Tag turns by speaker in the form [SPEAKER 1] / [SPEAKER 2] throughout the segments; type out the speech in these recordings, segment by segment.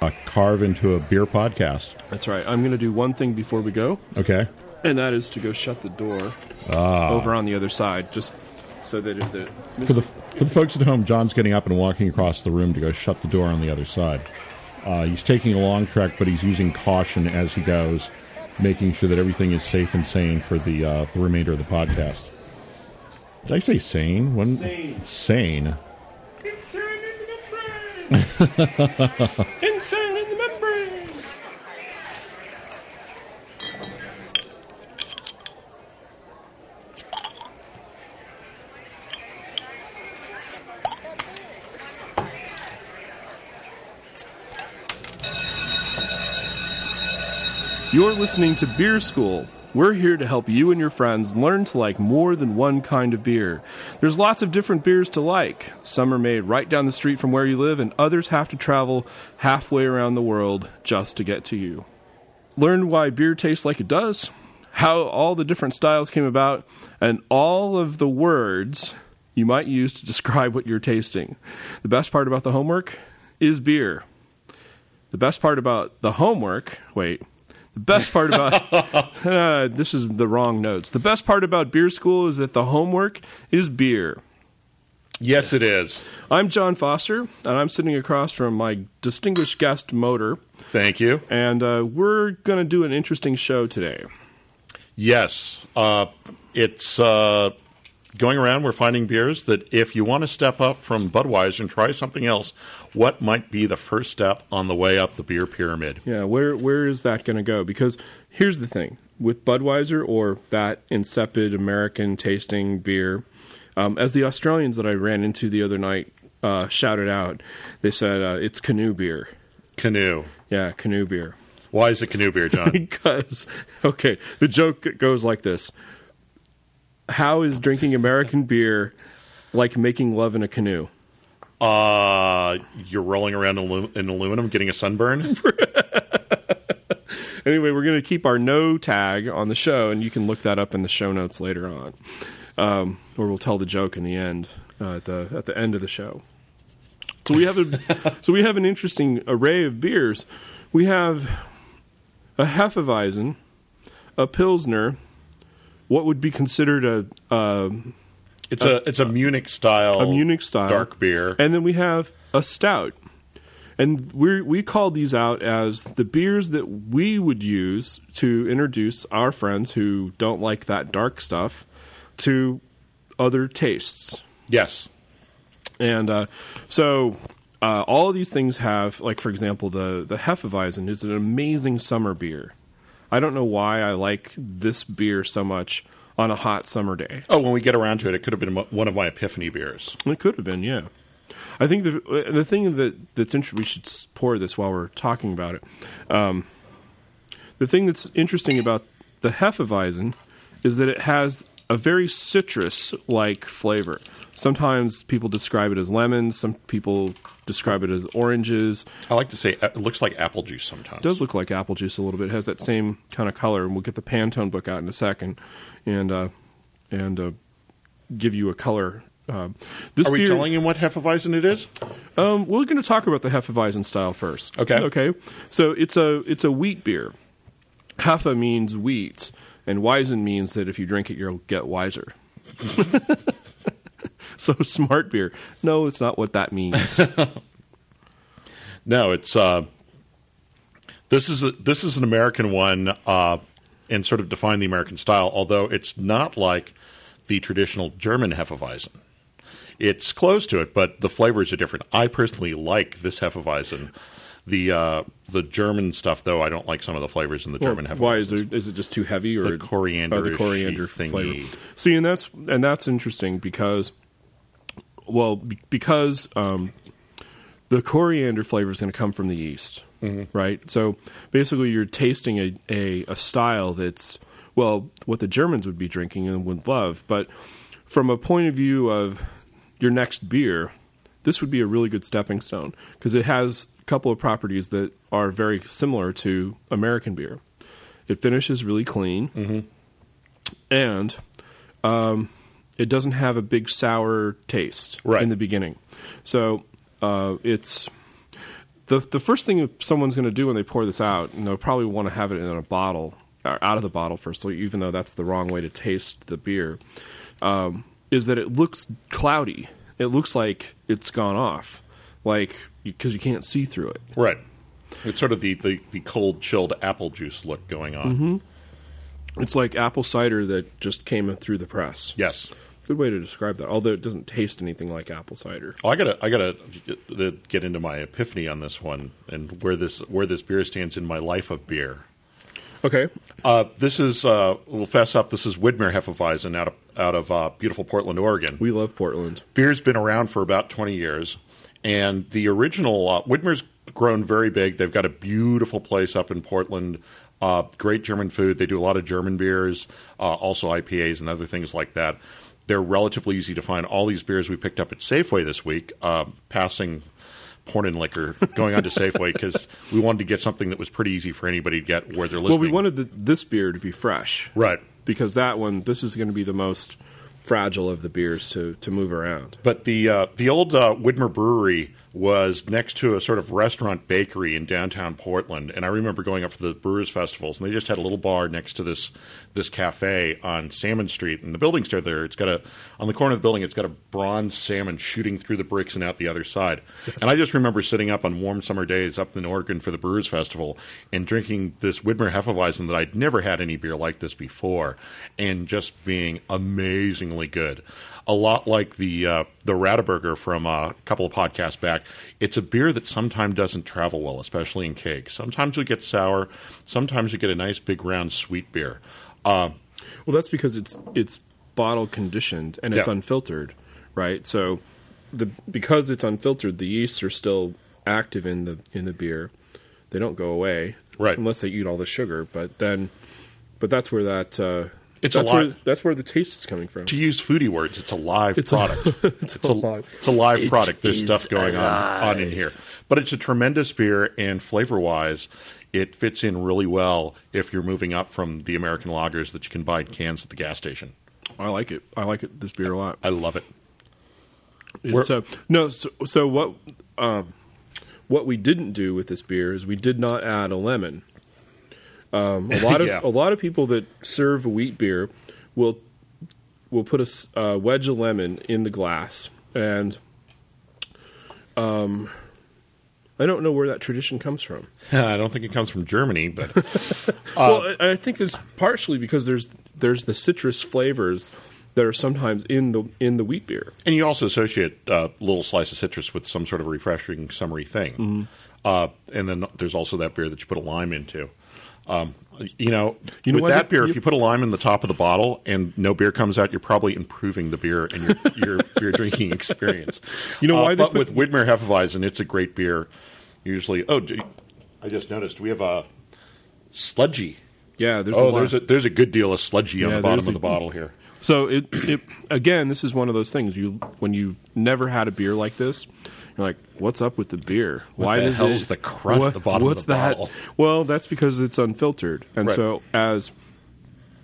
[SPEAKER 1] uh, carve into a beer podcast.
[SPEAKER 2] That's right. I'm going to do one thing before we go,
[SPEAKER 1] Okay.
[SPEAKER 2] and that is to go shut the door over on the other side, just so that if the
[SPEAKER 1] For the for the folks at home, John's getting up and walking across the room to go shut the door on the other side. Uh, he's taking a long trek, but he's using caution as he goes, making sure that everything is safe and sane for the uh, the remainder of the podcast. Did I say sane? When, sane. Sane.
[SPEAKER 3] Insane in the membrane! Insane in the membrane!
[SPEAKER 2] You're listening to Beer School. We're here to help you and your friends learn to like more than one kind of beer. There's lots of different beers to like. Some are made right down the street from where you live, and others have to travel halfway around the world just to get to you. Learn why beer tastes like it does, how all the different styles came about, and all of the words you might use to describe what you're tasting. The best part about the homework is beer. The best part about the homework, wait. The best part about uh, this is the wrong notes. The best part about beer school is that the homework is beer.
[SPEAKER 1] Yes, it is.
[SPEAKER 2] I'm John Foster, and I'm sitting across from my distinguished guest, Motor,
[SPEAKER 1] Thank you.
[SPEAKER 2] and uh, we're going to do an interesting show today.
[SPEAKER 1] Yes. Uh, it's uh, going around. We're finding beers that if you want to step up from Budweiser and try something else, what might be the first step on the way up the beer pyramid?
[SPEAKER 2] Yeah, where where is that going to go? Because here's the thing with Budweiser or that insipid American tasting beer, um, as the Australians that I ran into the other night uh, shouted out, they said uh, it's canoe beer.
[SPEAKER 1] Canoe.
[SPEAKER 2] Yeah, canoe beer.
[SPEAKER 1] Why is it canoe beer, John?
[SPEAKER 2] Because okay, the joke goes like this: How is drinking American beer like making love in a canoe?
[SPEAKER 1] uh, you're rolling around in alu- in aluminum, getting a sunburn.
[SPEAKER 2] Anyway, we're going to keep our no tag on the show, and you can look that up in the show notes later on, um, or we'll tell the joke in the end uh, at the at the end of the show. So we have a so we have an interesting array of beers. We have a hefeweizen, a pilsner, what would be considered a uh,
[SPEAKER 1] It's a it's a Munich style,
[SPEAKER 2] a Munich style
[SPEAKER 1] dark beer.
[SPEAKER 2] and then we have a stout. And we we call these out as the beers that we would use to introduce our friends who don't like that dark stuff to other tastes.
[SPEAKER 1] yes,
[SPEAKER 2] And uh, so uh, all of these things have, like for example, the the Hefeweizen is an amazing summer beer. I don't know why I like this beer so much on a hot summer day.
[SPEAKER 1] Oh, when we get around to it, it could have been mo- one of my epiphany beers.
[SPEAKER 2] It could have been, yeah. I think the the thing that that's interesting. We should s- pour this while we're talking about it. Um, the thing that's interesting about the Hefeweizen is that it has a very citrus-like flavor. Sometimes people describe it as lemons. Some people describe it as oranges.
[SPEAKER 1] I like to say uh, it looks like apple juice sometimes.
[SPEAKER 2] It does look like apple juice a little bit. It has that same kind of color, and we'll get the Pantone book out in a second, and uh, and uh, give you a color. Uh, this
[SPEAKER 1] Are we
[SPEAKER 2] beer-
[SPEAKER 1] telling him what Hefeweizen it is?
[SPEAKER 2] Um, we're going to talk about the Hefeweizen style first.
[SPEAKER 1] Okay.
[SPEAKER 2] Okay. So it's a it's a wheat beer. Hefe means wheat, and Weizen means that if you drink it, you'll get wiser. so smart beer. No, it's not what that means.
[SPEAKER 1] No, it's uh, this is a, this is an American one, uh, and sort of define the American style. Although it's not like the traditional German Hefeweizen. It's close to it, but the flavors are different. I personally like this Hefeweizen. The uh, the German stuff, though, I don't like some of the flavors in the German Hefeweizen.
[SPEAKER 2] Why is there? Is it just too heavy or
[SPEAKER 1] The coriander
[SPEAKER 2] or the coriander
[SPEAKER 1] thingy.
[SPEAKER 2] flavor? See, and that's and that's interesting because, well, be- because um, the coriander flavor is going to come from the yeast,
[SPEAKER 1] Mm-hmm.
[SPEAKER 2] right? So basically, you're tasting a, a a style that's well, what the Germans would be drinking and would love, but from a point of view of your next beer, this would be a really good stepping stone because it has a couple of properties that are very similar to American beer. It finishes really clean, and um, it doesn't have a big sour taste
[SPEAKER 1] Right.
[SPEAKER 2] in the beginning. So uh, it's the- the the first thing someone's going to do when they pour this out, and they'll probably want to have it in a bottle or out of the bottle first, so even though that's the wrong way to taste the beer, um, is that it looks cloudy. It looks like it's gone off, like because you can't see through it.
[SPEAKER 1] Right. It's sort of the, the, the cold, chilled apple juice look going on.
[SPEAKER 2] Mm-hmm. It's like apple cider that just came through the press.
[SPEAKER 1] Yes.
[SPEAKER 2] Good way to describe that. Although it doesn't taste anything like apple cider.
[SPEAKER 1] Oh, I gotta, I gotta get- get into my epiphany on this one and where this where this beer stands in my life of beer.
[SPEAKER 2] Okay.
[SPEAKER 1] Uh, this is uh, we'll fess up. This is Widmer Hefeweizen out of out of uh, beautiful Portland, Oregon.
[SPEAKER 2] We love Portland.
[SPEAKER 1] beer's been around for about 20 years and the original uh, widmer's grown very big they've got a beautiful place up in portland uh, great german food they do a lot of german beers uh, also ipas and other things like that they're relatively easy to find all these beers we picked up at safeway this week uh, passing porn and liquor going on to safeway because we wanted to get something that was pretty easy for anybody to get where they're listening
[SPEAKER 2] Well, we wanted the, this beer to be fresh.
[SPEAKER 1] right
[SPEAKER 2] Because that one, this is going to be the most fragile of the beers to, to move around.
[SPEAKER 1] But the uh, the old uh, Widmer Brewery was next to a sort of restaurant bakery in downtown Portland, and I remember going up for the Brewers Festivals, and they just had a little bar next to this this cafe on Salmon Street, and the building's still there. It's got a on the corner of the building, it's got a bronze salmon shooting through the bricks and out the other side. And I just remember sitting up on warm summer days up in Oregon for the Brewers Festival and drinking this Widmer Hefeweizen that I'd never had any beer like this before, and just being amazingly good a lot like the uh, the Rataburger from uh, a couple of podcasts back. It's a beer that sometimes doesn't travel well, especially in cake. Sometimes you get sour. Sometimes you get a nice big round sweet beer. Uh,
[SPEAKER 2] Well, that's because it's it's bottle conditioned and it's
[SPEAKER 1] Yeah.
[SPEAKER 2] unfiltered, right? So the because it's unfiltered, the yeasts are still active in the in the beer. They don't go away,
[SPEAKER 1] Right.
[SPEAKER 2] Unless they eat all the sugar, but then, but that's where that uh,
[SPEAKER 1] It's a
[SPEAKER 2] that's
[SPEAKER 1] lot-
[SPEAKER 2] Where, that's where the taste is coming from.
[SPEAKER 1] to use foodie words, it's a live
[SPEAKER 2] It's a-
[SPEAKER 1] product.
[SPEAKER 2] it's a lot.
[SPEAKER 1] it's a live
[SPEAKER 2] It
[SPEAKER 1] product. There's
[SPEAKER 2] is
[SPEAKER 1] stuff going on on in here, but it's a tremendous beer, and flavor wise, it fits in really well if you're moving up from the American lagers that you can buy in cans at the gas station.
[SPEAKER 2] I like it. I like it. This beer a lot.
[SPEAKER 1] I love it.
[SPEAKER 2] It's uh, no. So, so what? Um, what we didn't do with this beer is we did not add a lemon. Um, a lot of
[SPEAKER 1] Yeah.
[SPEAKER 2] a lot of people that serve a wheat beer will will put a s- uh, wedge of lemon in the glass, and um, I don't know where that tradition comes from.
[SPEAKER 1] I don't think it comes from Germany, but Uh,
[SPEAKER 2] well, I, I think that's partially because there's there's the citrus flavors that are sometimes in the in the wheat beer.
[SPEAKER 1] And you also associate uh, little slice of citrus with some sort of refreshing, summery thing.
[SPEAKER 2] Mm-hmm.
[SPEAKER 1] Uh, and then there's also that beer that you put a lime into. Um, you know,
[SPEAKER 2] You know
[SPEAKER 1] with
[SPEAKER 2] what?
[SPEAKER 1] that beer,
[SPEAKER 2] You-
[SPEAKER 1] if you put a lime in the top of the bottle and no beer comes out, you're probably improving the beer and your, your beer drinking experience.
[SPEAKER 2] You know
[SPEAKER 1] Uh,
[SPEAKER 2] why they
[SPEAKER 1] But
[SPEAKER 2] put-
[SPEAKER 1] with Widmer Hefeweizen, it's a great beer. Usually, oh, do- I just noticed we have a sludgy.
[SPEAKER 2] Yeah, there's a
[SPEAKER 1] Oh,
[SPEAKER 2] lot.
[SPEAKER 1] there's a there's a good deal of sludgy on
[SPEAKER 2] Yeah,
[SPEAKER 1] the bottom
[SPEAKER 2] there's
[SPEAKER 1] of
[SPEAKER 2] a-
[SPEAKER 1] the bottle here.
[SPEAKER 2] So it, it again, this is one of those things you when you've never had a beer like this, you're like, what's up with the beer? Why
[SPEAKER 1] the
[SPEAKER 2] does
[SPEAKER 1] hell's
[SPEAKER 2] it,
[SPEAKER 1] the crud at the bottom of
[SPEAKER 2] What's
[SPEAKER 1] the
[SPEAKER 2] that?
[SPEAKER 1] bottle?
[SPEAKER 2] Well, that's because it's unfiltered, and
[SPEAKER 1] Right.
[SPEAKER 2] so as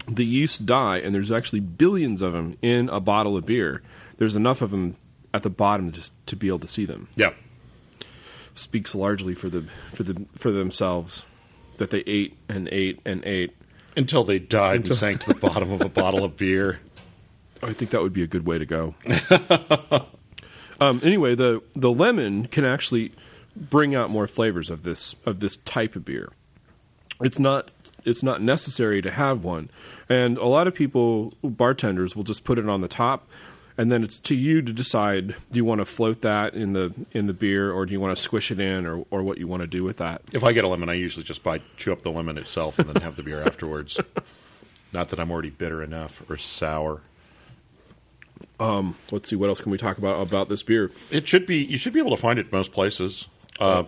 [SPEAKER 2] the yeast die, and there's actually billions of them in a bottle of beer. There's enough of them at the bottom just to be able to see them.
[SPEAKER 1] Yeah,
[SPEAKER 2] Speaks largely for the for the for themselves that they ate and ate and ate.
[SPEAKER 1] until they died and sank to the bottom of a bottle of beer.
[SPEAKER 2] I think that would be a good way to go. um, anyway, the the lemon can actually bring out more flavors of this of this type of beer. It's not it's not necessary to have one, and a lot of people bartenders will just put it on the top, and then it's to you to decide: do you want to float that in the in the beer, or do you want to squish it in, or or what you want to do with that?
[SPEAKER 1] If I get a lemon, I usually just buy chew up the lemon itself and then have the beer afterwards. Not that I'm already bitter enough or sour.
[SPEAKER 2] Let's see what else can we talk about about this beer.
[SPEAKER 1] It should be you should be able to find it most places. Uh,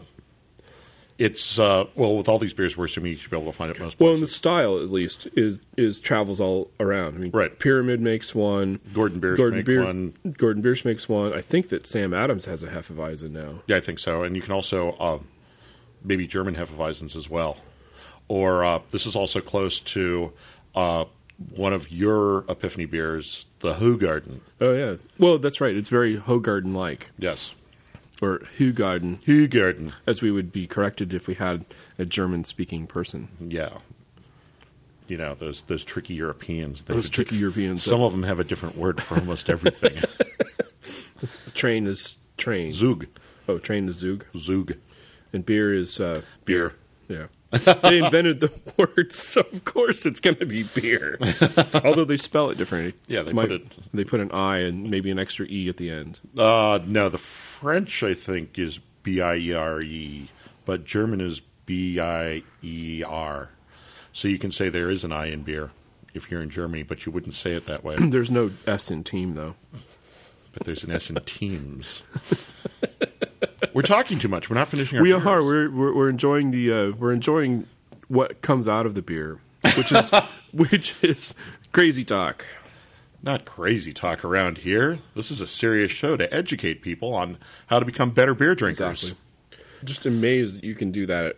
[SPEAKER 1] it's uh, well with all these beers, we're assuming you should be able to find it most
[SPEAKER 2] Well, and the
[SPEAKER 1] places.
[SPEAKER 2] style, at least, is is travels all around. I mean,
[SPEAKER 1] Right.
[SPEAKER 2] Pyramid makes one.
[SPEAKER 1] Gordon Biersch make one.
[SPEAKER 2] Gordon Biersch makes one. I think that Sam Adams has a Hefeweizen now.
[SPEAKER 1] yeah, I think so. And you can also uh, maybe German Hefeweizens as well. Or uh, this is also close to uh, one of your epiphany beers, the Hoogarden.
[SPEAKER 2] Oh yeah. Well, that's right. It's very Hogarden like.
[SPEAKER 1] Yes.
[SPEAKER 2] or Hugarden,
[SPEAKER 1] Hugarden.
[SPEAKER 2] as we would be corrected if we had a German speaking person.
[SPEAKER 1] Yeah. You know those those tricky Europeans. They
[SPEAKER 2] Those
[SPEAKER 1] could-
[SPEAKER 2] tricky Europeans.
[SPEAKER 1] Some of them have a different word for almost everything.
[SPEAKER 2] Train is train.
[SPEAKER 1] Zug,
[SPEAKER 2] Oh, train is Zug.
[SPEAKER 1] Zug,
[SPEAKER 2] And beer is uh,
[SPEAKER 1] beer.
[SPEAKER 2] Yeah. they invented the word, so of course it's going to be beer. Although they spell it differently.
[SPEAKER 1] Yeah, they put it-
[SPEAKER 2] They put an I and maybe an extra E at the end.
[SPEAKER 1] Uh, no, the French I think is B I E R E, but German is B I E R. So you can say there is an I in beer if you're in Germany, but you wouldn't say it that way.
[SPEAKER 2] There's no S in team, though.
[SPEAKER 1] but there's an S in teams. We're talking too much. We're not finishing our
[SPEAKER 2] We
[SPEAKER 1] beers.
[SPEAKER 2] are. We're, we're, we're enjoying the. Uh, we're enjoying what comes out of the beer, which is which is crazy talk.
[SPEAKER 1] not crazy talk around here. This is a serious show to educate people on how to become better beer drinkers.
[SPEAKER 2] Exactly. Just amazed that you can do that.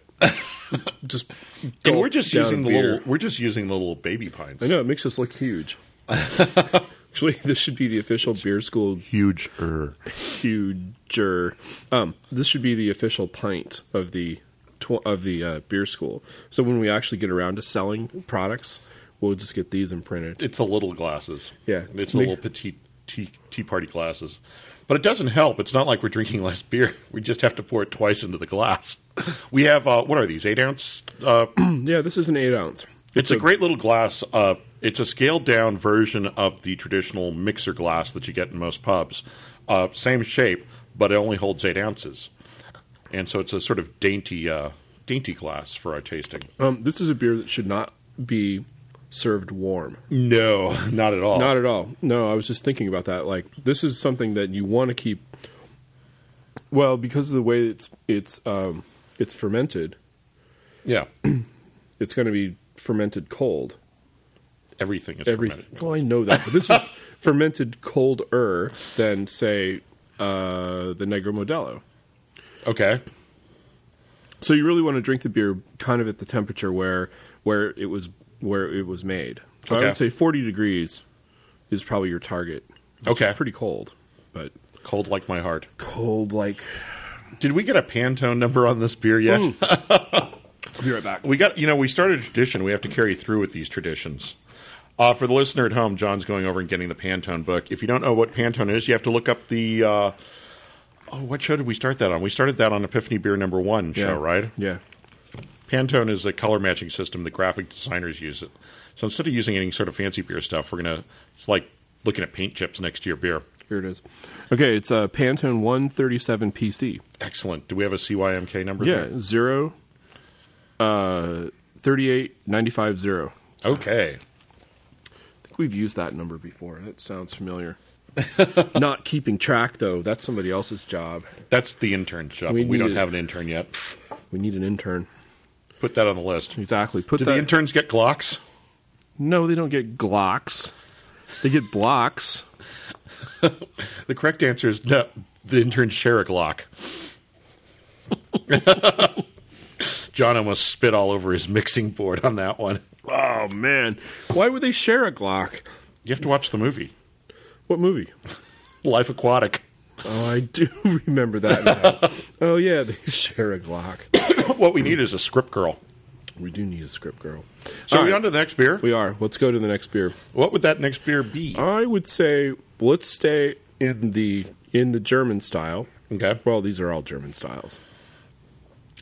[SPEAKER 2] just.
[SPEAKER 1] And
[SPEAKER 2] gulp
[SPEAKER 1] we're just
[SPEAKER 2] down
[SPEAKER 1] using
[SPEAKER 2] a
[SPEAKER 1] the
[SPEAKER 2] beer.
[SPEAKER 1] little we're just using the little baby pints.
[SPEAKER 2] I know it makes us look huge. Actually, this should be the official beer school
[SPEAKER 1] Huge er.
[SPEAKER 2] huger. Um, this should be the official pint of the tw- of the uh, beer school. So when we actually get around to selling products, we'll just get these imprinted.
[SPEAKER 1] It's the little glasses.
[SPEAKER 2] Yeah.
[SPEAKER 1] It's the little petite tea, tea party glasses. But it doesn't help. It's not like we're drinking less beer. We just have to pour it twice into the glass. We have uh, what are these eight ounce uh,
[SPEAKER 2] Mm, Yeah, this is an eight ounce.
[SPEAKER 1] It's a great little glass. Uh, it's a scaled down version of the traditional mixer glass that you get in most pubs. Uh, same shape, but it only holds eight ounces, and so it's a sort of dainty, uh, dainty glass for our tasting.
[SPEAKER 2] Um, this is a beer that should not be served warm.
[SPEAKER 1] No, not at all.
[SPEAKER 2] Not at all. No, I was just thinking about that. Like this is something that you want to keep. Well, because of the way it's it's um, it's fermented,
[SPEAKER 1] yeah,
[SPEAKER 2] it's going to be fermented cold.
[SPEAKER 1] everything is
[SPEAKER 2] every
[SPEAKER 1] fermented.
[SPEAKER 2] well, I know that, but this is fermented colder than say uh, the Negro Modelo.
[SPEAKER 1] Okay,
[SPEAKER 2] So you really want to drink the beer kind of at the temperature where where it was where it was made. So I
[SPEAKER 1] Okay.
[SPEAKER 2] would say 40 degrees is probably your target. which is
[SPEAKER 1] Okay.
[SPEAKER 2] pretty cold, but
[SPEAKER 1] cold like my heart.
[SPEAKER 2] cold like.
[SPEAKER 1] Did we get a Pantone number on this beer yet?
[SPEAKER 2] I'll be right back.
[SPEAKER 1] we got you know we started a tradition we have to carry through with these traditions uh, for the listener at home john's going over and getting the pantone book if you don't know what pantone is you have to look up the uh, oh what show did we start that on we started that on epiphany beer number one show right
[SPEAKER 2] Yeah.
[SPEAKER 1] pantone is a color matching system that graphic designers use it so instead of using any sort of fancy beer stuff we're gonna it's like looking at paint chips next to your beer
[SPEAKER 2] Here it is. Okay, it's a Pantone 137 PC.
[SPEAKER 1] excellent do we have a cymk number there?
[SPEAKER 2] Yeah, 0 uh 38 95 0.
[SPEAKER 1] okay
[SPEAKER 2] think we've used that number before. That sounds familiar. Not keeping track though, that's somebody else's job.
[SPEAKER 1] that's the intern's job
[SPEAKER 2] We
[SPEAKER 1] we, don't
[SPEAKER 2] need it.
[SPEAKER 1] have an intern yet
[SPEAKER 2] We need an intern.
[SPEAKER 1] put that on the list
[SPEAKER 2] Exactly. Put
[SPEAKER 1] do
[SPEAKER 2] that.
[SPEAKER 1] the interns get glocks
[SPEAKER 2] no, they don't get Glocks. They get blocks.
[SPEAKER 1] The correct answer is no. The intern share a Glock. John almost spit all over his mixing board on that one.
[SPEAKER 2] Oh man, why would they share a Glock?
[SPEAKER 1] You have to watch the movie
[SPEAKER 2] What movie?
[SPEAKER 1] Life Aquatic.
[SPEAKER 2] Oh, I do remember that. Now. oh yeah, they share a Glock.
[SPEAKER 1] what we need is a script girl.
[SPEAKER 2] We do need a script girl.
[SPEAKER 1] So
[SPEAKER 2] All
[SPEAKER 1] are we Oh.
[SPEAKER 2] right.
[SPEAKER 1] on to the next beer?
[SPEAKER 2] We are. Let's go to the next beer.
[SPEAKER 1] What would that next beer be?
[SPEAKER 2] I would say let's stay in the in the German style.
[SPEAKER 1] Okay,
[SPEAKER 2] Well, these are all German styles.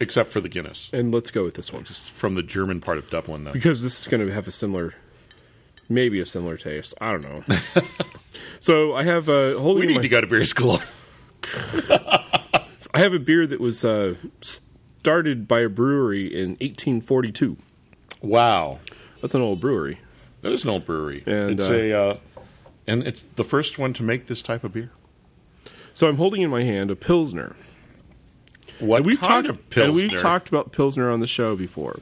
[SPEAKER 1] except for the Guinness.
[SPEAKER 2] And let's go with this one.
[SPEAKER 1] It's from the German part of Dublin, though.
[SPEAKER 2] because this is going to have a similar, maybe a similar taste. I don't know. so I have a holding.
[SPEAKER 1] We
[SPEAKER 2] in
[SPEAKER 1] need
[SPEAKER 2] my-
[SPEAKER 1] to go to beer school.
[SPEAKER 2] I have a beer that was uh, started by a brewery in 1842.
[SPEAKER 1] wow,
[SPEAKER 2] That's an old brewery.
[SPEAKER 1] that is an old brewery.
[SPEAKER 2] And,
[SPEAKER 1] it's
[SPEAKER 2] uh,
[SPEAKER 1] a uh, and it's the first one to make this type of beer.
[SPEAKER 2] So I'm holding in my hand a pilsner.
[SPEAKER 1] What
[SPEAKER 2] And we've
[SPEAKER 1] kind
[SPEAKER 2] talked
[SPEAKER 1] of pilsner?
[SPEAKER 2] and we've talked about pilsner on the show before.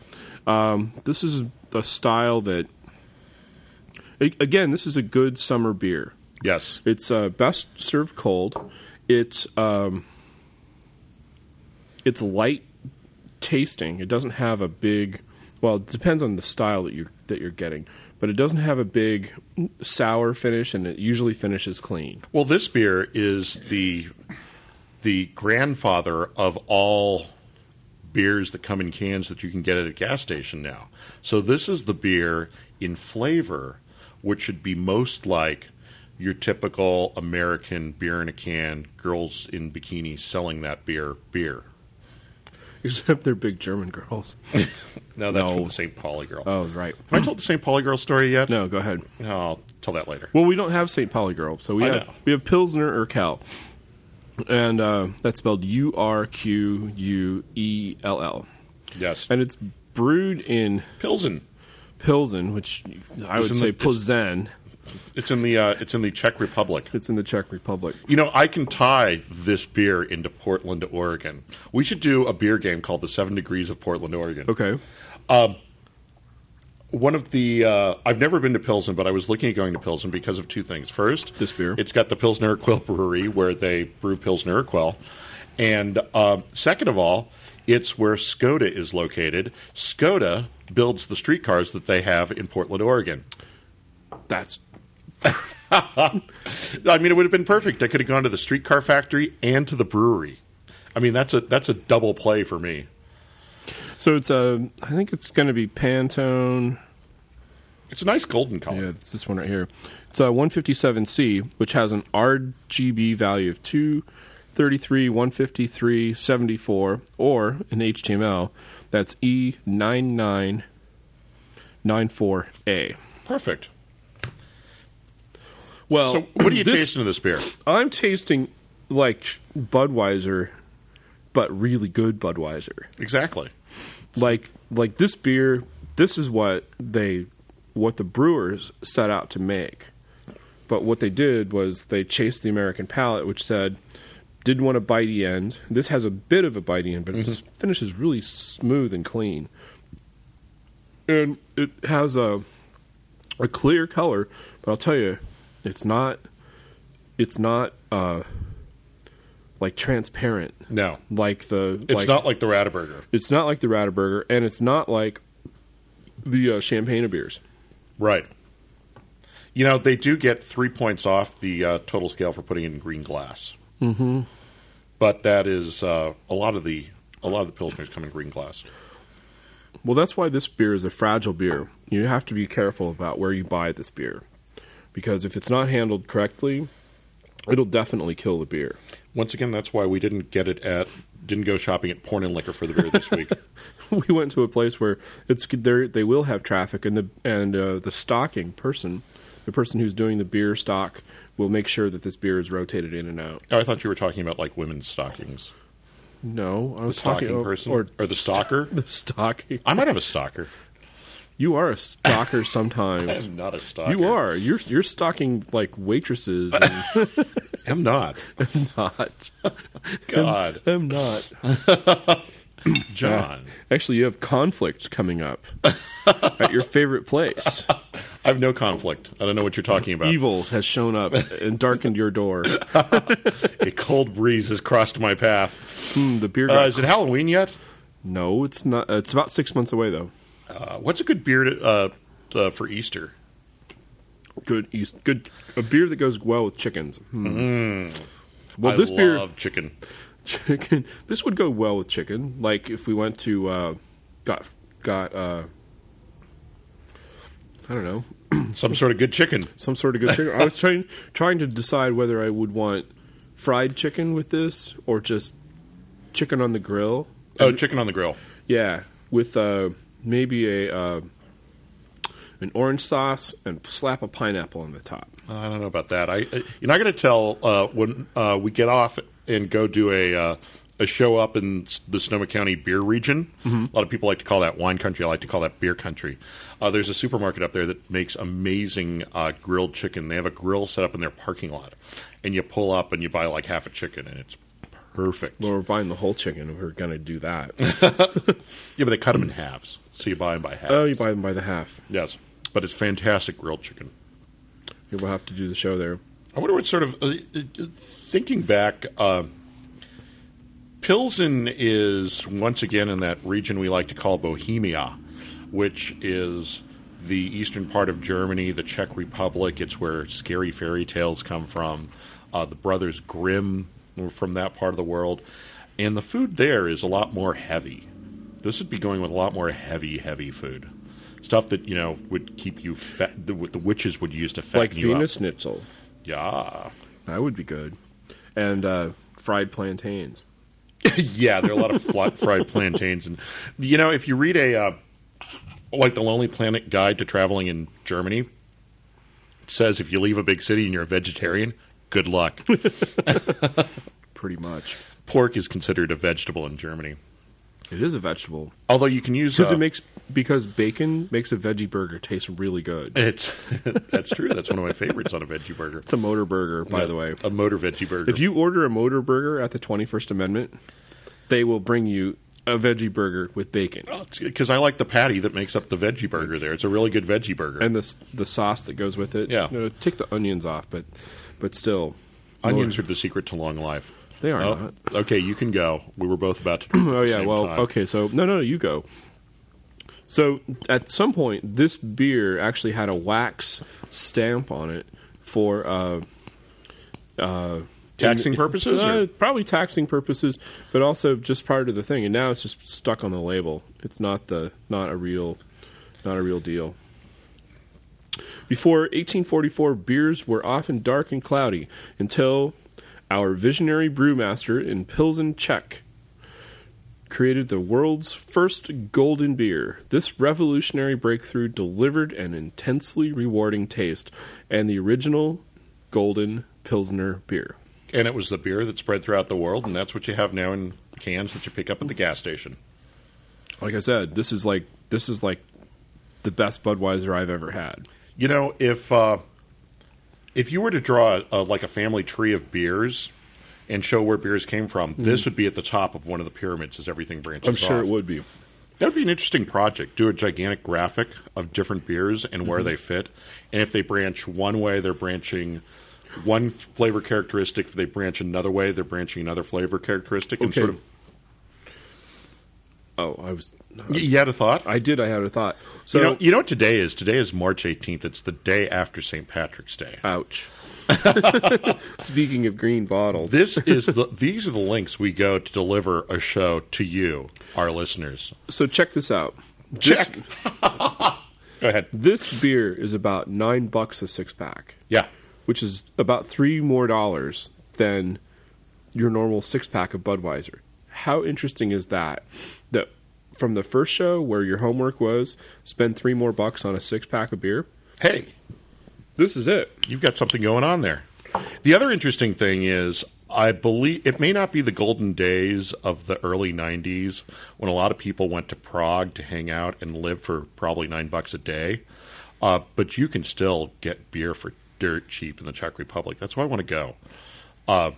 [SPEAKER 2] Um, this is a style that, a- again, this is a good summer beer.
[SPEAKER 1] Yes,
[SPEAKER 2] It's uh, best served cold. It's um, it's light tasting. It doesn't have a big. Well, it depends on the style that you're that you're getting, but it doesn't have a big sour finish, and it usually finishes clean.
[SPEAKER 1] Well, this beer is the the grandfather of all beers that come in cans that you can get at a gas station now. So this is the beer in flavor which should be most like your typical American beer in a can, girls in bikinis selling that beer beer.
[SPEAKER 2] Except they're big German girls.
[SPEAKER 1] No, that's
[SPEAKER 2] No.
[SPEAKER 1] for the St. Pauli girl.
[SPEAKER 2] Oh, right.
[SPEAKER 1] Have I told the St. Pauli girl story yet?
[SPEAKER 2] No, go ahead.
[SPEAKER 1] No, I'll tell that later.
[SPEAKER 2] Well, we don't have St. Pauli girl, so we
[SPEAKER 1] I
[SPEAKER 2] have
[SPEAKER 1] know.
[SPEAKER 2] we have Pilsner Urquell, and uh, that's spelled U R Q U E L L,
[SPEAKER 1] Yes.
[SPEAKER 2] and it's brewed in
[SPEAKER 1] Pilsen. Pilsen.
[SPEAKER 2] Pilsen, which I would
[SPEAKER 1] Isn't
[SPEAKER 2] say
[SPEAKER 1] it-
[SPEAKER 2] Plzen.
[SPEAKER 1] It's in the uh, it's in the Czech Republic.
[SPEAKER 2] It's in the Czech Republic.
[SPEAKER 1] You know, I can tie this beer into Portland, Oregon. We should do a beer game called the Seven Degrees of Portland, Oregon.
[SPEAKER 2] Okay,
[SPEAKER 1] One of the uh, I've never been to Pilsen, but I was looking at going to Pilsen because of two things. First,
[SPEAKER 2] This beer.
[SPEAKER 1] It's got the Pilsner Urquell Brewery where they brew Pilsner Urquell, and um, second of all, it's where Skoda is located. Skoda builds the streetcars that they have in Portland, Oregon.
[SPEAKER 2] that's
[SPEAKER 1] I mean, it would have been perfect. I could have gone to the streetcar factory and to the brewery. I mean, that's a that's a double play for me.
[SPEAKER 2] so. It's a. I think it's going to be Pantone.
[SPEAKER 1] It's a nice golden
[SPEAKER 2] Yeah,
[SPEAKER 1] color.
[SPEAKER 2] it's this one right here. It's a 157C, which has an RGB value of 233, 153, 74, or in HTML, that's E E9994A.
[SPEAKER 1] Perfect.
[SPEAKER 2] Well,
[SPEAKER 1] So, what are you
[SPEAKER 2] this,
[SPEAKER 1] tasting of this beer?
[SPEAKER 2] I'm tasting like Budweiser, but really good Budweiser.
[SPEAKER 1] Exactly.
[SPEAKER 2] Like, like this beer, this is what they, what the brewers set out to make. But what they did was they chased the American palate, which said, didn't want a bitey end. This has a bit of a bitey end, but it
[SPEAKER 1] Mm-hmm.
[SPEAKER 2] just finishes really smooth and clean. And it has a a clear color, but I'll tell you, it's not it's not uh like transparent
[SPEAKER 1] No,
[SPEAKER 2] like the
[SPEAKER 1] it's
[SPEAKER 2] like,
[SPEAKER 1] not like the Rataburger.
[SPEAKER 2] it's not like the Rataburger, and it's not like the uh, Champagne beers.
[SPEAKER 1] Right. You know, they do get three points off the uh, total scale for putting it in green glass. Mm-hmm. But that is uh, a lot of the a lot of the pilsners come in green glass.
[SPEAKER 2] Well, that's why this beer is a fragile beer. You have to be careful about where you buy this beer, because if it's not handled correctly, it'll definitely kill the beer.
[SPEAKER 1] Once again, that's why we didn't get it at didn't go shopping at Porn and Liquor for the beer this week.
[SPEAKER 2] we went to a place where it's there. They will have traffic, and the and uh, the stocking person, the person who's doing the beer stock, will make sure that this beer is rotated in and out.
[SPEAKER 1] oh, I thought you were talking about like women's stockings.
[SPEAKER 2] No, I
[SPEAKER 1] The
[SPEAKER 2] was
[SPEAKER 1] stocking
[SPEAKER 2] talking
[SPEAKER 1] person
[SPEAKER 2] or,
[SPEAKER 1] or, the stalker.
[SPEAKER 2] the stocking.
[SPEAKER 1] I might have a stalker.
[SPEAKER 2] You are a stalker sometimes.
[SPEAKER 1] I'm not a stalker.
[SPEAKER 2] You are. You're you're stalking like waitresses. And
[SPEAKER 1] I'm not.
[SPEAKER 2] not.
[SPEAKER 1] God,
[SPEAKER 2] I'm not.
[SPEAKER 1] John.
[SPEAKER 2] Actually, you have conflict coming up at your favorite place.
[SPEAKER 1] I have no conflict. I don't know what you're talking about.
[SPEAKER 2] Evil has shown up and darkened your door.
[SPEAKER 1] A cold breeze has crossed my path.
[SPEAKER 2] Hmm, the beer.
[SPEAKER 1] Uh,
[SPEAKER 2] got-
[SPEAKER 1] is it Halloween yet?
[SPEAKER 2] no, it's not. It's about six months away though.
[SPEAKER 1] Uh, what's a good beer to, uh, uh, for Easter?
[SPEAKER 2] Good East. Good a beer that goes well with chickens. Hmm. Well,
[SPEAKER 1] I
[SPEAKER 2] this beer
[SPEAKER 1] love chicken.
[SPEAKER 2] chicken. This would go well with chicken. Like if we went to uh, got got uh, I don't know
[SPEAKER 1] Some sort of good chicken.
[SPEAKER 2] some sort of good chicken. I was trying trying to decide whether I would want fried chicken with this or just chicken on the grill.
[SPEAKER 1] Oh, chicken on the grill.
[SPEAKER 2] Yeah, with uh, maybe a uh, an orange sauce and slap a pineapple on the top.
[SPEAKER 1] Uh, I don't know about that. I, I you're not going to tell uh, when uh, we get off and go do a uh, a show up in s- the Sonoma County beer region.
[SPEAKER 2] Mm-hmm.
[SPEAKER 1] A lot of people like to call that wine country. I like to call that beer country. Uh, there's a supermarket up there that makes amazing uh, grilled chicken. They have a grill set up in their parking lot, and you pull up and you buy like half a chicken, and it's perfect.
[SPEAKER 2] Well, we're buying the whole chicken. We're gonna do that.
[SPEAKER 1] Yeah, but they cut them in halves, so you buy them by half.
[SPEAKER 2] oh, you buy them by the half.
[SPEAKER 1] yes, but it's fantastic grilled chicken.
[SPEAKER 2] We'll have to do the show there.
[SPEAKER 1] I wonder what sort of uh, uh, thinking back. Uh, Pilsen is once again in that region we like to call Bohemia, which is the eastern part of Germany, the Czech Republic. It's where scary fairy tales come from. Uh, the Brothers Grimm We're from that part of the world, and the food there is a lot more heavy. This would be going with a lot more heavy, heavy food, stuff that you know would keep you fat. The, the witches would use to fatten
[SPEAKER 2] like
[SPEAKER 1] you
[SPEAKER 2] Venus
[SPEAKER 1] up.
[SPEAKER 2] schnitzel.
[SPEAKER 1] Yeah,
[SPEAKER 2] That would be good. And uh, fried plantains.
[SPEAKER 1] yeah, there are a lot of fly, fried plantains, and you know, if you read a uh, like the Lonely Planet Guide to Traveling in Germany, it says if you leave a big city and you're a vegetarian, good luck.
[SPEAKER 2] Pretty much.
[SPEAKER 1] Pork is considered a vegetable in Germany,
[SPEAKER 2] It is a vegetable
[SPEAKER 1] although you can use
[SPEAKER 2] because
[SPEAKER 1] uh,
[SPEAKER 2] it makes because bacon makes a veggie burger taste really good.
[SPEAKER 1] it's that's true. That's one of my favorites on a veggie burger.
[SPEAKER 2] It's a motor burger, by the way.
[SPEAKER 1] a motor veggie burger.
[SPEAKER 2] If you order a motor burger at the Twenty First Amendment, they will bring you a veggie burger with bacon
[SPEAKER 1] Oh, because I like the patty that makes up the veggie burger. There, it's a really good veggie burger.
[SPEAKER 2] and the s- the sauce that goes with it.
[SPEAKER 1] Yeah.
[SPEAKER 2] You know, take the onions off, but but still,
[SPEAKER 1] Onions are the secret to long life.
[SPEAKER 2] They are
[SPEAKER 1] Oh,
[SPEAKER 2] not.
[SPEAKER 1] Okay, you can go. We were both about to. Drink at
[SPEAKER 2] Oh
[SPEAKER 1] the
[SPEAKER 2] yeah,
[SPEAKER 1] same
[SPEAKER 2] well,
[SPEAKER 1] time.
[SPEAKER 2] okay. So no, no, no, you go. So at some point, this beer actually had a wax stamp on it for uh,
[SPEAKER 1] Taxing purposes.
[SPEAKER 2] uh,
[SPEAKER 1] or-
[SPEAKER 2] probably taxing purposes, but also just part of the thing. And now it's just stuck on the label. It's not the not a real not a real deal. Before 1844, beers were often dark and cloudy until our visionary brewmaster in Pilsen, Czech, created the world's first golden beer. This revolutionary breakthrough delivered an intensely rewarding taste and the original golden Pilsner beer.
[SPEAKER 1] and it was the beer that spread throughout the world, and that's what you have now in cans that you pick up at the gas station.
[SPEAKER 2] like I said, this is like this is like the best Budweiser I've ever had.
[SPEAKER 1] You know, if uh, if you were to draw a, like a family tree of beers and show where beers came from, this would be at the top of one of the pyramids as everything branches.
[SPEAKER 2] Mm-hmm. I'm sure
[SPEAKER 1] off.
[SPEAKER 2] it would be.
[SPEAKER 1] That would be an interesting project. Do a gigantic graphic of different beers and where
[SPEAKER 2] Mm-hmm.
[SPEAKER 1] they fit, and if they branch one way, they're branching. One flavor characteristic. If they branch another way, they're branching another flavor characteristic, and
[SPEAKER 2] Okay.
[SPEAKER 1] sort of.
[SPEAKER 2] Oh, I was.
[SPEAKER 1] Y- You had a thought?
[SPEAKER 2] I did. I had a thought. So,
[SPEAKER 1] you know, you know what today is? Today is March 18th. It's the day after St. Patrick's Day.
[SPEAKER 2] ouch. Speaking of green bottles,
[SPEAKER 1] This is the these are the links we go to deliver a show to you, our listeners.
[SPEAKER 2] so check this out.
[SPEAKER 1] Check.
[SPEAKER 2] This,
[SPEAKER 1] Go ahead.
[SPEAKER 2] this beer is about nine bucks a six pack,
[SPEAKER 1] Yeah.
[SPEAKER 2] which is about three more dollars than your normal six pack of Budweiser. How interesting is that? That from the first show where your homework was spend three more bucks on a six pack of beer.
[SPEAKER 1] Hey,
[SPEAKER 2] This is it.
[SPEAKER 1] you've got something going on there. The other interesting thing is I believe it may not be the golden days of the early 90s when a lot of people went to Prague to hang out and live for probably 9 bucks a day. Uh, but you can still get beer for dirt cheap in the Czech Republic. That's why I want to go. Uh,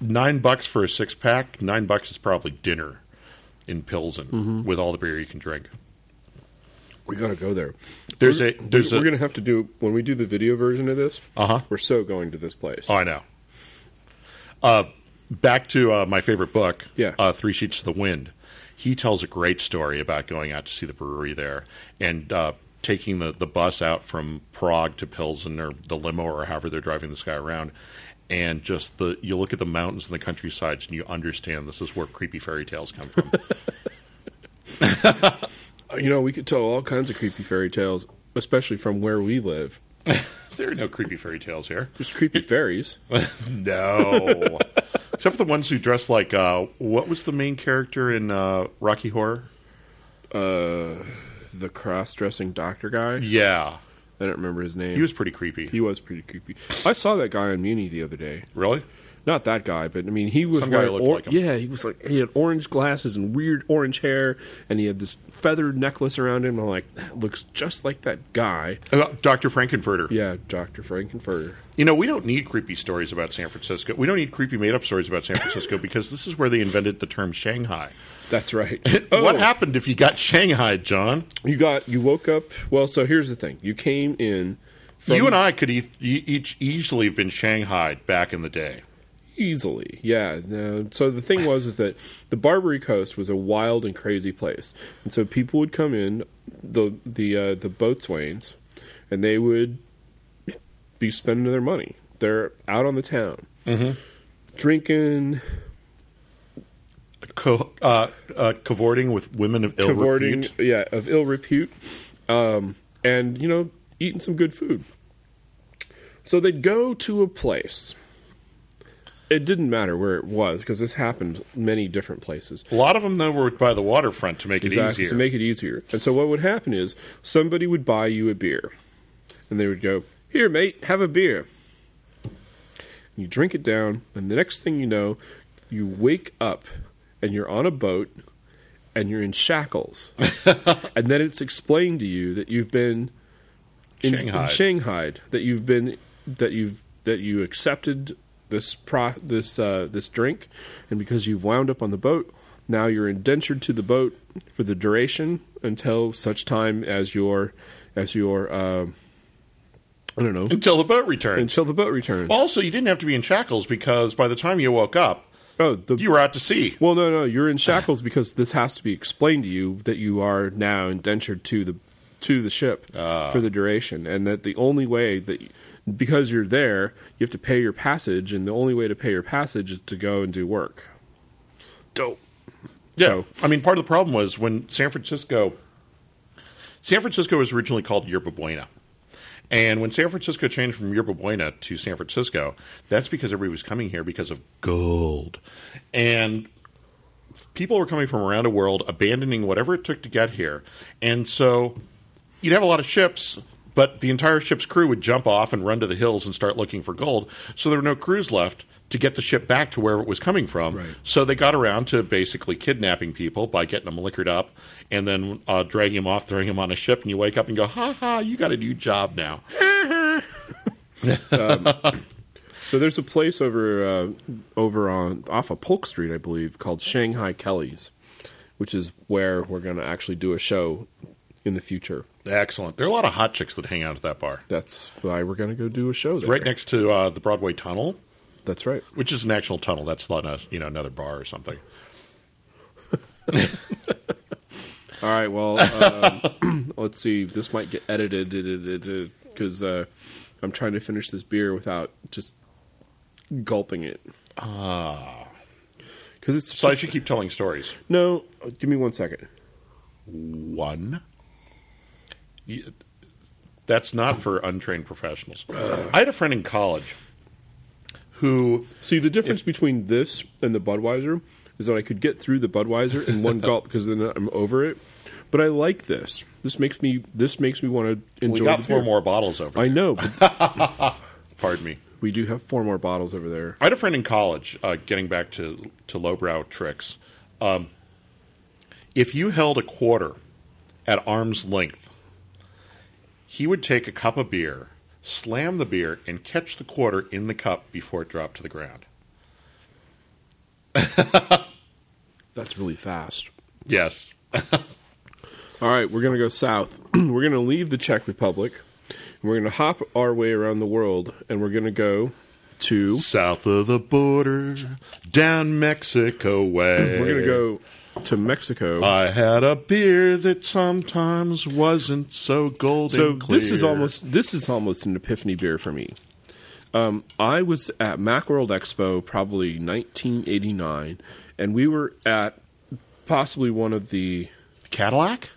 [SPEAKER 1] nine bucks for a six pack. Nine bucks is probably dinner in Pilsen
[SPEAKER 2] Mm-hmm.
[SPEAKER 1] with all the beer you can drink.
[SPEAKER 2] We gotta go there.
[SPEAKER 1] There's a
[SPEAKER 2] We're-
[SPEAKER 1] there's
[SPEAKER 2] we're,
[SPEAKER 1] a
[SPEAKER 2] gonna have to do when we do the video version of this.
[SPEAKER 1] Uh-huh.
[SPEAKER 2] We're so going to this place.
[SPEAKER 1] oh, I know. Uh, back to uh, my favorite book,
[SPEAKER 2] Yeah.
[SPEAKER 1] uh, Three Sheets to the Wind. He tells a great story about going out to see the brewery there and uh, taking the, the bus out from Prague to Pilsen or the limo or however they're driving this guy around. And just the you look at the mountains and the countrysides and you understand this is where creepy fairy tales come from. Uh-huh.
[SPEAKER 2] you know, we could tell all kinds of creepy fairy tales, especially from where we live.
[SPEAKER 1] there are no creepy fairy tales here.
[SPEAKER 2] Just creepy fairies.
[SPEAKER 1] No. Except for the ones who dress like uh, what was the main character in uh, Rocky Horror?
[SPEAKER 2] Uh, The cross-dressing doctor guy.
[SPEAKER 1] Yeah,
[SPEAKER 2] I don't remember his name.
[SPEAKER 1] he was pretty creepy.
[SPEAKER 2] He was pretty creepy. I saw that guy on Muni the other day.
[SPEAKER 1] Really?
[SPEAKER 2] Not that guy, but I mean, he was
[SPEAKER 1] Some guy
[SPEAKER 2] wearing
[SPEAKER 1] who looked like him.
[SPEAKER 2] yeah, he was like he had orange glasses and weird orange hair, and he had this feathered necklace around him. I'm like, that looks just like that guy.
[SPEAKER 1] Uh, Dr. Frankenfurter.
[SPEAKER 2] Yeah, Doctor Frankenfurter.
[SPEAKER 1] You know, we don't need creepy stories about San Francisco. We don't need creepy made up stories about San Francisco because this is where they invented the term Shanghai.
[SPEAKER 2] That's right. Oh,
[SPEAKER 1] What happened if you got Shanghai, John?
[SPEAKER 2] You got you woke up. Well, so here's the thing. You came in. From
[SPEAKER 1] you and I could e- e- each easily have been Shanghai back in the day.
[SPEAKER 2] easily, yeah. no, so the thing was is that the Barbary Coast was a wild and crazy place, and so people would come in the the uh, the boatswains, and they would be spending their money. They're out on the town. drinking,
[SPEAKER 1] Co- uh, uh, cavorting with women of ill
[SPEAKER 2] cavorting,
[SPEAKER 1] repute.
[SPEAKER 2] yeah, of ill repute, um, and you know, eating some good food. So they'd go to a place. It didn't matter where it was because this happened many different places.
[SPEAKER 1] A lot of them, though, were by the waterfront to make it
[SPEAKER 2] Exactly,
[SPEAKER 1] easier.
[SPEAKER 2] to make it easier. And so what would happen is somebody would buy you a beer, and they would go, "Here, mate, have a beer." And you drink it down, and the next thing you know, you wake up and you're on a boat and you're in shackles, and then it's explained to you that you've been in,
[SPEAKER 1] Shanghai.
[SPEAKER 2] in Shanghai, that you've been that you've that you accepted this pro, this uh, this drink, and because you've wound up on the boat, now you're indentured to the boat for the duration until such time as your as your um I don't know
[SPEAKER 1] until the boat returned.
[SPEAKER 2] until the boat returns.
[SPEAKER 1] also, you didn't have to be in shackles because by the time you woke up,
[SPEAKER 2] oh, the
[SPEAKER 1] you were out to sea.
[SPEAKER 2] Well, no, no, you're in shackles because this has to be explained to you that you are now indentured to the to the ship
[SPEAKER 1] Ah.
[SPEAKER 2] for the duration, and that the only way that you- because you're there, you have to pay your passage, and the only way to pay your passage is to go and do work. Dope.
[SPEAKER 1] Yeah.
[SPEAKER 2] So-
[SPEAKER 1] I mean, part of the problem was when San Francisco, San Francisco was originally called Yerba Buena. And when San Francisco changed from Yerba Buena to San Francisco, that's because everybody was coming here because of gold. And people were coming from around the world, abandoning whatever it took to get here. And so you'd have a lot of ships, but the entire ship's crew would jump off and run to the hills and start looking for gold. So there were no crews left to get the ship back to wherever it was coming from.
[SPEAKER 2] Right.
[SPEAKER 1] So they got around to basically kidnapping people by getting them liquored up and then uh, dragging them off, throwing them on a ship, and you wake up and go, ha ha, you got a new job now.
[SPEAKER 2] So there's a place over uh, over on off of Polk Street, I believe, called Shanghai Kelly's, which is where we're going to actually do a show in the future.
[SPEAKER 1] Excellent. There are a lot of hot chicks that hang out at that bar.
[SPEAKER 2] That's why we're going to go do a show there.
[SPEAKER 1] Right next to uh, the Broadway Tunnel,
[SPEAKER 2] That's right.
[SPEAKER 1] which is an actual tunnel. That's not a, you know another bar or something.
[SPEAKER 2] All right. Well, um, let's see. This might get edited because uh, I'm trying to finish this beer without just gulping it. Ah. Because it's
[SPEAKER 1] So I should keep telling stories.
[SPEAKER 2] no. Give me one second.
[SPEAKER 1] one. You- That's not for untrained professionals. I had a friend in college who
[SPEAKER 2] See the difference between this and the Budweiser is that I could get through the Budweiser in one gulp because then I'm over it. But I like this. This makes me. This makes me want to
[SPEAKER 1] we
[SPEAKER 2] enjoy.
[SPEAKER 1] got
[SPEAKER 2] the
[SPEAKER 1] four
[SPEAKER 2] beer.
[SPEAKER 1] more bottles over.
[SPEAKER 2] I
[SPEAKER 1] there.
[SPEAKER 2] know. But
[SPEAKER 1] Pardon me.
[SPEAKER 2] we do have four more bottles over there.
[SPEAKER 1] I had a friend in college. Uh, getting back to to lowbrow tricks, um, if you held a quarter at arm's length, he would take a cup of beer, slam the beer, and catch the quarter in the cup before it dropped to the ground.
[SPEAKER 2] That's really fast.
[SPEAKER 1] Yes,
[SPEAKER 2] All right, we're going to go south. we're going to leave the Czech Republic. And we're going to hop our way around the world, and we're going to go to.
[SPEAKER 1] South of the border, down Mexico way.
[SPEAKER 2] We're going to go to Mexico.
[SPEAKER 1] I had a beer that sometimes wasn't so golden.
[SPEAKER 2] so
[SPEAKER 1] clear.
[SPEAKER 2] this is almost this is almost an epiphany beer for me. Um, I was at MacWorld Expo probably 1989, and we were at possibly one of the
[SPEAKER 1] Cadillac.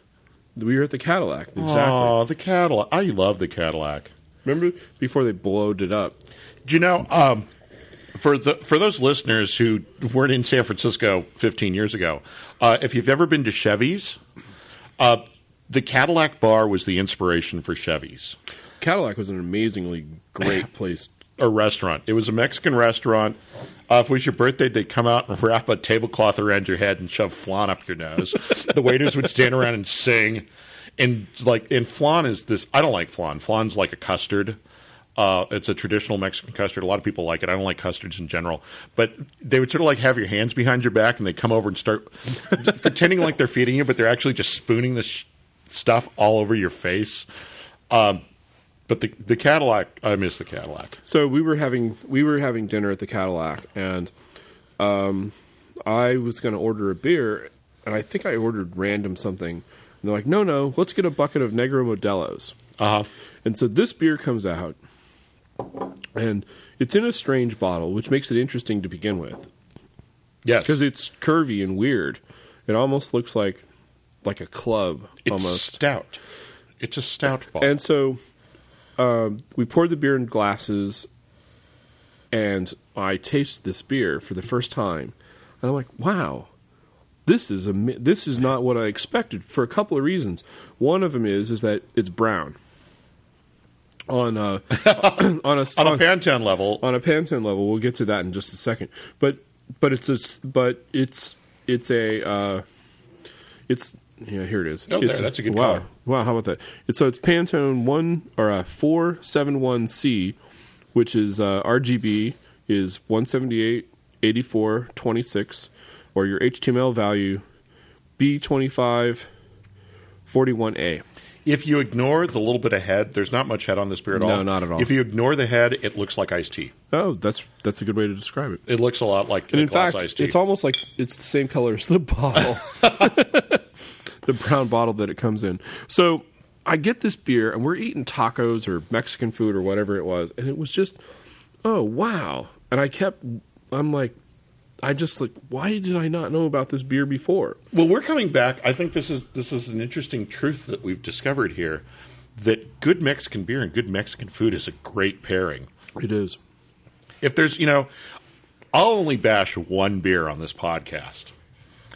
[SPEAKER 2] we were at the Cadillac exactly.
[SPEAKER 1] Oh, the Cadillac! I love the Cadillac.
[SPEAKER 2] Remember before they blowed it up?
[SPEAKER 1] Do you know? Um, for the for those listeners who weren't in San Francisco 15 years ago, uh, if you've ever been to Chevy's, uh, the Cadillac bar was the inspiration for Chevy's.
[SPEAKER 2] Cadillac was an amazingly great place
[SPEAKER 1] a restaurant. It was a Mexican restaurant. Uh, if it was your birthday, they'd come out and wrap a tablecloth around your head and shove flan up your nose. the waiters would stand around and sing, and like and flan is this. I don't like flan. Flan's like a custard. Uh, it's a traditional Mexican custard. A lot of people like it. I don't like custards in general, but they would sort of like have your hands behind your back and they come over and start pretending like they're feeding you, but they're actually just spooning this sh- stuff all over your face. Um, but the the Cadillac, I miss the Cadillac.
[SPEAKER 2] So we were having we were having dinner at the Cadillac, and um, I was going to order a beer, and I think I ordered random something. And they're like, "No, no, let's get a bucket of Negro Modelo's."
[SPEAKER 1] Uh huh.
[SPEAKER 2] And so this beer comes out, And it's in a strange bottle, which makes it interesting to begin with
[SPEAKER 1] Yes,
[SPEAKER 2] because it's curvy and weird. It almost looks like like a club
[SPEAKER 1] it's
[SPEAKER 2] almost.
[SPEAKER 1] stout. It's a stout bottle.
[SPEAKER 2] And so um, we poured the beer in glasses, and I taste this beer for the first time, and I'm like, wow. This is a this is not what I expected for a couple of reasons. One of them is is that it's brown on a on Uh, a
[SPEAKER 1] on a Pantan level,
[SPEAKER 2] on a Pantone level. We'll get to that in just a second. But but it's a, but it's it's a uh, it's yeah here it is.
[SPEAKER 1] Oh, there,
[SPEAKER 2] It's
[SPEAKER 1] that's a good
[SPEAKER 2] wow
[SPEAKER 1] color.
[SPEAKER 2] wow. How about that? It's, so it's Pantone one or uh four seven one C, which is uh, RGB is 178, 84, 26, or your HTML value B twenty five. 41A.
[SPEAKER 1] if you ignore the little bit of head, there's not much head on this beer at
[SPEAKER 2] No,
[SPEAKER 1] all.
[SPEAKER 2] not at all.
[SPEAKER 1] If you ignore the head, it looks like iced tea.
[SPEAKER 2] Oh, that's that's a good way to describe it.
[SPEAKER 1] It looks a lot like
[SPEAKER 2] And
[SPEAKER 1] a
[SPEAKER 2] in
[SPEAKER 1] glass
[SPEAKER 2] fact,
[SPEAKER 1] iced tea.
[SPEAKER 2] it's almost like it's the same color as the bottle, the brown bottle that it comes in. So I get this beer, and we're eating tacos or Mexican food or whatever it was, and it was just, oh wow! And I kept, I'm like, I just like, why did I not know about this beer before?
[SPEAKER 1] Well, we're coming back. I think this is this is an interesting truth that we've discovered here that good Mexican beer and good Mexican food is a great pairing.
[SPEAKER 2] It is.
[SPEAKER 1] If there's, you know, I'll only bash one beer on this podcast.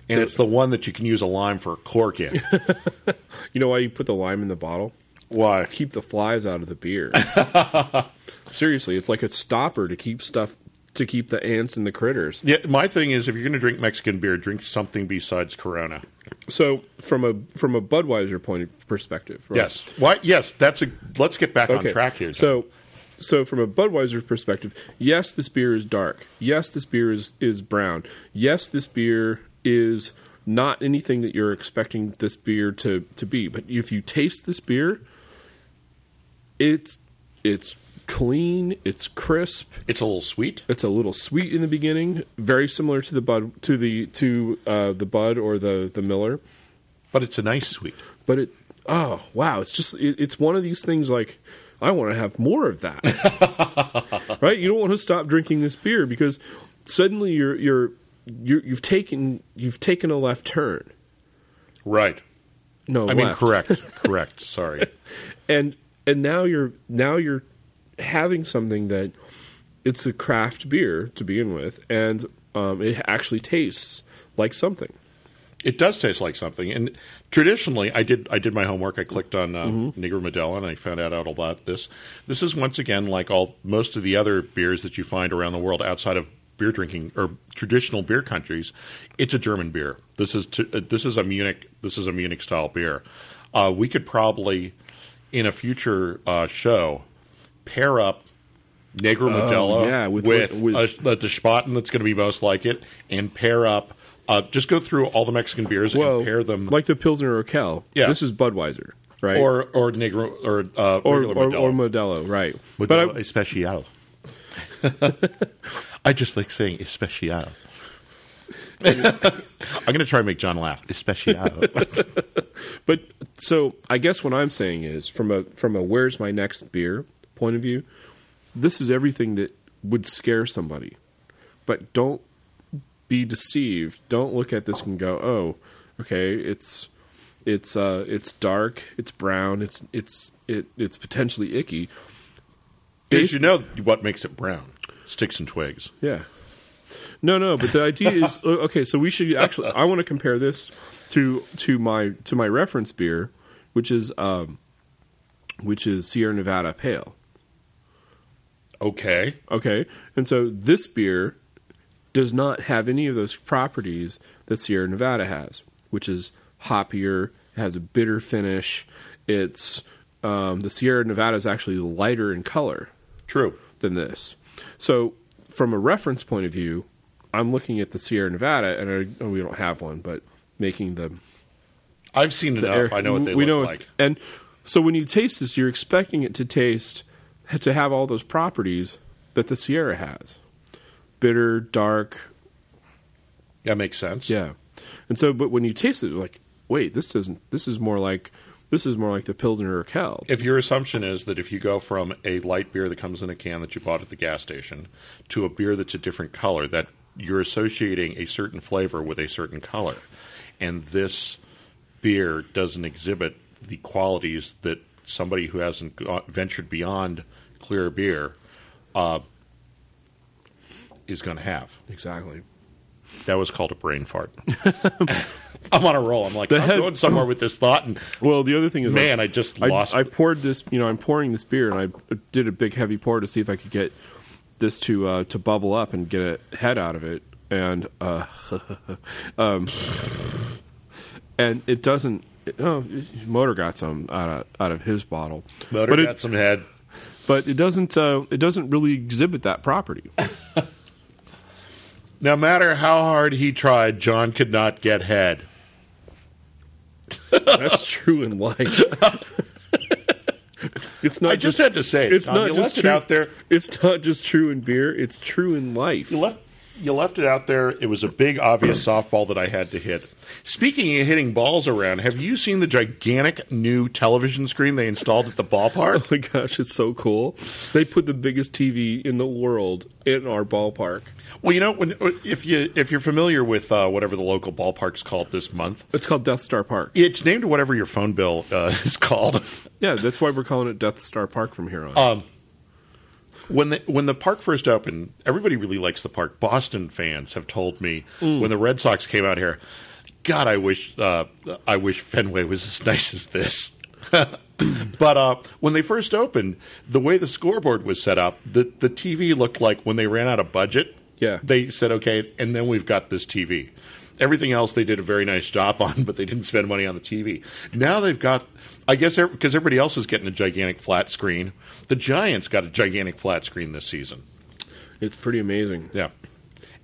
[SPEAKER 1] And it's the one that you can use a lime for a cork in.
[SPEAKER 2] You know why you put the lime in the bottle?
[SPEAKER 1] Why?
[SPEAKER 2] Keep the flies out of the beer. Seriously, it's like a stopper to keep stuff to keep the ants and the critters.
[SPEAKER 1] Yeah, my thing is if you're going to drink Mexican beer, drink something besides Corona.
[SPEAKER 2] So from a from a Budweiser point of perspective, right?
[SPEAKER 1] Yes. Why? Yes, that's a Let's get back
[SPEAKER 2] Okay.
[SPEAKER 1] on track here.
[SPEAKER 2] So so from a Budweiser perspective, yes, this beer is dark. Yes, this beer is is brown. Yes, this beer is not anything that you're expecting this beer to to be. But if you taste this beer, it's it's clean, it's crisp,
[SPEAKER 1] it's a little sweet.
[SPEAKER 2] it's a little sweet in the beginning, very similar to the bud to the to uh, the bud or the the Miller.
[SPEAKER 1] But it's a nice sweet.
[SPEAKER 2] but it oh wow it's just it, it's one of these things like i want to have more of that right you don't want to stop drinking this beer because suddenly you're you're, you're you've taken you've taken a left turn
[SPEAKER 1] Right.
[SPEAKER 2] no
[SPEAKER 1] I mean,
[SPEAKER 2] left.
[SPEAKER 1] correct. correct. Sorry.
[SPEAKER 2] and and now you're now you're having something that it's a craft beer to begin with and um, it actually tastes like something
[SPEAKER 1] It does taste like something. And traditionally, I did I did my homework. I clicked on uh,
[SPEAKER 2] Mm-hmm.
[SPEAKER 1] Negro Modelo and I found out all about this. This is once again like all most of the other beers that you find around the world outside of beer drinking or traditional beer countries. It's a German beer. This is to, uh, this is a Munich this is a Munich style beer. Uh, we could probably in a future uh, show pair up. Negro Modelo,
[SPEAKER 2] Oh, yeah, with-
[SPEAKER 1] with,
[SPEAKER 2] with-
[SPEAKER 1] a the, the Spaten that's going to be most like it, and pair up. Uh, just go through all the Mexican beers
[SPEAKER 2] well
[SPEAKER 1] and pair them,
[SPEAKER 2] like the pilsner Urquell.
[SPEAKER 1] Yeah.
[SPEAKER 2] this is budweiser right
[SPEAKER 1] or or Negro or uh,
[SPEAKER 2] or,
[SPEAKER 1] regular
[SPEAKER 2] or,
[SPEAKER 1] Modelo.
[SPEAKER 2] or Modelo, right?
[SPEAKER 1] Modelo
[SPEAKER 2] But I,
[SPEAKER 1] especial. I just like saying especial. I'm going to try and make John laugh. Especial.
[SPEAKER 2] But so I guess what I'm saying is from a from a where's my next beer point of view, this is everything that would scare somebody. But don't be deceived. Don't look at this and go, "Oh, okay, it's it's uh it's dark, it's brown, it's it's it it's potentially icky."
[SPEAKER 1] Because you know what makes it brown? Sticks and twigs.
[SPEAKER 2] Yeah. No, no, but the idea is o- okay. So we should actually. I want to compare this to to my to my reference beer, which is um, which is Sierra Nevada Pale.
[SPEAKER 1] Okay.
[SPEAKER 2] Okay, and so this beer does not have any of those properties that Sierra Nevada has, which is hoppier, it has a bitter finish. It's um, the Sierra Nevada is actually lighter in color
[SPEAKER 1] True.
[SPEAKER 2] than this. So, from a reference point of view, I'm looking at the Sierra Nevada, and I, oh, we don't have one, but making the,
[SPEAKER 1] I've seen
[SPEAKER 2] the
[SPEAKER 1] enough.
[SPEAKER 2] air-
[SPEAKER 1] Oh, I know what they
[SPEAKER 2] we
[SPEAKER 1] look
[SPEAKER 2] know it-
[SPEAKER 1] like.
[SPEAKER 2] And so, when you taste this, you're expecting it to taste to have all those properties that the Sierra has: bitter, dark,
[SPEAKER 1] That makes sense.
[SPEAKER 2] yeah. And so, but when you taste it, you're like, wait, this doesn't. This is more like This is more like the Pilsner or Cal.
[SPEAKER 1] If your assumption is that if you go from a light beer that comes in a can that you bought at the gas station to a beer that's a different color, that you're associating a certain flavor with a certain color. And this beer doesn't exhibit the qualities that somebody who hasn't go- ventured beyond clear beer uh, is going to have.
[SPEAKER 2] Exactly.
[SPEAKER 1] That was called a brain fart. I'm on a roll. I'm like,
[SPEAKER 2] The
[SPEAKER 1] I'm
[SPEAKER 2] head-
[SPEAKER 1] going somewhere with this thought, and
[SPEAKER 2] Well, the other thing is,
[SPEAKER 1] man, I just
[SPEAKER 2] I,
[SPEAKER 1] lost.
[SPEAKER 2] I poured this. You know, I'm pouring this beer, and I did a big heavy pour to see if I could get this to uh, to bubble up and get a head out of it, and uh, um, and it doesn't. It, oh, motor got some out of out of his bottle,
[SPEAKER 1] motor
[SPEAKER 2] but
[SPEAKER 1] got
[SPEAKER 2] it,
[SPEAKER 1] some head.
[SPEAKER 2] but it doesn't. Uh, it doesn't really exhibit that property.
[SPEAKER 1] No matter how hard he tried, John could not get head.
[SPEAKER 2] That's true in life. it's not
[SPEAKER 1] I just had to say, it,
[SPEAKER 2] it's
[SPEAKER 1] Tom.
[SPEAKER 2] not
[SPEAKER 1] you
[SPEAKER 2] just
[SPEAKER 1] left
[SPEAKER 2] true-
[SPEAKER 1] it out there.
[SPEAKER 2] It's not just true in beer; it's true in life.
[SPEAKER 1] You left you left it out there. It was a big, obvious softball that I had to hit. Speaking of hitting balls around, have you seen the gigantic new television screen they installed at the
[SPEAKER 2] Oh
[SPEAKER 1] ballpark?
[SPEAKER 2] my gosh, it's so cool! They put the biggest TV in the world in our ballpark.
[SPEAKER 1] Well, you know, when if you if you're familiar with uh, whatever the local ballpark's called this month,
[SPEAKER 2] It's called Death Star Park.
[SPEAKER 1] it's named whatever your phone bill uh, is called.
[SPEAKER 2] Yeah, that's why we're calling it Death Star Park from here on.
[SPEAKER 1] Uh, when the when the park first opened, everybody really likes the park. Boston fans have told me when the Red Sox came out here, God, I wish uh, I wish Fenway was as nice as this. but uh, when they first opened, the way the scoreboard was set up, the the TV looked like when they ran out of budget.
[SPEAKER 2] Yeah.
[SPEAKER 1] they said okay, and then we've got this TV. Everything else they did a very nice job on, but they didn't spend money on the TV. Now they've got, I guess, because everybody else is getting a gigantic flat screen. The Giants got a gigantic flat screen this season.
[SPEAKER 2] it's pretty amazing.
[SPEAKER 1] Yeah,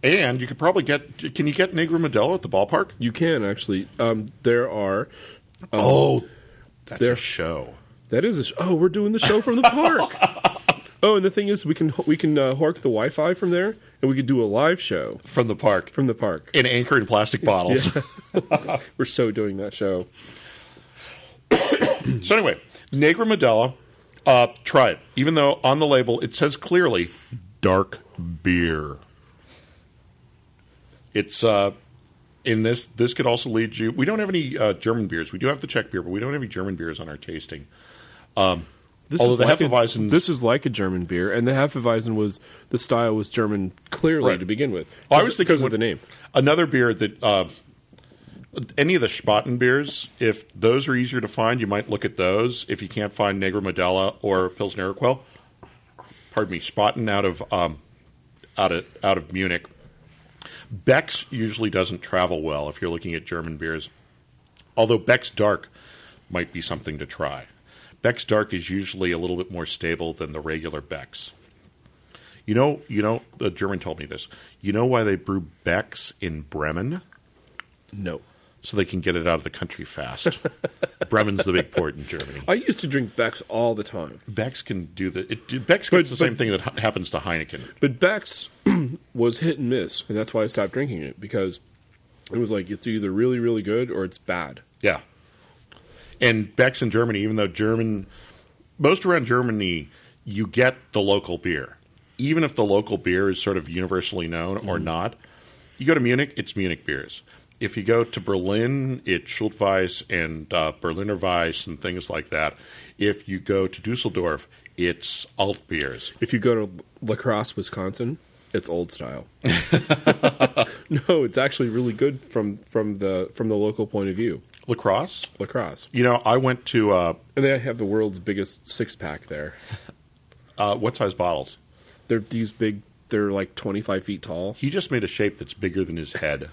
[SPEAKER 1] and you could probably get. Can you get Negro Modelo at the ballpark?
[SPEAKER 2] You can actually. Um, there are.
[SPEAKER 1] oh, that's
[SPEAKER 2] there-
[SPEAKER 1] a show.
[SPEAKER 2] That is. A sh- oh, we're doing the show from the park. oh, and the thing is, we can we can uh, hork the Wi-Fi from there, and we could do a live show
[SPEAKER 1] from the park
[SPEAKER 2] from the park.
[SPEAKER 1] in anchor in plastic bottles.
[SPEAKER 2] We're so doing that show.
[SPEAKER 1] so anyway, Negra Modelo, uh, try it. Even though on the label it says clearly dark beer. It's uh, in this. This could also lead you. We don't have any uh, German beers. We do have the Czech beer, but we don't have any German beers on our tasting.
[SPEAKER 2] This
[SPEAKER 1] Although the
[SPEAKER 2] like a-
[SPEAKER 1] Hefeweizen-
[SPEAKER 2] this is like a German beer, and the Hefeweizen was the style was German clearly
[SPEAKER 1] Right.
[SPEAKER 2] to begin with.
[SPEAKER 1] I was thinking
[SPEAKER 2] because of
[SPEAKER 1] what-
[SPEAKER 2] the name.
[SPEAKER 1] Another beer that uh, any of the Spaten beers, if those are easier to find, you might look at those. If you can't find Negra Modella or Pilsner Urquell, pardon me, Spaten out of um, out of out of Munich. Beck's usually doesn't travel well if you're looking at German beers, although Beck's Dark might be something to try. Beck's Dark is usually a little bit more stable than the regular Beck's. You know, you know, the German told me this. You know why they brew Beck's in Bremen?
[SPEAKER 2] No,
[SPEAKER 1] So they can get it out of the country fast. Bremen's the big port in Germany.
[SPEAKER 2] I used to drink Beck's all the time,
[SPEAKER 1] Beck's can do the. It, Beck's gets
[SPEAKER 2] But-
[SPEAKER 1] the same thing that ha- happens to Heineken.
[SPEAKER 2] but Beck's was hit and miss, and that's why I stopped drinking it because it was like it's either really really good or it's bad.
[SPEAKER 1] Yeah. And Beck's in Germany, even though German, most around Germany, you get the local beer. Even if the local beer is sort of universally known or not, you go to Munich, it's Munich beers. If you go to Berlin, it's Schultweiss and uh, Berliner Weiss and things like that. If you go to Dusseldorf, it's alt beers.
[SPEAKER 2] If you go to La Crosse, Wisconsin, it's old style. no, it's actually really good from from the from the local point of view.
[SPEAKER 1] Lacrosse,
[SPEAKER 2] La Crosse,
[SPEAKER 1] you know, I went to uh,
[SPEAKER 2] and they have the world's biggest six pack there.
[SPEAKER 1] uh, what size bottles?
[SPEAKER 2] They're these big. They're like twenty five feet tall.
[SPEAKER 1] He just made a shape that's bigger than his head.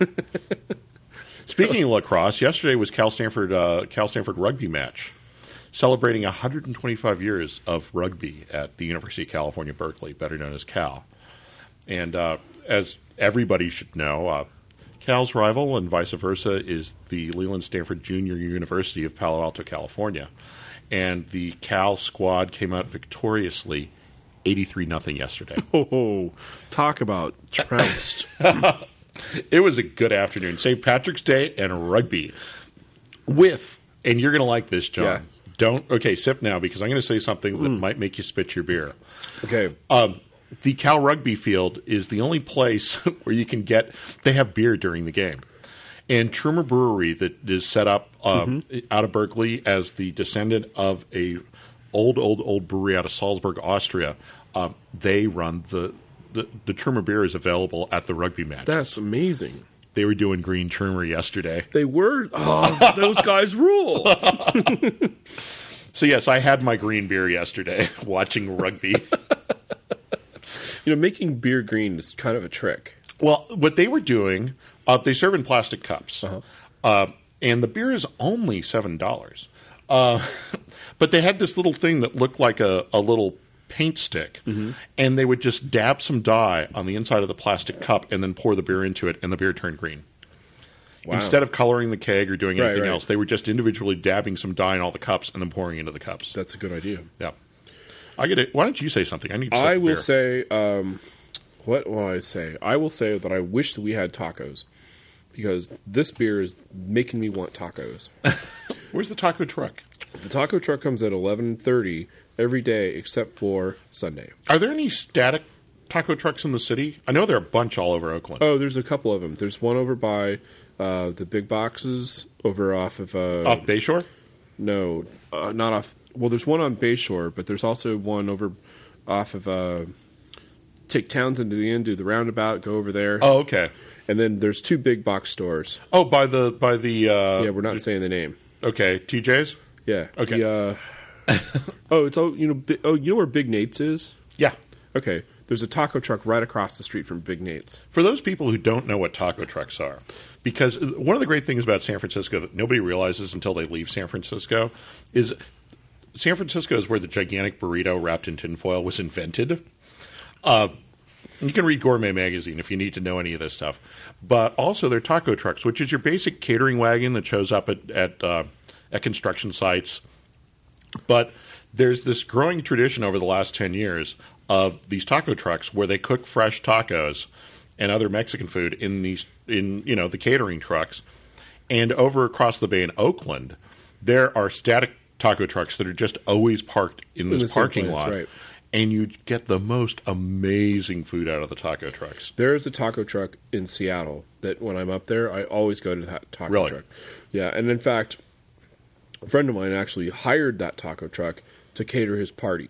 [SPEAKER 1] Speaking of lacrosse, yesterday was Cal Stanford uh, Cal Stanford rugby match, celebrating 125 years of rugby at the University of California Berkeley, better known as Cal. And uh, as everybody should know, uh, Cal's rival and vice versa is the Leland Stanford Junior University of Palo Alto, California, and the Cal squad came out victoriously, 83 nothing yesterday.
[SPEAKER 2] Oh, talk about trounced.
[SPEAKER 1] It was a good afternoon. St. Patrick's Day and rugby with and you're going to like this, John.
[SPEAKER 2] Yeah.
[SPEAKER 1] Don't okay, sip now because I'm going to say something that might make you spit your beer.
[SPEAKER 2] Okay.
[SPEAKER 1] Um, the Cal Rugby Field is the only place where you can get. They have beer during the game, and Trumer Brewery that is set up um, out of Berkeley as the descendant of a old, old, old brewery out of Salzburg, Austria. Um, they run the the, the Trumer beer is available at the rugby match.
[SPEAKER 2] That's amazing.
[SPEAKER 1] they were doing green Trumer yesterday.
[SPEAKER 2] They were. Oh, those guys rule.
[SPEAKER 1] So yes, I had my green beer yesterday watching rugby.
[SPEAKER 2] You know, making beer green is kind of a trick.
[SPEAKER 1] Well, what they were doing, uh, they serve in plastic cups,
[SPEAKER 2] Uh-huh.
[SPEAKER 1] uh and the beer is only seven dollars. Uh, but they had this little thing that looked like a, a little paint stick,
[SPEAKER 2] Mm-hmm.
[SPEAKER 1] and they would just dab some dye on the inside of the plastic cup and then pour the beer into it, and the beer turned green.
[SPEAKER 2] Wow.
[SPEAKER 1] Instead of coloring the keg or doing
[SPEAKER 2] Right,
[SPEAKER 1] anything
[SPEAKER 2] right.
[SPEAKER 1] else, they were just individually dabbing some dye in all the cups and then pouring into the cups.
[SPEAKER 2] That's a good idea.
[SPEAKER 1] yeah. I get it. Why don't you say something? I need. To sip
[SPEAKER 2] I will
[SPEAKER 1] beer.
[SPEAKER 2] say, um, what will I say? I will say that I wish that we had tacos because this beer is making me want tacos.
[SPEAKER 1] Where's the taco truck?
[SPEAKER 2] the taco truck comes at eleven thirty every day except for Sunday.
[SPEAKER 1] Are there any static taco trucks in the city? I know there are a bunch all over Oakland.
[SPEAKER 2] Oh, there's a couple of them. There's one over by uh, the big boxes over off of uh,
[SPEAKER 1] Off Bayshore?
[SPEAKER 2] no, uh, not off. Well, there's one on Bayshore, but there's also one over off of uh, take Townsend to the end, do the roundabout, go over there,
[SPEAKER 1] Oh, okay.
[SPEAKER 2] and then there's two big box stores.
[SPEAKER 1] Oh, by the by the uh
[SPEAKER 2] yeah, we're not saying the name.
[SPEAKER 1] okay, TJ's?
[SPEAKER 2] Yeah.
[SPEAKER 1] Okay.
[SPEAKER 2] The, uh, oh, it's all you know. Bi- oh, you know where Big Nate's is?
[SPEAKER 1] Yeah.
[SPEAKER 2] Okay. There's a taco truck right across the street from Big Nate's.
[SPEAKER 1] For those people who don't know what taco trucks are, because one of the great things about San Francisco that nobody realizes until they leave San Francisco is San Francisco is where the gigantic burrito wrapped in tinfoil was invented. Uh, You can read Gourmet Magazine if you need to know any of this stuff. But also, their taco trucks, which is your basic catering wagon that shows up at at, uh, at construction sites. But there's this growing tradition over the last ten years of these taco trucks where they cook fresh tacos and other Mexican food in these in you know the catering trucks. And over across the bay in Oakland, there are static taco trucks that are just always parked in this
[SPEAKER 2] the same
[SPEAKER 1] parking
[SPEAKER 2] place,
[SPEAKER 1] lot
[SPEAKER 2] right.
[SPEAKER 1] and you get the most amazing food out of the taco trucks.
[SPEAKER 2] There is a taco truck in Seattle that when I'm up there, I always go to that taco
[SPEAKER 1] Really?
[SPEAKER 2] truck. Yeah, and in fact, a friend of mine actually hired that taco truck to cater his party.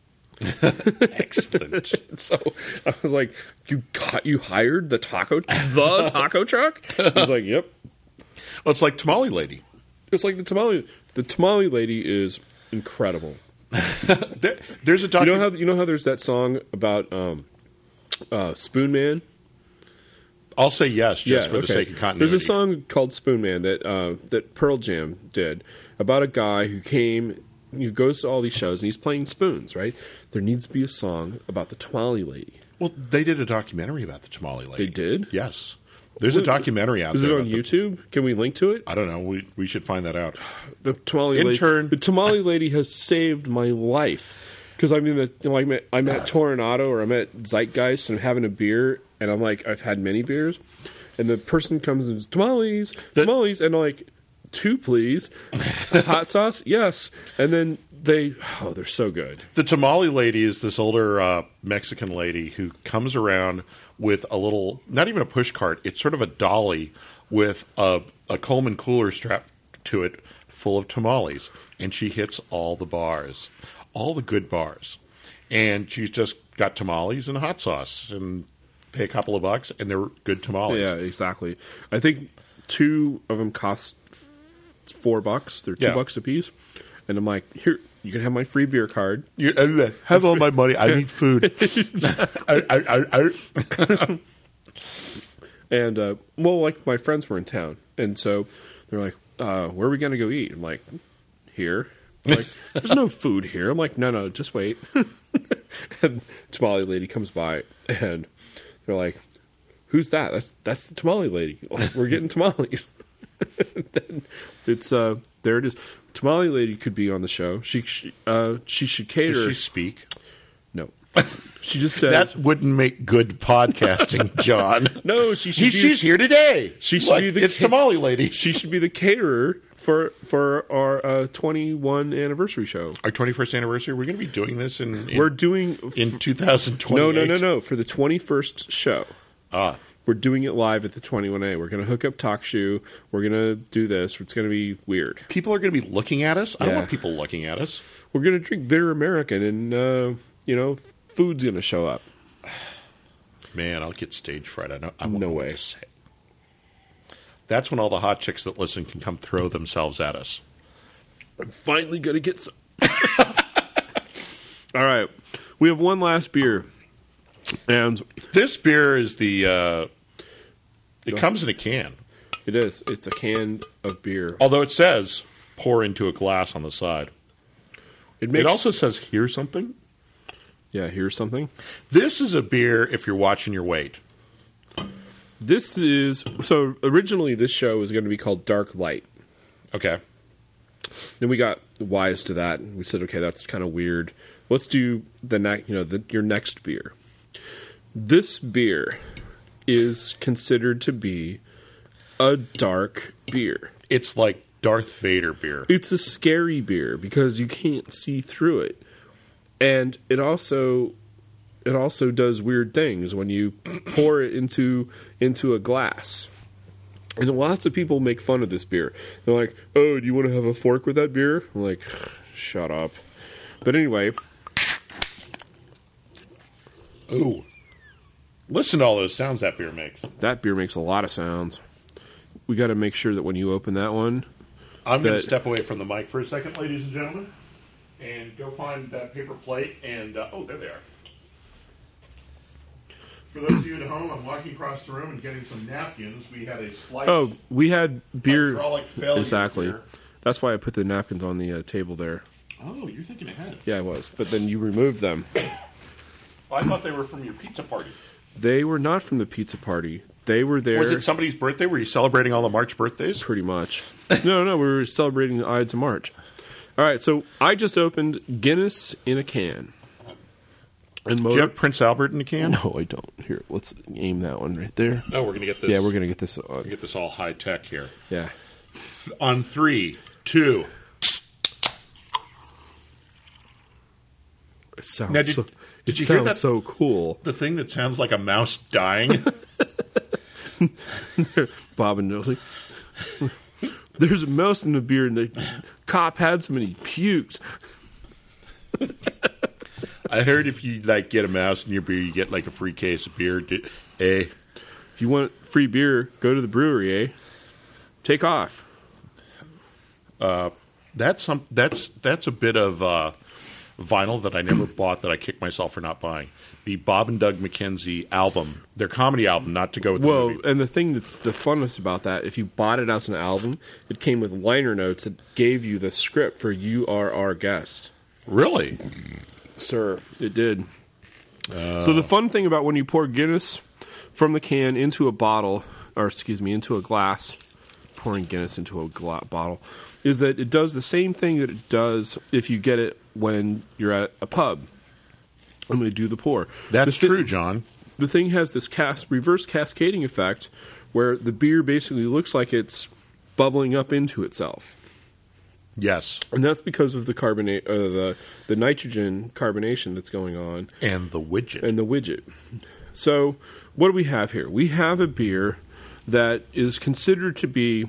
[SPEAKER 1] Excellent.
[SPEAKER 2] So I was like, "You got you hired the taco the taco truck?" I was like, "Yep."
[SPEAKER 1] well, it's like Tamale Lady.
[SPEAKER 2] It's like the tamale. The tamale lady is incredible.
[SPEAKER 1] There- there's a docu-
[SPEAKER 2] You know how you know how there's that song about um, uh, Spoon Man.
[SPEAKER 1] I'll say yes just for the
[SPEAKER 2] okay.
[SPEAKER 1] sake of continuity.
[SPEAKER 2] There's a song called Spoon Man that uh, that Pearl Jam did about a guy who came, who goes to all these shows and he's playing spoons. Right? There needs to be a song about the tamale lady.
[SPEAKER 1] Well, they did a documentary about the Tamale Lady.
[SPEAKER 2] They did.
[SPEAKER 1] Yes. There's a
[SPEAKER 2] What-
[SPEAKER 1] documentary out
[SPEAKER 2] Is it
[SPEAKER 1] there.
[SPEAKER 2] on
[SPEAKER 1] about the-
[SPEAKER 2] YouTube? Can we link to it?
[SPEAKER 1] I don't know. We, we should find that out.
[SPEAKER 2] The tamale
[SPEAKER 1] Intern.
[SPEAKER 2] lady. The tamale lady has saved my life because I'm in a, you know, I'm at, I'm at Toronado or I'm at Zeitgeist and I'm having a beer and I'm like I've had many beers, and the person comes and says, tamales,
[SPEAKER 1] The-
[SPEAKER 2] tamales, and I'm like two please, hot sauce, yes, and then they oh they're so good.
[SPEAKER 1] The Tamale Lady is this older uh, Mexican lady who comes around with a little, not even a push cart, it's sort of a dolly with a, a Coleman cooler strapped to it full of tamales. And she hits all the bars, all the good bars. And she's just got tamales and hot sauce and pay a couple of bucks, and they're good tamales.
[SPEAKER 2] Yeah, exactly. I think two of them cost f- four bucks. They're two
[SPEAKER 1] Yeah.
[SPEAKER 2] bucks a piece, and I'm like here. You can have my free beer card.
[SPEAKER 1] You- uh, have all my money. I need food. I, I, I, I,
[SPEAKER 2] And uh, well, like my friends were in town, and so they're like, uh, "Where are we gonna go eat?" I'm like, "Here." They're like, there's no food here. I'm like, "No, no, just wait." and tamale lady comes by, and they're like, "Who's that?" That's that's the tamale lady. Like, we're getting tamales. then it's uh, there it is. Tamale lady could be on the show. She she, uh, she should
[SPEAKER 1] Does
[SPEAKER 2] cater.
[SPEAKER 1] she speak?
[SPEAKER 2] no, she just says
[SPEAKER 1] That wouldn't make good podcasting, John.
[SPEAKER 2] no. She should.
[SPEAKER 1] He-
[SPEAKER 2] be-
[SPEAKER 1] she's here today.
[SPEAKER 2] She should
[SPEAKER 1] Look,
[SPEAKER 2] be the
[SPEAKER 1] it's
[SPEAKER 2] ca-
[SPEAKER 1] tamale lady.
[SPEAKER 2] she should be the caterer for for our uh, 21 anniversary show.
[SPEAKER 1] Our 21st anniversary. We're going to be doing this in, in
[SPEAKER 2] We're doing
[SPEAKER 1] in 2020.
[SPEAKER 2] no no no no for the 21st show.
[SPEAKER 1] Ah,
[SPEAKER 2] We're doing it live at the 21A. We're going to hook up TalkShoe. We're going to do this. It's going to be weird.
[SPEAKER 1] people are going to be looking at us. I don't
[SPEAKER 2] Yeah.
[SPEAKER 1] want people looking at us.
[SPEAKER 2] We're going to drink bitter American, and uh, you know, food's going to show up.
[SPEAKER 1] Man, I'll get stage fright. I don't. I won't
[SPEAKER 2] No
[SPEAKER 1] know
[SPEAKER 2] way.
[SPEAKER 1] What to say. That's when all the hot chicks that listen can come throw themselves at us.
[SPEAKER 2] finally gonna get some. All right, we have one last beer, and
[SPEAKER 1] This beer is the. Uh, it comes in a can,
[SPEAKER 2] it is. It's a can of beer.
[SPEAKER 1] although it says "pour into a glass" on the side.
[SPEAKER 2] It
[SPEAKER 1] It also says "hear something."
[SPEAKER 2] yeah. Here's something.
[SPEAKER 1] This is a beer if you're watching your weight.
[SPEAKER 2] This is so originally this show was going to be called Dark Light.
[SPEAKER 1] Okay.
[SPEAKER 2] Then we got wise to that, and we said, okay, that's kind of weird. Let's do the next, you know, the, your next beer. This beer is considered to be a dark beer.
[SPEAKER 1] It's like Darth Vader beer.
[SPEAKER 2] it's a scary beer because you can't see through it and it also it also does weird things when you pour it into into a glass and lots of people make fun of this beer they're like oh do you want to have a fork with that beer i'm like shut up but anyway
[SPEAKER 1] Ooh. Listen to all those sounds that beer makes.
[SPEAKER 2] that beer makes a lot of sounds we got to make sure that when you open that one
[SPEAKER 1] I'm going to
[SPEAKER 2] That-
[SPEAKER 1] step away from the mic for a second, ladies and gentlemen, and go find that paper plate. And uh, oh, there they are. For those of you at home, I'm walking across the room and getting some napkins. We had a slight
[SPEAKER 2] oh we had beer
[SPEAKER 1] hydraulic failure.
[SPEAKER 2] exactly
[SPEAKER 1] here.
[SPEAKER 2] that's why i put the napkins on the uh, table there
[SPEAKER 1] Oh, you're thinking ahead.
[SPEAKER 2] yeah i was but then you removed them
[SPEAKER 1] I thought they were from your pizza party.
[SPEAKER 2] They were not from the pizza party. They were there
[SPEAKER 1] Was it somebody's birthday? Were you celebrating all the March birthdays?
[SPEAKER 2] pretty much. no, no, we were celebrating the Ides of March. All right, so I just opened Guinness in a can. And
[SPEAKER 1] Do
[SPEAKER 2] motor-
[SPEAKER 1] you have Prince Albert in a can?
[SPEAKER 2] No, I don't. Here, let's aim that one right there.
[SPEAKER 1] No, Oh, we're gonna get this.
[SPEAKER 2] Yeah, we're gonna get this on.
[SPEAKER 1] get this all high tech here.
[SPEAKER 2] Yeah,
[SPEAKER 1] On three, two.
[SPEAKER 2] it sounds.
[SPEAKER 1] Now, did-
[SPEAKER 2] so,
[SPEAKER 1] did
[SPEAKER 2] it
[SPEAKER 1] you hear
[SPEAKER 2] sounds
[SPEAKER 1] that?
[SPEAKER 2] so cool.
[SPEAKER 1] The thing that sounds like a mouse dying.
[SPEAKER 2] Bob and Nosey. There's a mouse in the beer, and the cop had some, and he puked.
[SPEAKER 1] I heard if you like get a mouse in your beer, you get like a free case of beer. Do, eh?
[SPEAKER 2] If you want free beer, go to the brewery. Eh? Take off.
[SPEAKER 1] That's some. That's that's a bit of uh, vinyl that I never bought that I kicked myself for not buying. The Bob and Doug McKenzie album, their comedy album, not to go with the
[SPEAKER 2] Well,
[SPEAKER 1] movie.
[SPEAKER 2] and the thing that's the funnest about that, if you bought it as an album, it came with liner notes that gave you the script for "You Are Our Guest,"
[SPEAKER 1] Really?
[SPEAKER 2] sir. It did. so the fun thing about when you pour Guinness from the can into a bottle, or excuse me, into a glass, pouring Guinness into a gla- bottle, is that it does the same thing that it does if you get it when you're at a pub. And they do the pour.
[SPEAKER 1] That's
[SPEAKER 2] The thi-
[SPEAKER 1] true, John.
[SPEAKER 2] the thing has this cas- reverse cascading effect where the beer basically looks like it's bubbling up into itself.
[SPEAKER 1] Yes,
[SPEAKER 2] And that's because of the carbonate, uh, the the nitrogen carbonation that's going on
[SPEAKER 1] and the widget.
[SPEAKER 2] and the widget. So, what do we have here? We have a beer that is considered to be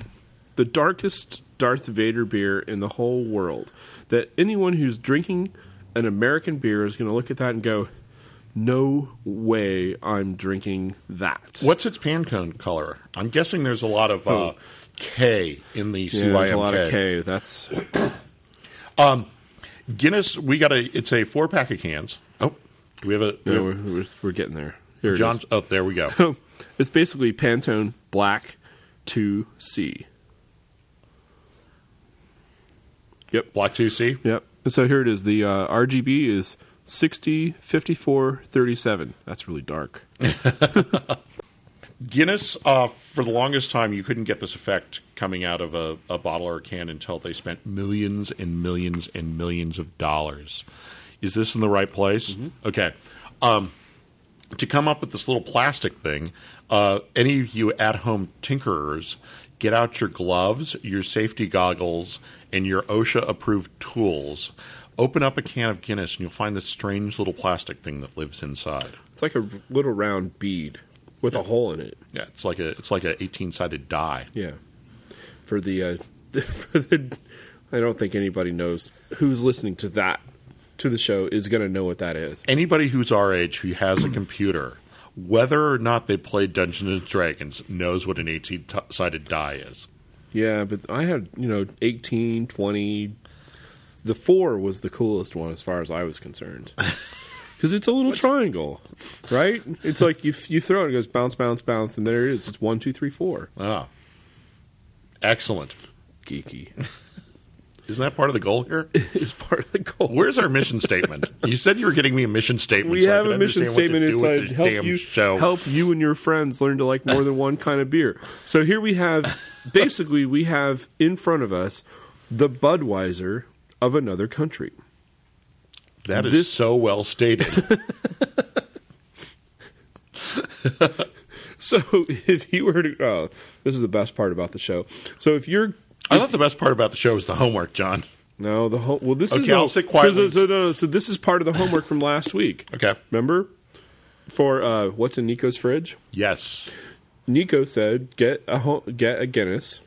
[SPEAKER 2] the darkest Darth Vader beer in the whole world. That anyone who's drinking an American beer is going to look at that and go, "No way, I'm drinking that."
[SPEAKER 1] What's its pancone color? I'm guessing there's a lot of uh, K in the
[SPEAKER 2] Yeah,
[SPEAKER 1] CYMK.
[SPEAKER 2] there's a lot of K. That's
[SPEAKER 1] Guinness. We got a. It's a four pack of cans. Oh, do we have a? do we
[SPEAKER 2] no,
[SPEAKER 1] have-
[SPEAKER 2] we're, we're, we're getting there. Here it
[SPEAKER 1] John.
[SPEAKER 2] is.
[SPEAKER 1] Oh, there we go.
[SPEAKER 2] It's basically Pantone Black 2C. Yep.
[SPEAKER 1] Block two C.
[SPEAKER 2] Yep. And so here it is. The uh, RGB is 60, 54, 37. That's really dark.
[SPEAKER 1] Guinness. Uh, for the longest time, you couldn't get this effect coming out of a, a bottle or a can until they spent millions and millions and millions of dollars. Is this in the right place? Okay. Um, to come up with this little plastic thing. Uh, any of you at home tinkerers, get out your gloves, your safety goggles, and your OSHA approved tools. Open up a can of Guinness, and you'll find this strange little plastic thing that lives inside.
[SPEAKER 2] It's like a little round bead with a hole in it.
[SPEAKER 1] Yeah, it's like a it's like a eighteen sided die.
[SPEAKER 2] Yeah. For the, uh, for the, I don't think anybody knows who's listening to that to the show is going to know what that is.
[SPEAKER 1] Anybody who's our age who has a computer, whether or not they played Dungeons and Dragons, knows what an eighteen t- sided die is.
[SPEAKER 2] Yeah, but I had, you know, 18, 20. The 4 was the coolest one as far as I was concerned. Cuz it's a little triangle, right? It's like you you throw it, it goes bounce bounce bounce and there it is. It's one, two, three, four.
[SPEAKER 1] Ah, excellent.
[SPEAKER 2] Geeky.
[SPEAKER 1] Isn't that part of the goal here?
[SPEAKER 2] It's part of the goal.
[SPEAKER 1] Where's our mission statement? You said you were getting me a mission statement.
[SPEAKER 2] we
[SPEAKER 1] so I
[SPEAKER 2] have
[SPEAKER 1] could
[SPEAKER 2] a mission
[SPEAKER 1] understand what
[SPEAKER 2] statement
[SPEAKER 1] to do with
[SPEAKER 2] inside
[SPEAKER 1] this
[SPEAKER 2] help
[SPEAKER 1] damn
[SPEAKER 2] you
[SPEAKER 1] show.
[SPEAKER 2] help you and your friends learn to like more than one kind of beer. So here we have basically we have in front of us the Budweiser of another country.
[SPEAKER 1] That is
[SPEAKER 2] This-
[SPEAKER 1] so well stated.
[SPEAKER 2] So if you were to oh, this is the best part about the show. So if you're
[SPEAKER 1] I thought the best part about the show was the homework, John.
[SPEAKER 2] no the ho- well this is
[SPEAKER 1] Okay, I'll
[SPEAKER 2] the-
[SPEAKER 1] sit quietly.
[SPEAKER 2] So, so- no, no, so this is part of the homework from last week.
[SPEAKER 1] Okay.
[SPEAKER 2] Remember for uh, what's in Nico's fridge?
[SPEAKER 1] Yes.
[SPEAKER 2] Nico said, "Get a ho- get a Guinness,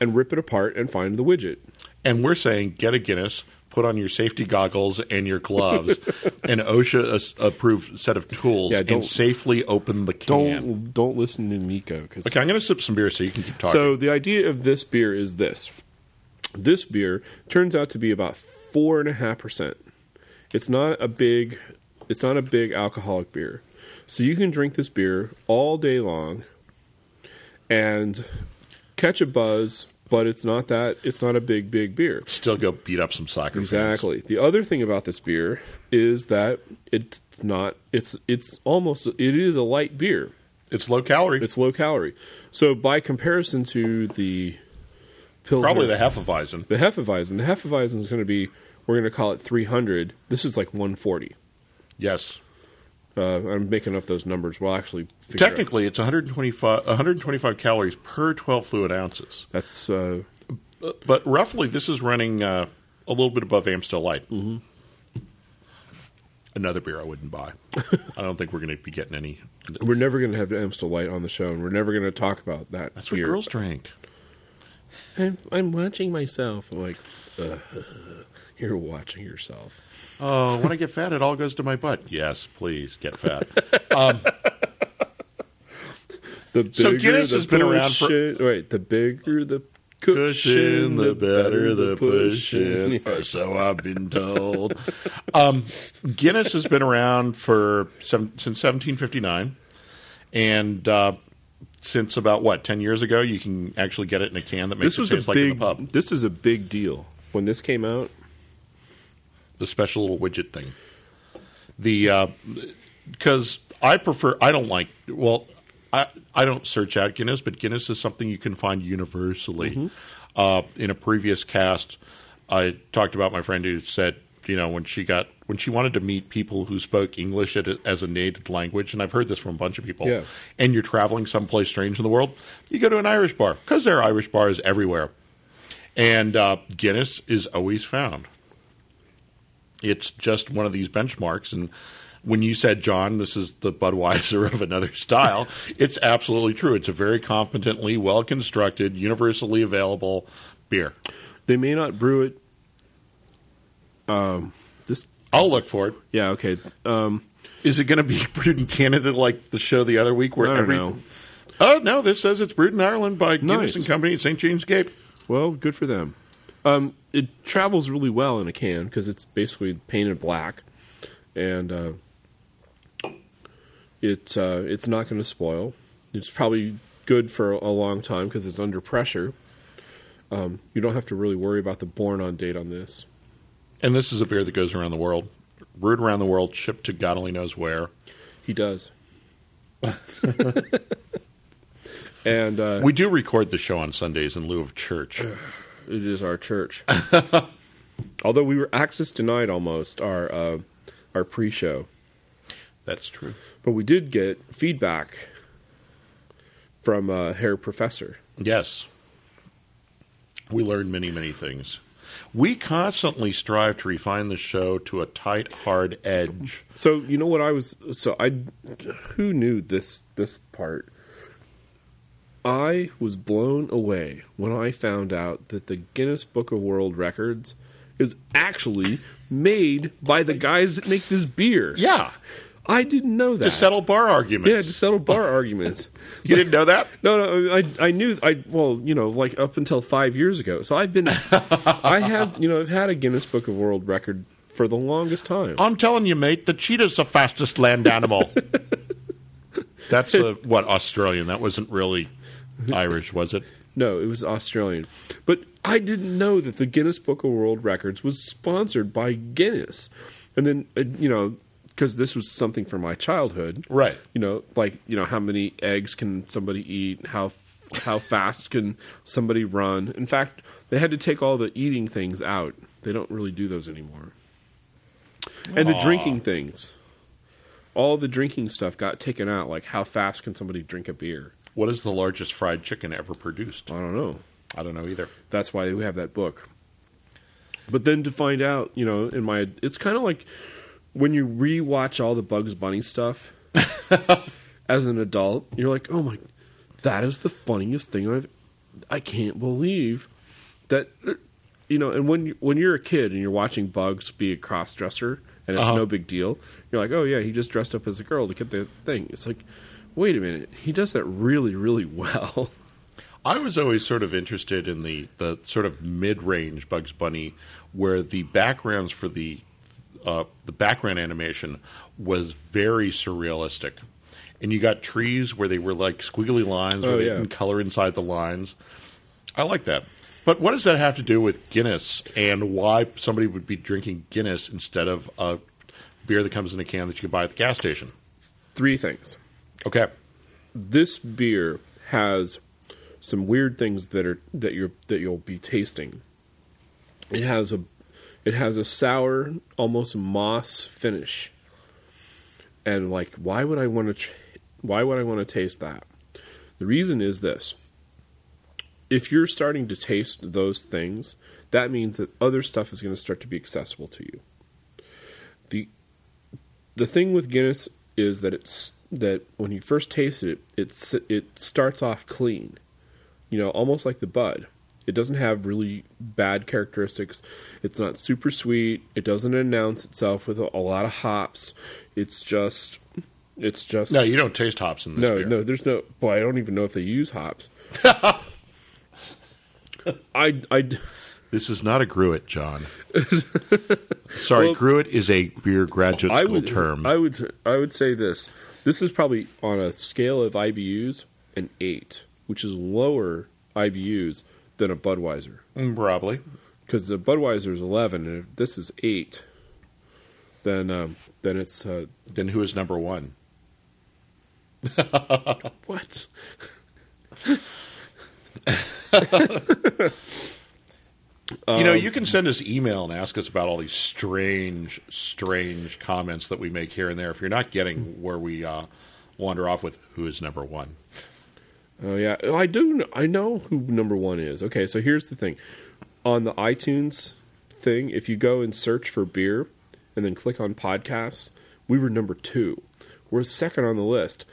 [SPEAKER 2] and rip it apart and find the widget."
[SPEAKER 1] And we're saying get a Guinness, put on your safety goggles and your gloves, an OSHA a- approved set of tools,
[SPEAKER 2] Yeah, don't-
[SPEAKER 1] and safely open the
[SPEAKER 2] Don't
[SPEAKER 1] can.
[SPEAKER 2] don't listen to Nico because
[SPEAKER 1] Okay, I'm going to sip some beer so you can keep talking.
[SPEAKER 2] So the idea of this beer is this: this beer turns out to be about four and a half percent. It's not a big, it's not a big alcoholic beer, so you can drink this beer all day long and catch a buzz. But it's not that. It's not a big, big beer.
[SPEAKER 1] Still go beat up some soccer fans.
[SPEAKER 2] Exactly. The other thing about this beer is that it's not. It's it's almost. It is a light beer.
[SPEAKER 1] It's low calorie.
[SPEAKER 2] It's low calorie. So by comparison to the pills,
[SPEAKER 1] probably the Hefeweizen.
[SPEAKER 2] the Hefeweizen. The Hefeweizen is going to be. We're going to call it 300. This is like 140.
[SPEAKER 1] Yes.
[SPEAKER 2] Uh, I'm making up those numbers. We'll actually figure out-
[SPEAKER 1] Technically, it's 125, 125 calories per 12 fluid ounces.
[SPEAKER 2] That's uh,
[SPEAKER 1] But roughly, this is running uh, a little bit above Amstel Light. Mm-hmm. Another beer I wouldn't buy. I don't think we're going to be getting any.
[SPEAKER 2] we're never going to have Amstel Light on the show, and we're never going to talk about that.
[SPEAKER 1] That's what
[SPEAKER 2] beer.
[SPEAKER 1] girls drink.
[SPEAKER 2] I'm, I'm watching myself. I'm like, uh, you're watching yourself.
[SPEAKER 1] Oh, when I get fat, it all goes to my butt. Yes, please get fat.
[SPEAKER 2] The bigger
[SPEAKER 1] So Guinness
[SPEAKER 2] the
[SPEAKER 1] has been around for-
[SPEAKER 2] pushin- Wait, the bigger the cushion,
[SPEAKER 1] Cushion, the better the pushing.
[SPEAKER 2] Yeah.
[SPEAKER 1] or So I've been told. um, Guinness has been around for some, since 1759, and uh, since about what 10 years ago, you can actually get it in a can that makes
[SPEAKER 2] This was
[SPEAKER 1] it taste
[SPEAKER 2] a
[SPEAKER 1] like in
[SPEAKER 2] big.
[SPEAKER 1] the pub.
[SPEAKER 2] this is a big deal. When this came out,
[SPEAKER 1] the special little widget thing. The because I prefer I don't like well I I don't search out Guinness, but Guinness is something you can find universally. Uh, in a previous cast, I talked about my friend who said you know when she got when she wanted to meet people who spoke English at, as a native language, and I've heard this from a bunch of people.
[SPEAKER 2] Yeah.
[SPEAKER 1] And you're traveling someplace strange in the world, you go to an Irish bar because there are Irish bars everywhere, and uh, Guinness is always found it's just one of these benchmarks. And when you said, John, this is the Budweiser of another style, it's absolutely true. It's a very competently, well constructed, universally available beer.
[SPEAKER 2] they may not brew it. Um, this
[SPEAKER 1] I'll look for it.
[SPEAKER 2] yeah okay. Um,
[SPEAKER 1] Is it going to be brewed in Canada like the show the other week? Where
[SPEAKER 2] I don't
[SPEAKER 1] every-
[SPEAKER 2] know.
[SPEAKER 1] Oh no! This says it's brewed in Ireland by Guinness
[SPEAKER 2] Nice.
[SPEAKER 1] and Company at St James Gate.
[SPEAKER 2] Well, good for them. Um, it travels really well in a can because it's basically painted black, and uh, it's uh, it's not going to spoil. It's probably good for a long time because it's under pressure. Um, you don't have to really worry about the born on date on this.
[SPEAKER 1] And this is a beer that goes around the world, brewed around the world, shipped to God only knows where.
[SPEAKER 2] He does. and uh,
[SPEAKER 1] We do record the show on Sundays in lieu of church.
[SPEAKER 2] It is our church. Although we were access denied almost our uh, our pre-show.
[SPEAKER 1] That's true.
[SPEAKER 2] But we did get feedback from uh, Herr Professor.
[SPEAKER 1] Yes. We learn many, many things. We constantly strive to refine the show to a tight, hard edge.
[SPEAKER 2] So you know what I was. So I, who knew this this part? I was blown away when I found out that the Guinness Book of World Records is actually made by the guys that make this beer.
[SPEAKER 1] Yeah.
[SPEAKER 2] I didn't know that.
[SPEAKER 1] To settle bar arguments.
[SPEAKER 2] yeah, to settle bar arguments.
[SPEAKER 1] you didn't know that?
[SPEAKER 2] No, no, I I knew I well, you know, like up until five years ago. So I've been, I have, you know, I've had a Guinness Book of World Record for the longest time.
[SPEAKER 1] I'm telling you, mate, the cheetah's the fastest land animal. That's a, what Australian. That wasn't really Irish, was it?
[SPEAKER 2] No, it was Australian, but I didn't know that the Guinness Book of World Records was sponsored by Guinness, and then uh, you know, because this was something from my childhood,
[SPEAKER 1] Right.
[SPEAKER 2] you know, like you know, how many eggs can somebody eat? How f- how fast can somebody run? In fact, they had to take all the eating things out. They don't really do those anymore. And the
[SPEAKER 1] Aw.
[SPEAKER 2] drinking things, all the drinking stuff got taken out. Like how fast can somebody drink a beer?
[SPEAKER 1] What is the largest fried chicken ever produced?
[SPEAKER 2] I don't know.
[SPEAKER 1] I don't know either.
[SPEAKER 2] That's why we have that book. But then to find out, you know, in my it's kind of like when you rewatch all the Bugs Bunny stuff as an adult, you're like, "Oh my, that is the funniest thing I've I can't believe that you know, and when you, when you're a kid and you're watching Bugs be a cross-dresser and it's
[SPEAKER 1] Uh-huh.
[SPEAKER 2] no big deal, you're like, "Oh yeah, he just dressed up as a girl to get the thing." It's like, "Wait a minute, he does that really really well."
[SPEAKER 1] I was always sort of interested in the, the sort of mid range Bugs Bunny, where the backgrounds for the uh, the background animation was very surrealistic, and you got trees where they were like squiggly lines where
[SPEAKER 2] Oh,
[SPEAKER 1] they
[SPEAKER 2] yeah.
[SPEAKER 1] didn't color inside the lines. I like that. But what does that have to do with Guinness and why somebody would be drinking Guinness instead of a beer that comes in a can that you can buy at the gas station?
[SPEAKER 2] Three things.
[SPEAKER 1] Okay.
[SPEAKER 2] this beer has some weird things that are that you're that you'll be tasting. It has a it has a sour, almost moss finish. And like, why would I want to? Tr- why would I want to taste that? The reason is this: if you're starting to taste those things, that means that other stuff is going to start to be accessible to you. the The thing with Guinness is that it's that when you first taste it, it's it starts off clean, you know, almost like the bud. It doesn't have really bad characteristics. It's not super sweet. It doesn't announce itself with a, a lot of hops. It's just, it's just
[SPEAKER 1] No, you don't taste hops in this
[SPEAKER 2] no,
[SPEAKER 1] beer.
[SPEAKER 2] no, there's no. Boy, I don't even know if they use hops. I, I,
[SPEAKER 1] This is not a gruet, John. Sorry,
[SPEAKER 2] Well-
[SPEAKER 1] gruet is a beer graduate
[SPEAKER 2] I
[SPEAKER 1] school
[SPEAKER 2] would,
[SPEAKER 1] term.
[SPEAKER 2] I would, I would say this. This is probably on a scale of IBUs an eight, which is lower IBUs than a Budweiser,
[SPEAKER 1] Mm, Probably.
[SPEAKER 2] because the Budweiser is eleven, and if this is eight, then um, then it's uh,
[SPEAKER 1] Then who is number one?
[SPEAKER 2] what?
[SPEAKER 1] you
[SPEAKER 2] Um,
[SPEAKER 1] know, you can send us email and ask us about all these strange, strange comments that we make here and there. If you're not getting where we uh, wander off with who is number one,
[SPEAKER 2] Oh yeah, Oh, I do. kn- I know who number one is. Okay, so here's the thing: on the iTunes thing, if you go and search for beer, and then click on podcasts, we were number two. We're second on the list,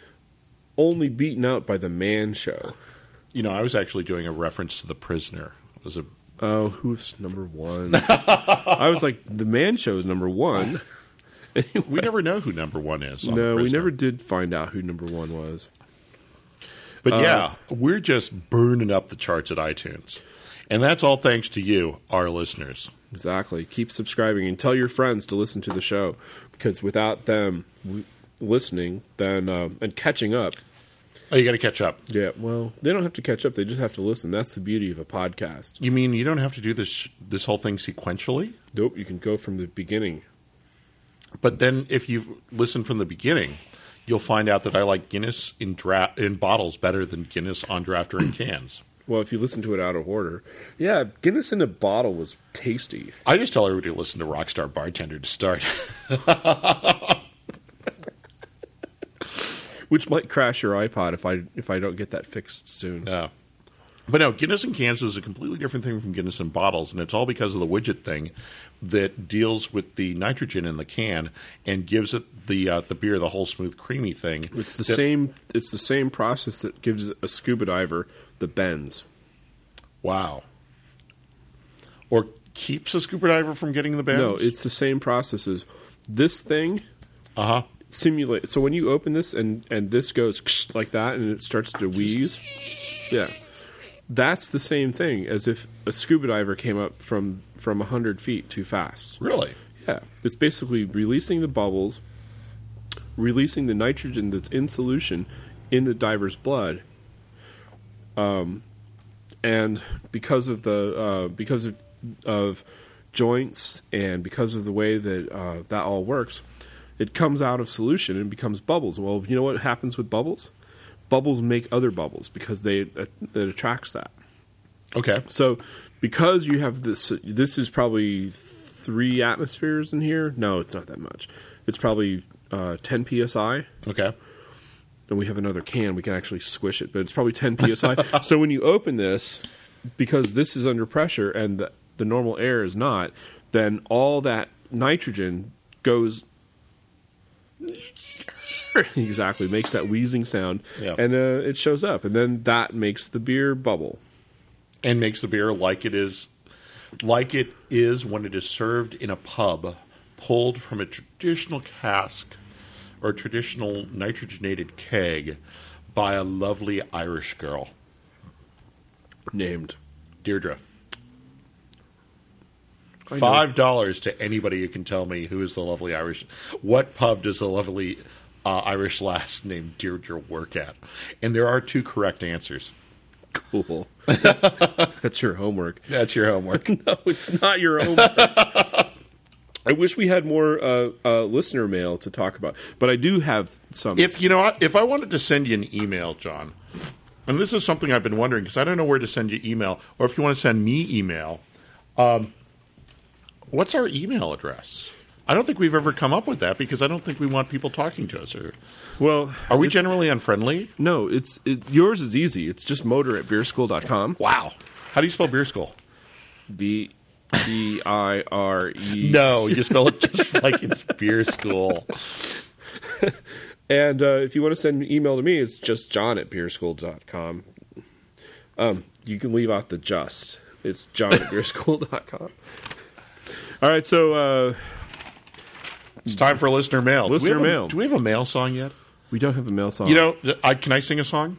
[SPEAKER 2] only beaten out by the Man Show.
[SPEAKER 1] you know, I was actually doing a reference to The Prisoner. It was a
[SPEAKER 2] Oh, who's number one? I was like, the Man Show is number one.
[SPEAKER 1] we never know who number one is. on The
[SPEAKER 2] No, we
[SPEAKER 1] Prisoner.
[SPEAKER 2] never did find out who number one was.
[SPEAKER 1] But
[SPEAKER 2] uh,
[SPEAKER 1] yeah, we're just burning up the charts at iTunes, and that's all thanks to you, our listeners.
[SPEAKER 2] Exactly. Keep subscribing and tell your friends to listen to the show because without them w- listening, then um, and catching up,
[SPEAKER 1] Oh, you got to catch up.
[SPEAKER 2] yeah, well, they don't have to catch up; they just have to listen. That's the beauty of a podcast.
[SPEAKER 1] You mean you don't have to do this this whole thing sequentially?
[SPEAKER 2] Nope, you can go from the beginning.
[SPEAKER 1] But then if you've listened from the beginning, you'll find out that I like Guinness in dra- in bottles better than Guinness on draft or in cans.
[SPEAKER 2] Well, if you listen to it out of order, yeah, Guinness in a bottle was tasty.
[SPEAKER 1] I just tell everybody to listen to Rockstar Bartender to start.
[SPEAKER 2] which might crash your iPod if I if I don't get that fixed soon.
[SPEAKER 1] Yeah. Uh, But no, Guinness in cans is a completely different thing from Guinness in bottles, and it's all because of the widget thing that deals with the nitrogen in the can and gives it the uh, the beer the whole smooth creamy thing.
[SPEAKER 2] It's the
[SPEAKER 1] that-
[SPEAKER 2] same. It's the same process that gives a scuba diver the bends.
[SPEAKER 1] Wow. Or keeps a scuba diver from getting the bends.
[SPEAKER 2] No, it's the same process as this thing
[SPEAKER 1] uh huh.
[SPEAKER 2] simulate. So when you open this and and this goes like that and it starts to wheeze, yeah, that's the same thing as if a scuba diver came up from from hundred feet too fast.
[SPEAKER 1] Really?
[SPEAKER 2] Yeah, it's basically releasing the bubbles, releasing the nitrogen that's in solution in the diver's blood. Um, and because of the uh, because of of joints and because of the way that uh, that all works, it comes out of solution and becomes bubbles. Well, you know what happens with bubbles? Bubbles make other bubbles because they that, that attracts that.
[SPEAKER 1] Okay.
[SPEAKER 2] So because you have this, this is probably three atmospheres in here. No, it's not that much. It's probably uh, 10 psi.
[SPEAKER 1] Okay.
[SPEAKER 2] And we have another can. We can actually squish it, but it's probably 10 psi. so when you open this, because this is under pressure and the, the normal air is not, then all that nitrogen goes. exactly makes that wheezing sound
[SPEAKER 1] Yeah.
[SPEAKER 2] and uh, it shows up and then that makes the beer bubble
[SPEAKER 1] And makes the beer like it is like it is when it is served in a pub, pulled from a traditional cask or traditional nitrogenated keg by a lovely Irish girl,
[SPEAKER 2] named
[SPEAKER 1] Deirdre. Five dollars to anybody who can tell me who is the lovely Irish. What pub does the lovely uh, Irish lass named Deirdre work at? And there are two correct answers.
[SPEAKER 2] Cool. That's your homework.
[SPEAKER 1] That's your homework.
[SPEAKER 2] No, it's not your homework. I wish we had more uh, uh, listener mail to talk about, but I do have some.
[SPEAKER 1] If you know, what- if I wanted to send you an email, John, and this is something I've been wondering because I don't know where to send you email, or if you want to send me email, um, what's our email address? I don't think we've ever come up with that because I don't think we want people talking to us. Or
[SPEAKER 2] well,
[SPEAKER 1] are we generally unfriendly?
[SPEAKER 2] no, it's it, yours is easy. It's just motor at beerschool.com.
[SPEAKER 1] Wow. How do you spell beer school?
[SPEAKER 2] B B I R E.
[SPEAKER 1] you spell it just like it's beer school.
[SPEAKER 2] And uh, if you want to send an email to me, it's just john at beerschool.com. Um, you can leave out the just. It's john at beerschool.com. All right, so. Uh,
[SPEAKER 1] It's time for listener mail. Do we
[SPEAKER 2] Listener
[SPEAKER 1] have a-
[SPEAKER 2] mail.
[SPEAKER 1] do we have a mail song yet?
[SPEAKER 2] We don't have a mail song.
[SPEAKER 1] You know, th- I, can I sing a song?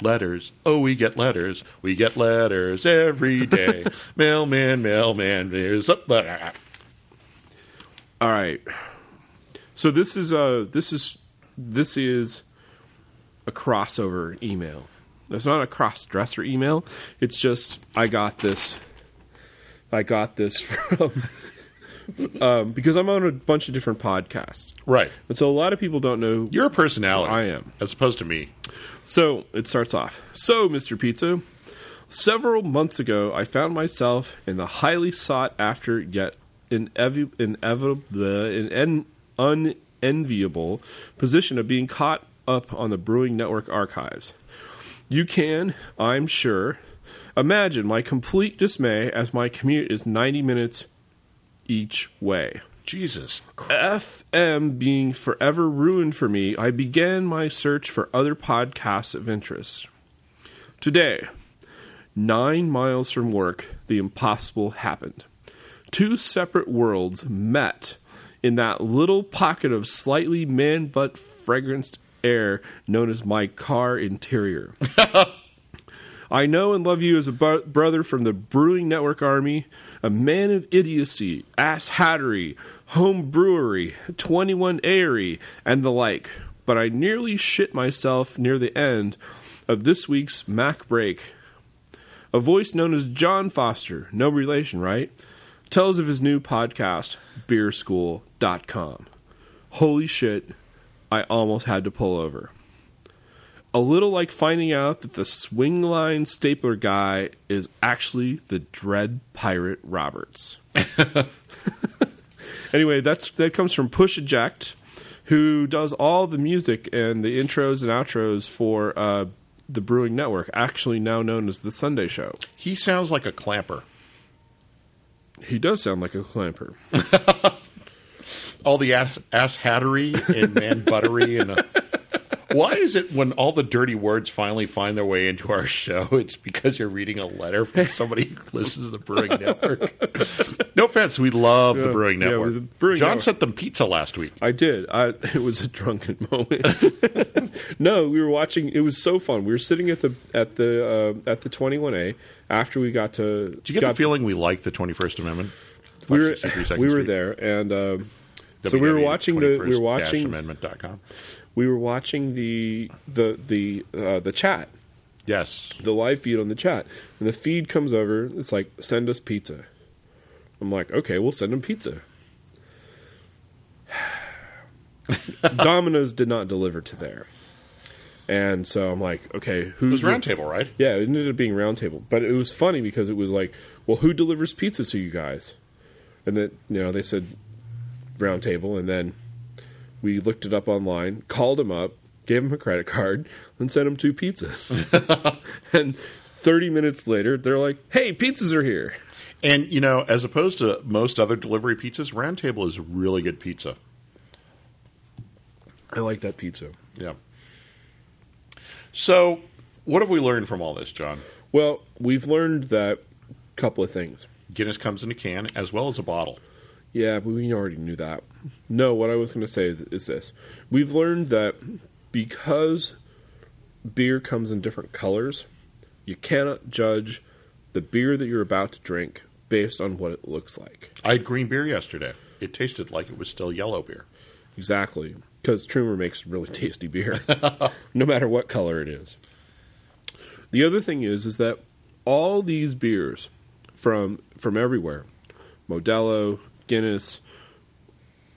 [SPEAKER 1] Letters. Oh, we get letters. We get letters every day. mailman, mailman, there's up there.
[SPEAKER 2] All right. So this is a this is this is a crossover email. It's not a cross dresser email. It's just I got this. I got this from um, because I'm on a bunch of different podcasts,
[SPEAKER 1] Right.
[SPEAKER 2] and so a lot of people don't know
[SPEAKER 1] You're a personality.
[SPEAKER 2] I am.
[SPEAKER 1] As opposed to me.
[SPEAKER 2] so it starts off. So, Mr. Pizza, several months ago, I found myself in the highly sought after yet inevi- inevi- bleh, in- en- unenviable position of being caught up on the Brewing Network archives. You can, I'm sure, imagine my complete dismay as my commute is 90 minutes each way.
[SPEAKER 1] Jesus.
[SPEAKER 2] FM being forever ruined for me, I began my search for other podcasts of interest. Today, nine miles from work, the impossible happened. Two separate worlds met in that little pocket of slightly man but fragranced air known as my car interior. I know and love you as a bu- brother from the Brewing Network Army, a man of idiocy, ass hattery, home brewery, 21 airy, and the like. But I nearly shit myself near the end of this week's Mac Break. A voice known as John Foster, no relation, right? Tells of his new podcast, beerschool.com. Holy shit, I almost had to pull over a little like finding out that the swing line stapler guy is actually the dread pirate Roberts. anyway, that's that comes from Push Eject, who does all the music and the intros and outros for uh, the Brewing Network, actually now known as the Sunday Show.
[SPEAKER 1] He sounds like a clamper.
[SPEAKER 2] He does sound like a clamper.
[SPEAKER 1] All the ass, ass hattery and man buttery and. Uh, why is it when all the dirty words finally find their way into our show, it's because you're reading a letter from somebody who listens to the Brewing Network? no offense, we love the
[SPEAKER 2] Yeah,
[SPEAKER 1] Brewing
[SPEAKER 2] yeah,
[SPEAKER 1] Network.
[SPEAKER 2] the Brewing
[SPEAKER 1] John
[SPEAKER 2] Network.
[SPEAKER 1] sent them pizza last week.
[SPEAKER 2] I did. I, it was a drunken moment. no, we were watching. It was so fun. We were sitting at the at the uh, at the twenty one A after we got to.
[SPEAKER 1] Do you get the feeling we like the 21st Amendment?
[SPEAKER 2] we were
[SPEAKER 1] 563 Second
[SPEAKER 2] we were
[SPEAKER 1] Street.
[SPEAKER 2] there, and um, so
[SPEAKER 1] E
[SPEAKER 2] we were watching the we were watching
[SPEAKER 1] amendment.com.
[SPEAKER 2] we were watching the the the uh, the chat,
[SPEAKER 1] Yes.
[SPEAKER 2] the live feed on the chat, and the feed comes over. It's like send us pizza. I'm like, okay, we'll send them pizza. Domino's did not deliver to there, and so I'm like, okay,
[SPEAKER 1] It
[SPEAKER 2] who's
[SPEAKER 1] was Roundtable, right?
[SPEAKER 2] Yeah, it ended up being roundtable, but it was funny because it was like, well, who delivers pizza to you guys? And then you know they said roundtable, and then we looked it up online, called him up, gave him a credit card, and sent him two pizzas. and thirty minutes later, they're like, hey, pizzas are here.
[SPEAKER 1] And, you know, as opposed to most other delivery pizzas, Roundtable is really good pizza.
[SPEAKER 2] I like that pizza.
[SPEAKER 1] Yeah. So, what have we learned from all this, John?
[SPEAKER 2] Well, we've learned that couple of things.
[SPEAKER 1] Guinness comes in a can as well as a bottle.
[SPEAKER 2] Yeah, but we already knew that. No, what I was going to say th- is this. We've learned that because beer comes in different colors, you cannot judge the beer that you're about to drink based on what it looks like.
[SPEAKER 1] I had green beer yesterday. It tasted like it was still yellow beer.
[SPEAKER 2] Exactly. Because Trumer makes really tasty beer, no matter what color it is. The other thing is, is that all these beers from from everywhere, Modelo, Guinness,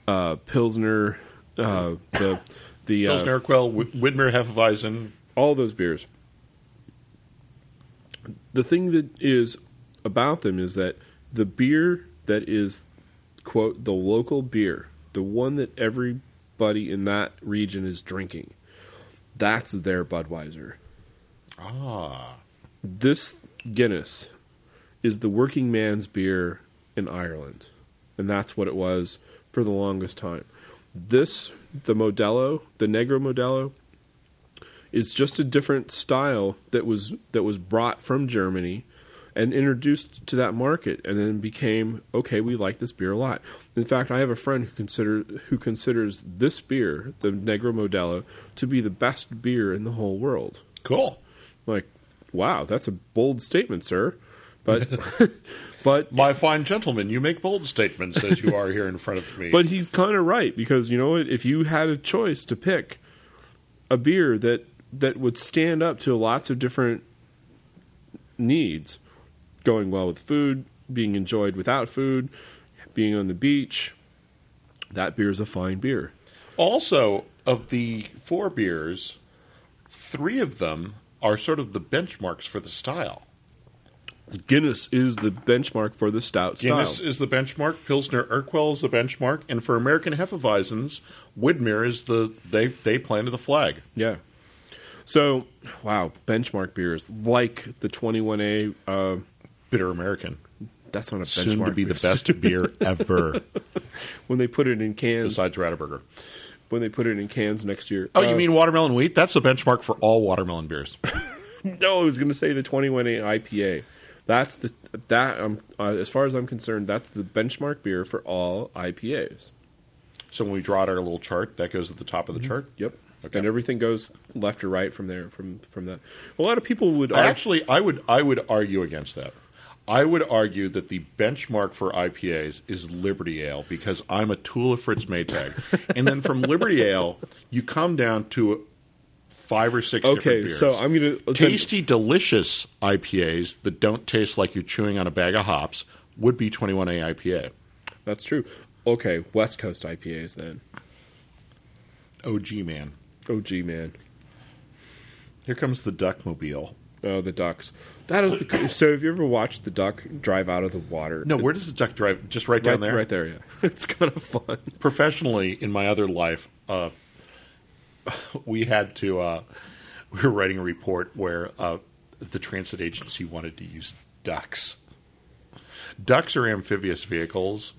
[SPEAKER 2] uh, Pilsner, uh, the the uh,
[SPEAKER 1] Pilsner, Quell, Wh- Widmer, Hefeweizen.
[SPEAKER 2] all those beers. The thing that is about them is that the beer that is quote the local beer, the one that everybody in that region is drinking, that's their Budweiser.
[SPEAKER 1] Ah.
[SPEAKER 2] This Guinness is the working man's beer in Ireland, and that's what it was for the longest time. This, the Modelo, the Negro Modelo, is just a different style that was that was brought from Germany and introduced to that market, and then became okay. We like this beer a lot. In fact, I have a friend who consider who considers this beer, the Negro Modelo, to be the best beer in the whole world
[SPEAKER 1] Cool.
[SPEAKER 2] like wow that's a bold statement sir but but
[SPEAKER 1] My fine gentleman, you make bold statements as you are here in front of me.
[SPEAKER 2] but he's kind of right because you know what if you had a choice to pick a beer that that would stand up to lots of different needs going well with food being enjoyed without food being on the beach that beer is a fine beer
[SPEAKER 1] Also, of the four beers, three of them are sort of the benchmarks for the style.
[SPEAKER 2] guinness is the benchmark for the stout style
[SPEAKER 1] Guinness is the benchmark, Pilsner Urquell is the benchmark, and for American Hefeweizens, Widmer is the they they planted the flag.
[SPEAKER 2] Yeah. So, wow, benchmark beers like the 21A. Uh,
[SPEAKER 1] Bitter American,
[SPEAKER 2] that's not a benchmark.
[SPEAKER 1] soon to be the
[SPEAKER 2] beer.
[SPEAKER 1] best beer ever,
[SPEAKER 2] when they put it in cans.
[SPEAKER 1] besides Rataburger.
[SPEAKER 2] When they put it in cans next year.
[SPEAKER 1] Oh,
[SPEAKER 2] Uh,
[SPEAKER 1] you mean watermelon wheat? That's the benchmark for all watermelon beers.
[SPEAKER 2] no? I was going to say the 21A IPA. That's the that um, uh, as far as I'm concerned, that's the benchmark beer for all IPAs.
[SPEAKER 1] So when we draw out our little chart, that goes at the top of the chart.
[SPEAKER 2] Yep.
[SPEAKER 1] Okay.
[SPEAKER 2] And everything goes left or right from there. From from that, a lot of people would
[SPEAKER 1] I
[SPEAKER 2] argue-
[SPEAKER 1] actually, I would, I would argue against that. I would argue that the benchmark for IPAs is Liberty Ale because I'm a tool of Fritz Maytag, and then from Liberty Ale you come down to five or six. different
[SPEAKER 2] Okay,
[SPEAKER 1] beers.
[SPEAKER 2] so I'm going to
[SPEAKER 1] tasty, delicious IPAs that don't taste like you're chewing on a bag of hops would be 21A IPA,
[SPEAKER 2] That's true. Okay, West Coast IPAs then. Oh,
[SPEAKER 1] OG man. Oh,
[SPEAKER 2] OG man.
[SPEAKER 1] Here comes the Duckmobile.
[SPEAKER 2] Oh, the ducks. That is the. co- so, have you ever watched the duck drive out of the water?
[SPEAKER 1] No, where does the duck drive? Just right
[SPEAKER 2] right
[SPEAKER 1] down there.
[SPEAKER 2] right there. Yeah, it's kind of fun.
[SPEAKER 1] professionally in my other life, uh, we had to uh, we were writing a report where uh, the transit agency wanted to use ducks. Ducks are amphibious vehicles,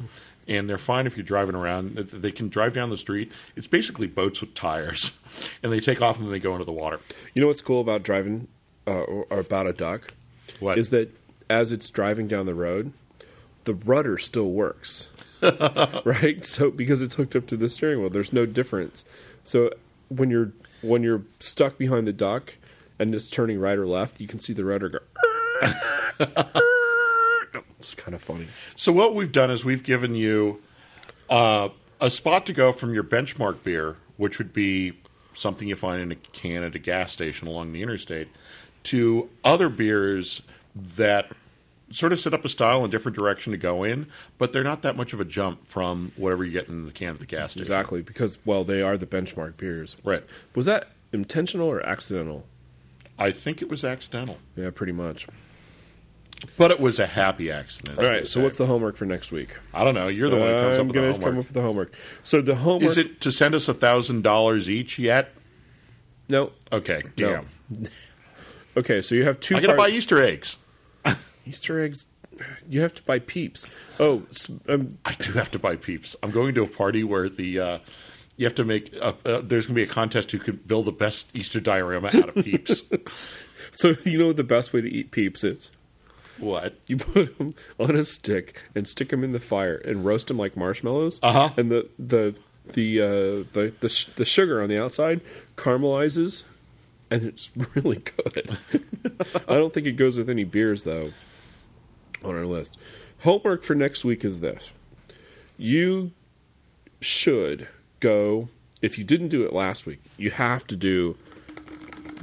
[SPEAKER 1] and they're fine if you're driving around. They can drive down the street. It's basically boats with tires, and they take off and then they go into the water.
[SPEAKER 2] You know what's cool about driving, uh, or or about a duck,
[SPEAKER 1] What?
[SPEAKER 2] is that as it's driving down the road, the rudder still works, right? So because it's hooked up to the steering wheel, there's no difference. So when you're when you're stuck behind the duck and it's turning right or left, you can see the rudder go. it's kind of funny.
[SPEAKER 1] So what we've done is we've given you uh, a spot to go from your benchmark beer, which would be something you find in a can at a gas station along the interstate, to other beers that sort of set up a style and different direction to go in, but they're not that much of a jump from whatever you get in the can at the gas station.
[SPEAKER 2] Exactly, because well, they are the benchmark beers.
[SPEAKER 1] Right.
[SPEAKER 2] Was that intentional or accidental?
[SPEAKER 1] I think it was accidental,
[SPEAKER 2] Yeah, pretty much.
[SPEAKER 1] but it was a happy accident.
[SPEAKER 2] All right. So what's the homework for next week?
[SPEAKER 1] I don't know. You're the one who comes
[SPEAKER 2] I'm
[SPEAKER 1] up with
[SPEAKER 2] gonna
[SPEAKER 1] the homework.
[SPEAKER 2] come up with the homework. So the homework
[SPEAKER 1] Is it to send us a thousand dollars each yet?
[SPEAKER 2] no.
[SPEAKER 1] Okay, damn.
[SPEAKER 2] Okay, so you have two.
[SPEAKER 1] I gotta
[SPEAKER 2] part-
[SPEAKER 1] buy Easter eggs.
[SPEAKER 2] Easter eggs. You have to buy peeps. Oh, s- um,
[SPEAKER 1] I do have to buy peeps. I'm going to a party where the uh, you have to make a, uh, there's going to be a contest who can build the best Easter diorama out of peeps.
[SPEAKER 2] so you know what the best way to eat peeps is
[SPEAKER 1] what?
[SPEAKER 2] you put them on a stick and stick them in the fire and roast them like marshmallows.
[SPEAKER 1] Uh-huh.
[SPEAKER 2] And the the the uh, the the, sh- the sugar on the outside caramelizes, and it's really good. I don't think it goes with any beers though. On our list, homework for next week is this: you should go. If you didn't do it last week, you have to do.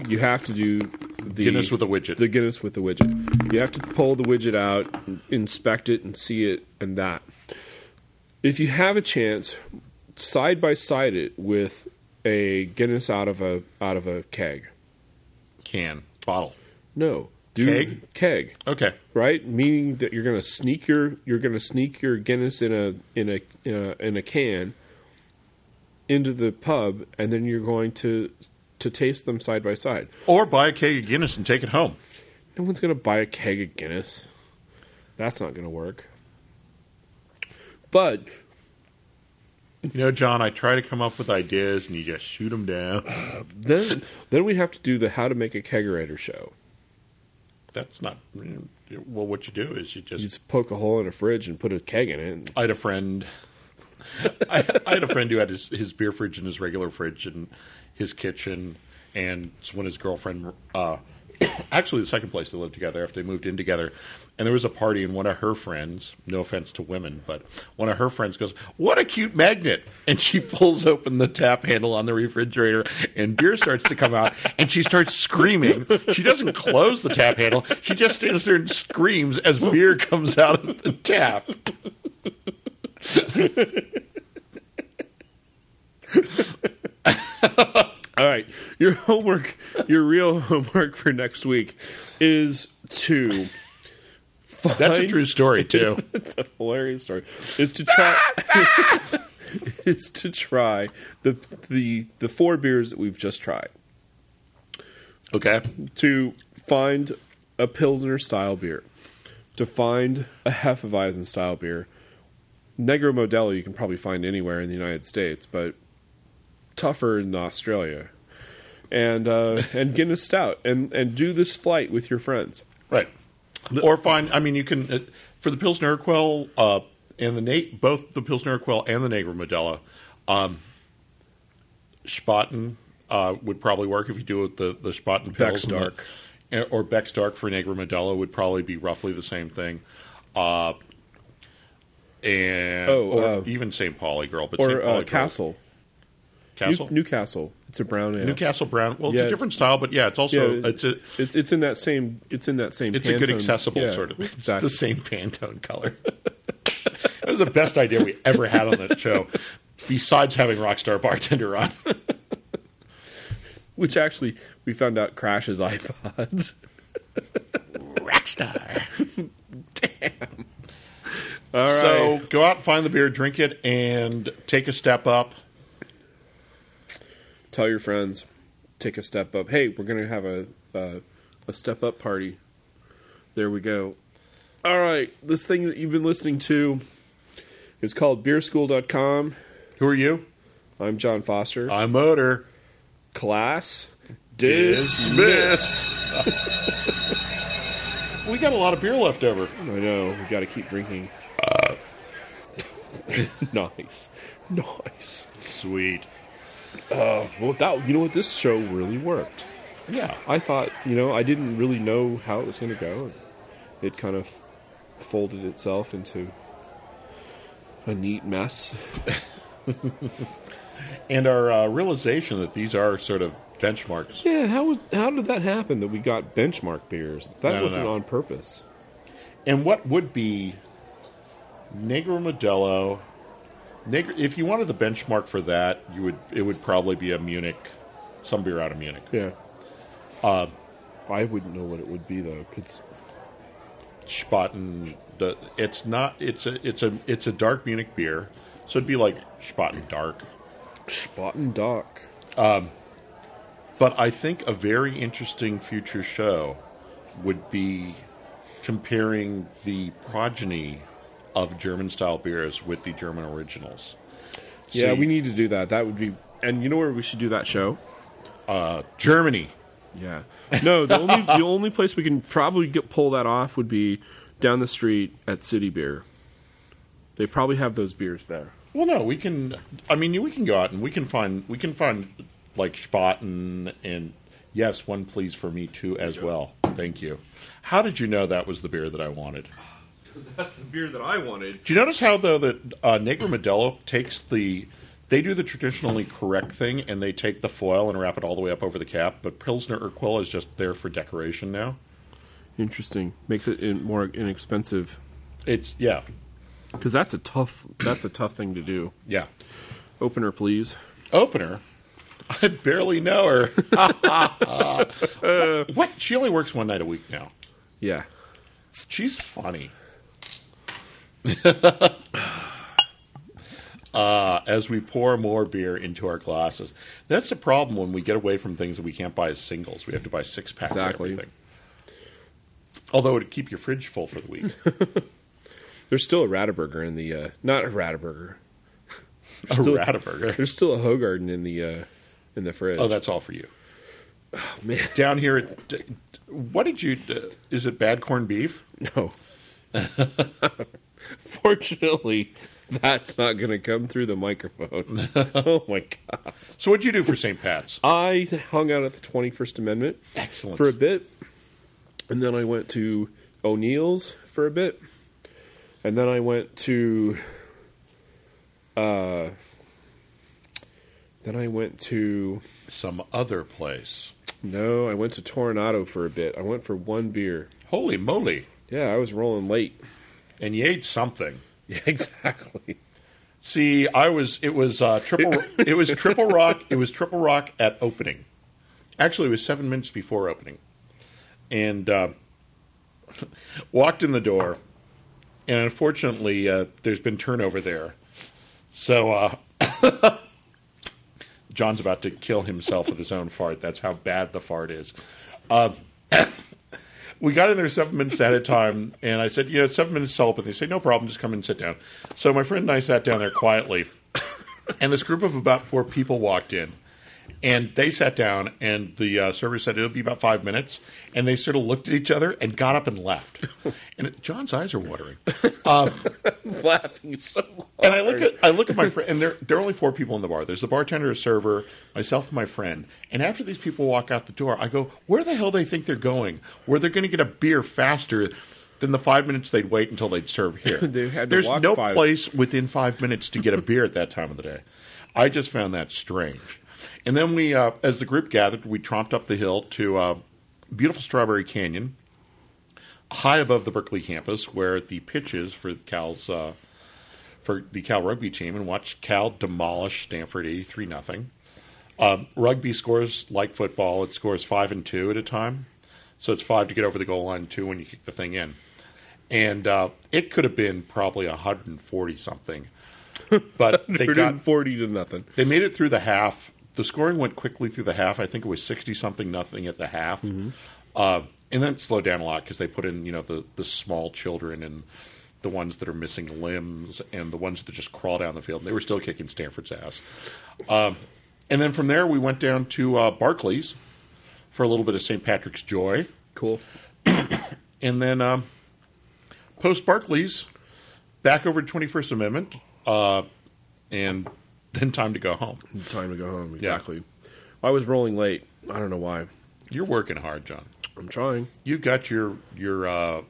[SPEAKER 2] You have to do the
[SPEAKER 1] Guinness with a widget.
[SPEAKER 2] The Guinness with the widget. You have to pull the widget out, inspect it, and see it, and that. If you have a chance, side by side it with a Guinness out of a out of a keg.
[SPEAKER 1] Can bottle?
[SPEAKER 2] No, do
[SPEAKER 1] Keg?
[SPEAKER 2] keg
[SPEAKER 1] Okay.
[SPEAKER 2] right? Meaning that you're going to sneak your you're going to sneak your Guinness in a in a in a, in a can into the pub, and then you're going to to taste them side by side.
[SPEAKER 1] Or buy a keg of Guinness and take it home.
[SPEAKER 2] No one's going to buy a keg of Guinness. That's not going to work. But
[SPEAKER 1] You know, John, I try to come up with ideas and you just shoot them down.
[SPEAKER 2] then then we have to do the how to make a kegerator show.
[SPEAKER 1] That's not well. What you do is you
[SPEAKER 2] You
[SPEAKER 1] just.
[SPEAKER 2] just poke a hole in a fridge and put a keg in it.
[SPEAKER 1] I had a friend. I, I had a friend who had his, his beer fridge and his regular fridge and his kitchen, and it's when his girlfriend, uh, actually the second place they lived together after they moved in together, and there was a party, and one of her friends, no offense to women, but one of her friends goes, "What a cute magnet!" and she pulls open the tap handle on the refrigerator, and beer starts to come out, and she starts screaming. She doesn't close the tap handle; she just stands there and screams as beer comes out of the tap.
[SPEAKER 2] All right, your homework, your real homework for next week is to.
[SPEAKER 1] That's a
[SPEAKER 2] find-
[SPEAKER 1] true story too.
[SPEAKER 2] It's a hilarious story. Is to try is to try the the the four beers that we've just tried
[SPEAKER 1] okay.
[SPEAKER 2] to find a pilsner style beer, to find a hefeweizen style beer. Negro Modelo you can probably find anywhere in the United States, but tougher in Australia. And uh, and Guinness Stout and and do this flight with your friends.
[SPEAKER 1] Right. or find I mean you can uh, for the Pilsner Urquell uh and the Nate both the Pilsner Urquell and the Negro Modelo um Spaten uh would probably work if you do it the the Spaten pills
[SPEAKER 2] Beck's
[SPEAKER 1] and the-
[SPEAKER 2] Dark.
[SPEAKER 1] and- or Beck's Dark for Negro Modelo would probably be roughly the same thing. Uh and
[SPEAKER 2] Oh,
[SPEAKER 1] or
[SPEAKER 2] uh,
[SPEAKER 1] even St. Pauli girl, but St.
[SPEAKER 2] Or
[SPEAKER 1] Pauli
[SPEAKER 2] uh, Castle. New-
[SPEAKER 1] Castle,
[SPEAKER 2] Newcastle. It's a brown ale.
[SPEAKER 1] Newcastle Brown. Well, it's
[SPEAKER 2] Yeah.
[SPEAKER 1] a different style, but yeah, it's also
[SPEAKER 2] Yeah,
[SPEAKER 1] it's a
[SPEAKER 2] It's, it's in that same. It's in that same.
[SPEAKER 1] It's a good
[SPEAKER 2] Pantone-
[SPEAKER 1] accessible
[SPEAKER 2] yeah,
[SPEAKER 1] sort of. It's
[SPEAKER 2] exactly.
[SPEAKER 1] the same Pantone color. that was the best idea we ever had on that show, besides having Rockstar Bartender on.
[SPEAKER 2] Which actually, we found out crashes iPods.
[SPEAKER 1] star.
[SPEAKER 2] All right.
[SPEAKER 1] So go out and find the beer, drink it, and take a step up.
[SPEAKER 2] Tell your friends, take a step up. Hey, we're gonna have a uh, a step up party. There we go. All right, this thing that you've been listening to is called BeerSchool.com.
[SPEAKER 1] Who are you?
[SPEAKER 2] I'm John Foster.
[SPEAKER 1] I'm Motor.
[SPEAKER 2] Class
[SPEAKER 1] Dismissed. we got a lot of beer left over.
[SPEAKER 2] I know. We got to keep drinking. nice, nice.
[SPEAKER 1] Sweet.
[SPEAKER 2] Well, that you know what this show really worked.
[SPEAKER 1] Yeah.
[SPEAKER 2] I thought you know I didn't really know how it was going to go. It kind of folded itself into a neat mess.
[SPEAKER 1] And our uh, realization that these are sort of benchmarks.
[SPEAKER 2] Yeah, how was how did that happen that we got benchmark beers?
[SPEAKER 1] I
[SPEAKER 2] That
[SPEAKER 1] don't
[SPEAKER 2] wasn't
[SPEAKER 1] know.
[SPEAKER 2] on purpose.
[SPEAKER 1] And what would be Negro Modelo? Negro, if you wanted the benchmark for that, you would. It would probably be a Munich, some beer out of Munich.
[SPEAKER 2] Yeah. Uh, I wouldn't know what it would be though, because
[SPEAKER 1] Spaten. The, it's not. It's a. It's a. It's a dark Munich beer. So it'd be like Spaten dark.
[SPEAKER 2] Spot and Dock.
[SPEAKER 1] But I think a very interesting future show would be comparing the progeny of German style beers with the German originals.
[SPEAKER 2] Yeah,
[SPEAKER 1] See,
[SPEAKER 2] we need to do that. That would be, and you know where we should do that show?
[SPEAKER 1] Germany.
[SPEAKER 2] Yeah. No, the only the only place we can probably get, pull that off would be down the street at City Beer. They probably have those beers there.
[SPEAKER 1] Well, no, we can. I mean, we can go out and we can find we can find like Spaten and yes, one please for me too as well. Thank you. How did you know that was the beer that I wanted?
[SPEAKER 2] That's the beer that I wanted.
[SPEAKER 1] Do you notice how though that uh, Negro Modelo takes the they do the traditionally correct thing and they take the foil and wrap it all the way up over the cap, but Pilsner Urquell is just there for decoration now.
[SPEAKER 2] Interesting. Makes it in, more inexpensive
[SPEAKER 1] It's yeah,
[SPEAKER 2] because that's a tough that's a tough thing to do.
[SPEAKER 1] yeah.
[SPEAKER 2] Opener, please.
[SPEAKER 1] Opener. I barely know her. what, what? She only works one night a week now.
[SPEAKER 2] Yeah.
[SPEAKER 1] She's funny. uh, as we pour more beer into our glasses, that's the problem when we get away from things that we can't buy as singles. We have to buy six packs
[SPEAKER 2] Exactly.
[SPEAKER 1] of everything. Although it'd keep your fridge full for the week.
[SPEAKER 2] There's still a Rataburger in the uh, not a Rataburger.
[SPEAKER 1] a
[SPEAKER 2] Still-
[SPEAKER 1] Rataburger.
[SPEAKER 2] There's still a Hogarden in the uh, in the fridge.
[SPEAKER 1] Oh, that's all for you.
[SPEAKER 2] Oh, man.
[SPEAKER 1] Down here, at, d- d- what did you? d- Is it bad corned beef?
[SPEAKER 2] No. Fortunately, that's not going to come through the microphone. oh my god.
[SPEAKER 1] So what'd you do for St. Pat's?
[SPEAKER 2] I hung out at the 21st Amendment
[SPEAKER 1] Excellent.
[SPEAKER 2] for a bit. And then I went to O'Neill's for a bit. And then I went to uh then I went to
[SPEAKER 1] Some other place.
[SPEAKER 2] no, I went to Toronado for a bit. I went for one beer.
[SPEAKER 1] Holy moly!
[SPEAKER 2] Yeah, I was rolling late.
[SPEAKER 1] And you ate something.
[SPEAKER 2] Yeah, exactly.
[SPEAKER 1] See, I was it was uh, triple it was triple rock it was triple rock at opening. Actually, it was seven minutes before opening, and uh, walked in the door, and unfortunately, uh, there's been turnover there, so uh, John's about to kill himself with his own fart. That's how bad the fart is. we got in there seven minutes at a time, and I said, "You know, seven minutes to open." They say, "No problem, just come and sit down." So my friend and I sat down there quietly, and this group of about four people walked in, and they sat down, and the uh, server said it'll be about five minutes, and they sort of looked at each other and got up and left, and it, John's eyes are watering. Um,
[SPEAKER 2] laughing so
[SPEAKER 1] And I look at I look at my friend, and there there are only four people in the bar. There's the bartender, a server, myself, and my friend. And after these people walk out the door, I go, where the hell they think they're going? Where they're going to get a beer faster than the five minutes they'd wait until they'd serve here?
[SPEAKER 2] They had to
[SPEAKER 1] There's
[SPEAKER 2] walk
[SPEAKER 1] no
[SPEAKER 2] five.
[SPEAKER 1] place within five minutes to get a beer at that time of the day. I just found that strange. And then we, uh, as the group gathered, we tromped up the hill to uh, beautiful Strawberry Canyon, high above the Berkeley campus, where the pitch is for Cal's. Uh, for the Cal rugby team and watched Cal demolish Stanford 83 nothing. Um, rugby scores like football; it scores five and two at a time. So it's five to get over the goal line, two when you kick the thing in. And uh, it could have been probably 140 something. But they got
[SPEAKER 2] 140 to nothing.
[SPEAKER 1] they made it through the half. The scoring went quickly through the half. I think it was sixty something nothing at the half, uh, and then it slowed down a lot because they put in you know the the small children and the ones that are missing limbs and the ones that just crawl down the field. And they were still kicking Stanford's ass. Um, and then from there we went down to uh, Barclays for a little bit of St. Patrick's joy,
[SPEAKER 2] Cool.
[SPEAKER 1] and then um, post Barclays back over to Twenty First Amendment, uh, and then time to go home.
[SPEAKER 2] Time to go home. Exactly. I was rolling late. I don't know why.
[SPEAKER 1] You're working hard, John.
[SPEAKER 2] I'm trying.
[SPEAKER 1] You got your your uh,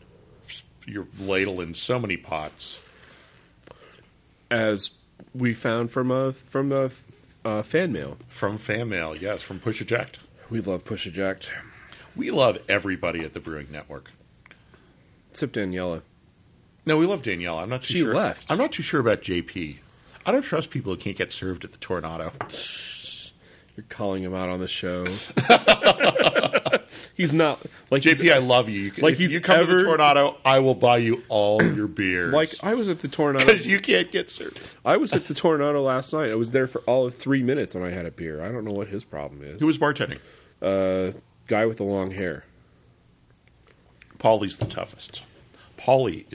[SPEAKER 1] your ladle in so many pots.
[SPEAKER 2] As we found from a from a uh, fan mail,
[SPEAKER 1] From fan mail, yes, from Push Eject.
[SPEAKER 2] we love push eject.
[SPEAKER 1] We love everybody at the Brewing Network.
[SPEAKER 2] Except Daniela.
[SPEAKER 1] No, we love Danielle. I'm not too
[SPEAKER 2] She
[SPEAKER 1] sure.
[SPEAKER 2] left.
[SPEAKER 1] I'm not too sure about JP. I don't trust people who can't get served at the tornado.
[SPEAKER 2] You're calling him out on the show. he's not like he's-
[SPEAKER 1] JP, I love you. You can-
[SPEAKER 2] Like
[SPEAKER 1] if
[SPEAKER 2] he's
[SPEAKER 1] you come to the
[SPEAKER 2] ever-
[SPEAKER 1] tornado, I will buy you all your beers.
[SPEAKER 2] like I was at the tornado.
[SPEAKER 1] because you can't get served.
[SPEAKER 2] I was at the tornado last night. I was there for all of three minutes and I had a beer. I don't know what his problem is.
[SPEAKER 1] Who was bartending?
[SPEAKER 2] uh, guy with the long hair.
[SPEAKER 1] Polly's the toughest. Polly,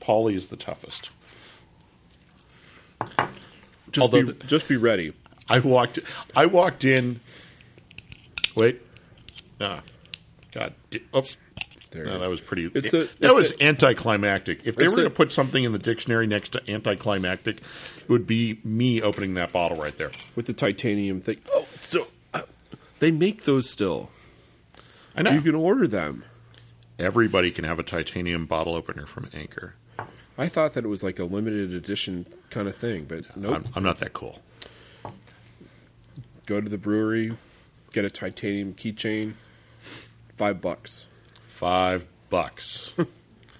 [SPEAKER 1] Polly is the toughest.
[SPEAKER 2] Just
[SPEAKER 1] Although
[SPEAKER 2] be,
[SPEAKER 1] the-
[SPEAKER 2] just be ready.
[SPEAKER 1] I walked. I walked in. Wait. Nah. God. di- Oh.
[SPEAKER 2] There
[SPEAKER 1] No,
[SPEAKER 2] it
[SPEAKER 1] that
[SPEAKER 2] is.
[SPEAKER 1] was pretty. eh,
[SPEAKER 2] It's a-
[SPEAKER 1] that
[SPEAKER 2] it's
[SPEAKER 1] was
[SPEAKER 2] a-
[SPEAKER 1] anticlimactic. If they were
[SPEAKER 2] It's a-
[SPEAKER 1] going to put something in the dictionary next to anticlimactic, it would be me opening that bottle right there.
[SPEAKER 2] with the titanium thing. Oh, so uh, they make those still.
[SPEAKER 1] I know
[SPEAKER 2] You can order them.
[SPEAKER 1] everybody can have a titanium bottle opener from Anchor.
[SPEAKER 2] I thought that it was like a limited edition kind of thing, but nope.
[SPEAKER 1] I'm, I'm not that cool.
[SPEAKER 2] Go to the brewery, get a titanium keychain, five bucks.
[SPEAKER 1] Five bucks.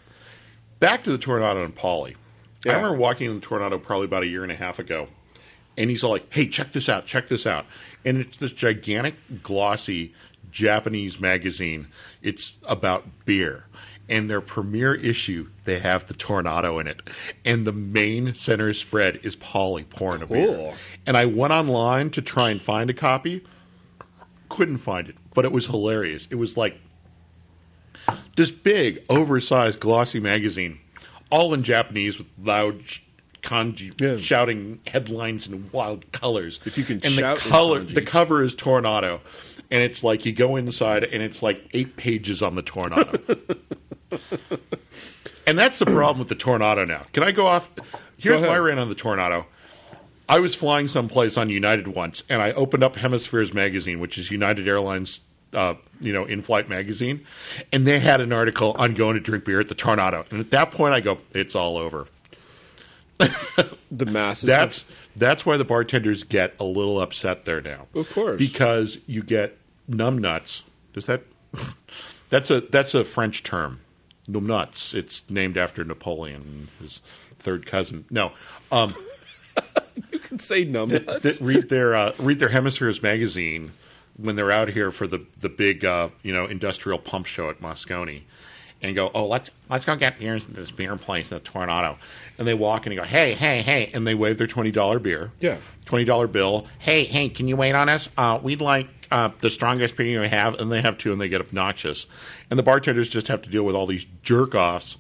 [SPEAKER 1] Back to the tornado and Polly. I
[SPEAKER 2] Yeah.
[SPEAKER 1] remember walking in the tornado probably about a year and a half ago, and he's all like, "Hey, check this out! Check this out!" And it's this gigantic, glossy Japanese magazine. It's about beer, and their premier issue they have the tornado in it, and the main center spread is Polly pouring a beer.
[SPEAKER 2] Cool.
[SPEAKER 1] And I went online to try and find a copy, couldn't find it, but it was hilarious. It was like this big, oversized, glossy magazine, all in Japanese with loud sh- kanji
[SPEAKER 2] Yeah.
[SPEAKER 1] shouting headlines in wild colors.
[SPEAKER 2] If you can
[SPEAKER 1] and
[SPEAKER 2] shout
[SPEAKER 1] the
[SPEAKER 2] in
[SPEAKER 1] color,
[SPEAKER 2] kanji.
[SPEAKER 1] the cover is tornado, and it's like you go inside and it's like eight pages on the tornado. and that's the problem with the tornado now. Can I go off? Here's
[SPEAKER 2] Go ahead.
[SPEAKER 1] my rant on the tornado. I was flying someplace on United once, and I opened up Hemispheres magazine, which is United Airlines, uh, you know, in-flight magazine, and they had an article on going to drink beer at the Tornado. And at that point, I go, "It's all over."
[SPEAKER 2] The masses.
[SPEAKER 1] That's that's why the bartenders get a little upset there now,
[SPEAKER 2] Of course.
[SPEAKER 1] because you get numb nuts. Does that? that's a that's a French term, numb nuts. It's named after Napoleon, his third cousin. No. Um,
[SPEAKER 2] you can say numb
[SPEAKER 1] that read their uh, read their Hemispheres magazine when they're out here for the the big uh, you know industrial pump show at Moscone, and go, oh let's let's go get beers at this beer place in the Tornado, and they walk in and go, hey hey hey, and they wave their twenty dollar beer,
[SPEAKER 2] Yeah.
[SPEAKER 1] twenty dollar bill, hey hey, can you wait on us? Uh, we'd like. Uh, the strongest beer you have, and they have two, and they get obnoxious, and the bartenders just have to deal with all these jerk offs.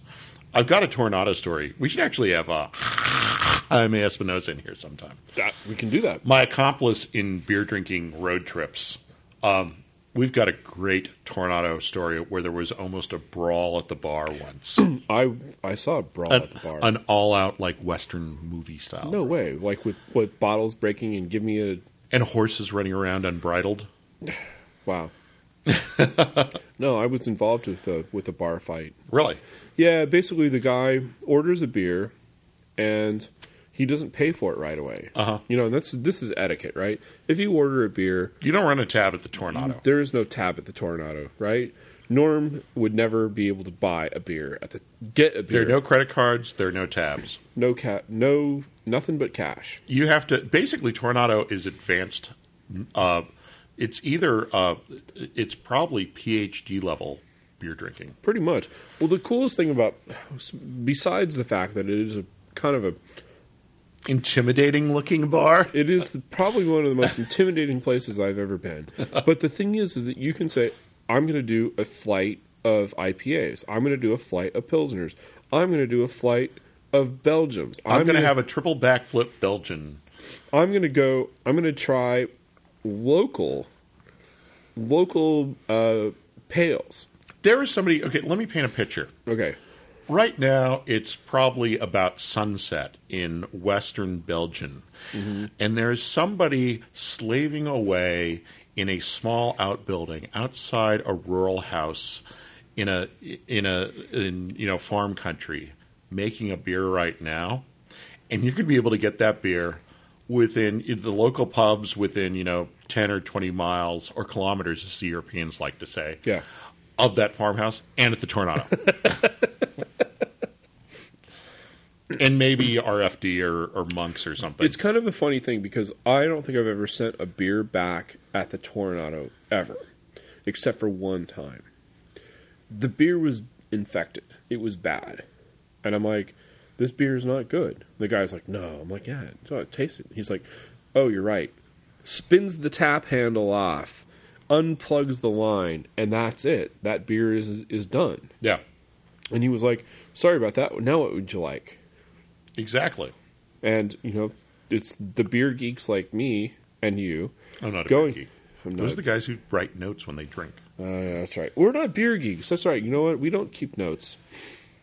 [SPEAKER 1] I've got a tornado story. We should actually have uh, Jaime Espinosa in here sometime
[SPEAKER 2] That- we can do that.
[SPEAKER 1] my accomplice in beer drinking road trips. Um, we've got a great tornado story where there was almost a brawl at the bar once, an,
[SPEAKER 2] I I saw a brawl at the bar.
[SPEAKER 1] all out like Western movie style,
[SPEAKER 2] no way. Like with with bottles breaking and give me a
[SPEAKER 1] and horses running around unbridled.
[SPEAKER 2] wow. no, I was involved with the with a bar fight.
[SPEAKER 1] Really,
[SPEAKER 2] Yeah, basically the guy orders a beer and he doesn't pay for it right away.
[SPEAKER 1] Uh-huh.
[SPEAKER 2] You know, and that's this is etiquette, right? If you order a beer,
[SPEAKER 1] you don't run a tab at the tornado.
[SPEAKER 2] there is no tab at the Tornado, right? Norm would never be able to buy a beer at the get a
[SPEAKER 1] There
[SPEAKER 2] beer.
[SPEAKER 1] are no credit cards. There are no tabs.
[SPEAKER 2] no cat, no nothing but cash.
[SPEAKER 1] You have to basically tornado is advanced. Uh, it's either uh, it's probably PhD level beer drinking.
[SPEAKER 2] Pretty much. Well, the coolest thing about, besides the fact that it is a kind of a,
[SPEAKER 1] Intimidating looking bar.
[SPEAKER 2] it is the, probably one of the most intimidating places I've ever been. But the thing is, is that you can say, I'm going to do a flight of IPAs. I'm going to do a flight of Pilsners. I'm going to do a flight of Belgiums.
[SPEAKER 1] I'm, going to have a triple backflip Belgian.
[SPEAKER 2] I'm gonna go. I'm gonna try local, local uh, pails.
[SPEAKER 1] There is somebody. Okay, let me paint a picture.
[SPEAKER 2] Okay,
[SPEAKER 1] Right now, it's probably about sunset in western Belgium. And there is somebody slaving away in a small outbuilding outside a rural house in a in a in you know farm country making a beer right now. And you're going to be able to get that beer within the local pubs within, you know, 10 or 20 miles or kilometers as the Europeans like to say.
[SPEAKER 2] Yeah.
[SPEAKER 1] Of that farmhouse and at the tornado. and maybe RFD or, or monks or something.
[SPEAKER 2] it's kind of a funny thing because I don't think I've ever sent a beer back at the tornado ever, except for one time. The beer was infected. It was bad, and I'm like, "This beer is not good." The guy's like, "No." I'm like, "Yeah, it's not, taste it." He's like, "Oh, you're right." Spins the tap handle off, unplugs the line, and that's it. That beer is is done.
[SPEAKER 1] yeah,
[SPEAKER 2] And he was like, "Sorry about that. Now what would you like?"
[SPEAKER 1] exactly.
[SPEAKER 2] and you know it's the beer geeks like me and you
[SPEAKER 1] I'm not a
[SPEAKER 2] going.
[SPEAKER 1] beer geek.
[SPEAKER 2] I'm
[SPEAKER 1] Those
[SPEAKER 2] not.
[SPEAKER 1] are the guys who write notes when they drink.
[SPEAKER 2] uh, yeah, that's right. We're not beer geeks. That's right. You know what? We don't keep notes.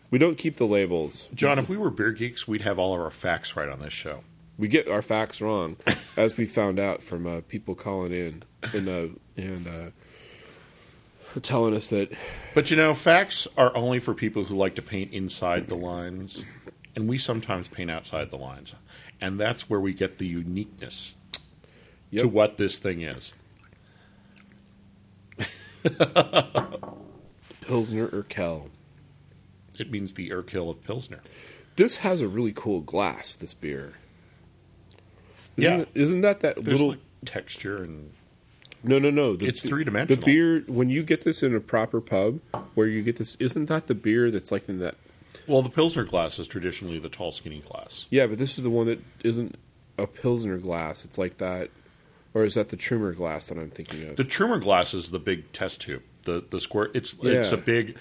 [SPEAKER 2] We don't keep the labels.
[SPEAKER 1] John, if we were beer geeks, we'd have all of our facts right on this show.
[SPEAKER 2] We get our facts wrong, as we found out from uh, people calling in and uh, and uh, telling us that
[SPEAKER 1] But you know, facts are only for people who like to paint inside the lines, and we sometimes paint outside the lines, and that's where we get the uniqueness
[SPEAKER 2] Yep.
[SPEAKER 1] to what this thing is.
[SPEAKER 2] Pilsner or Kel.
[SPEAKER 1] It means the Urquell of Pilsner.
[SPEAKER 2] This has a really cool glass. This beer. Isn't
[SPEAKER 1] Yeah.
[SPEAKER 2] it- isn't that that
[SPEAKER 1] There's
[SPEAKER 2] little
[SPEAKER 1] like texture and
[SPEAKER 2] No, no, no. The,
[SPEAKER 1] It's three-dimensional.
[SPEAKER 2] The beer when you get this in a proper pub, where you get this, isn't that the beer that's like in that?
[SPEAKER 1] well, the Pilsner glass is traditionally the tall, skinny glass.
[SPEAKER 2] Yeah, but this is the one that isn't a pilsner glass. It's like that, or is that the trimmer glass that I'm thinking of?
[SPEAKER 1] The Trimmer glass is the big test tube. The the square. It's it's a
[SPEAKER 2] Yeah.
[SPEAKER 1] big,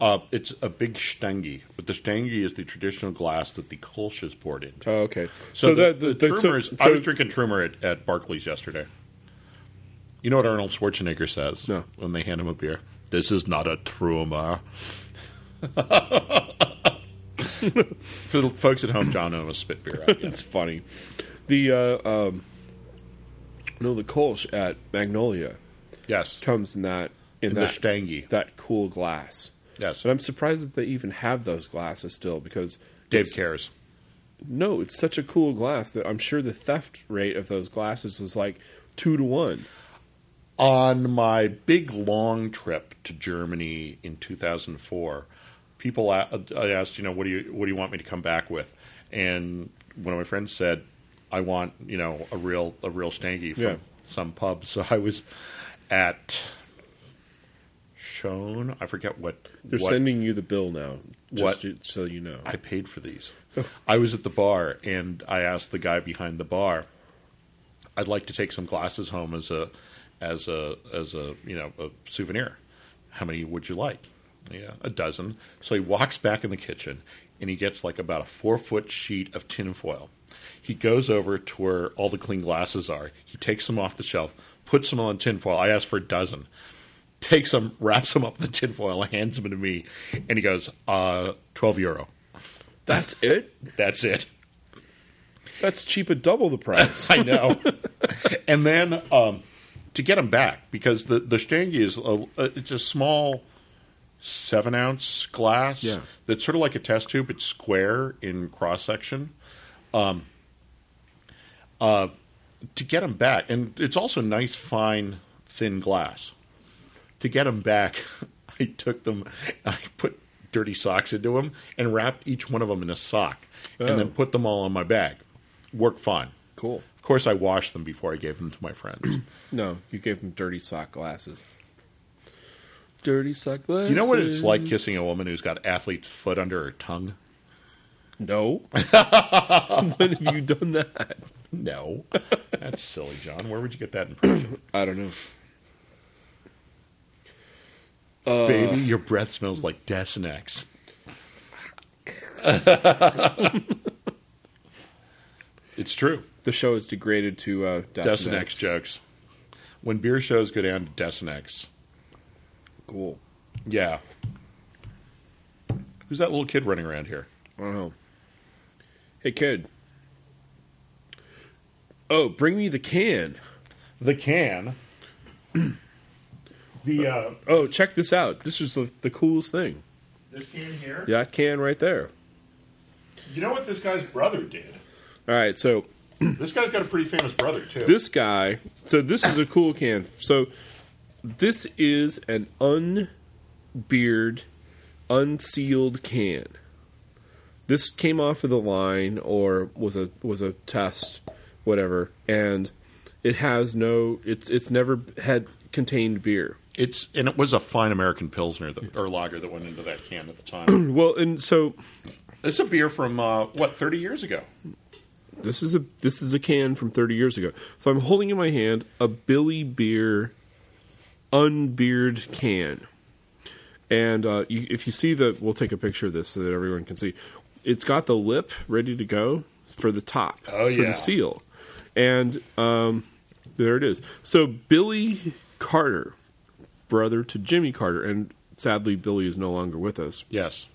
[SPEAKER 1] uh, it's a big stangy. But the stangy is the traditional glass that the Kolsch is poured into.
[SPEAKER 2] oh, okay.
[SPEAKER 1] So, the,
[SPEAKER 2] that-
[SPEAKER 1] the,
[SPEAKER 2] so-
[SPEAKER 1] Trimmer's- I
[SPEAKER 2] so-
[SPEAKER 1] was drinking Trimmer at, at Barclays yesterday. You know what Arnold Schwarzenegger says
[SPEAKER 2] No.
[SPEAKER 1] when they hand him a beer? This is not a Trimmer. For the folks at home, John almost spit beer out.
[SPEAKER 2] It's funny. The uh, um, no, the Kolsch at Magnolia
[SPEAKER 1] Yes.
[SPEAKER 2] comes in that in,
[SPEAKER 1] In the
[SPEAKER 2] that
[SPEAKER 1] Stangy.
[SPEAKER 2] that cool glass.
[SPEAKER 1] Yes.
[SPEAKER 2] And I'm surprised that they even have those glasses still because
[SPEAKER 1] Dave
[SPEAKER 2] it's-
[SPEAKER 1] cares.
[SPEAKER 2] No, it's such a cool glass that I'm sure the theft rate of those glasses is like two to one.
[SPEAKER 1] On my big long trip to Germany in 2004, people a- I asked, you know, what do you what do you want me to come back with? And one of my friends said, I want you know a real a real stanky from
[SPEAKER 2] Yeah.
[SPEAKER 1] some pub. So I was at Shone. I forget what
[SPEAKER 2] They're
[SPEAKER 1] what
[SPEAKER 2] sending you the bill now, just
[SPEAKER 1] What?
[SPEAKER 2] to- so you know.
[SPEAKER 1] I paid for these. I was at the bar and I asked the guy behind the bar, I'd like to take some glasses home as a as a as a you know a souvenir. How many would you like? Yeah, a dozen. So he walks back in the kitchen and he gets like about a four foot sheet of tinfoil. He goes over to where all the clean glasses are. He takes them off the shelf, puts them on tinfoil. I asked for a dozen. Takes them, wraps them up in the tinfoil, hands them to me, and he goes, uh, 12 euro.
[SPEAKER 2] That's it.
[SPEAKER 1] That's it.
[SPEAKER 2] That's cheap at double the price.
[SPEAKER 1] I know. and then um, to get them back because the the Stangy is a, uh, it's a small seven ounce glass
[SPEAKER 2] Yeah.
[SPEAKER 1] that's sort of like a test tube. It's square in cross section. Um, uh, to get them back, and it's also nice, fine, thin glass. To get them back, I took them. I put dirty socks into them and wrapped each one of them in a sock,
[SPEAKER 2] Oh.
[SPEAKER 1] and then put them all on my bag. Worked fine.
[SPEAKER 2] cool.
[SPEAKER 1] Of course, I washed them before I gave them to my friends.
[SPEAKER 2] No, you gave them dirty sock glasses. Dirty suckler.
[SPEAKER 1] You know what it's like kissing a woman who's got athlete's foot under her tongue?
[SPEAKER 2] No. when have you done that?
[SPEAKER 1] No. That's silly, John. Where would you get that impression?
[SPEAKER 2] I don't know.
[SPEAKER 1] Baby, your breath smells like Desinex. it's true.
[SPEAKER 2] The show is degraded to uh,
[SPEAKER 1] Desinex jokes. When beer shows go down to Desinex,
[SPEAKER 2] Cool.
[SPEAKER 1] yeah. Who's that little kid running around here?
[SPEAKER 2] I don't know. Hey, kid. Oh, bring me the can.
[SPEAKER 1] The can. the uh,
[SPEAKER 2] Oh, check this out. This is the, the coolest thing.
[SPEAKER 1] this can here.
[SPEAKER 2] That can right there.
[SPEAKER 1] You know what this guy's brother did?
[SPEAKER 2] All right, so
[SPEAKER 1] This guy's got a pretty famous brother too.
[SPEAKER 2] this guy. So this is a cool can. So this is an unbeard, unsealed can. This came off of the line or was a was a test, whatever, and it has no. It's it's never had contained beer.
[SPEAKER 1] It's and it was a fine American pilsner that, or lager that went into that can at the time.
[SPEAKER 2] Well, and so
[SPEAKER 1] It's a beer from uh, what thirty years ago.
[SPEAKER 2] This is a this is a can from 30 years ago. So I'm holding in my hand a Billy Beer unbeard can, and uh, you, if you see the, we'll take a picture of this so that everyone can see. It's got the lip ready to go for the top
[SPEAKER 1] Oh,
[SPEAKER 2] for
[SPEAKER 1] yeah.
[SPEAKER 2] the seal, and um, there it is. So Billy Carter, brother to Jimmy Carter, and sadly Billy is no longer with us.
[SPEAKER 1] Yes,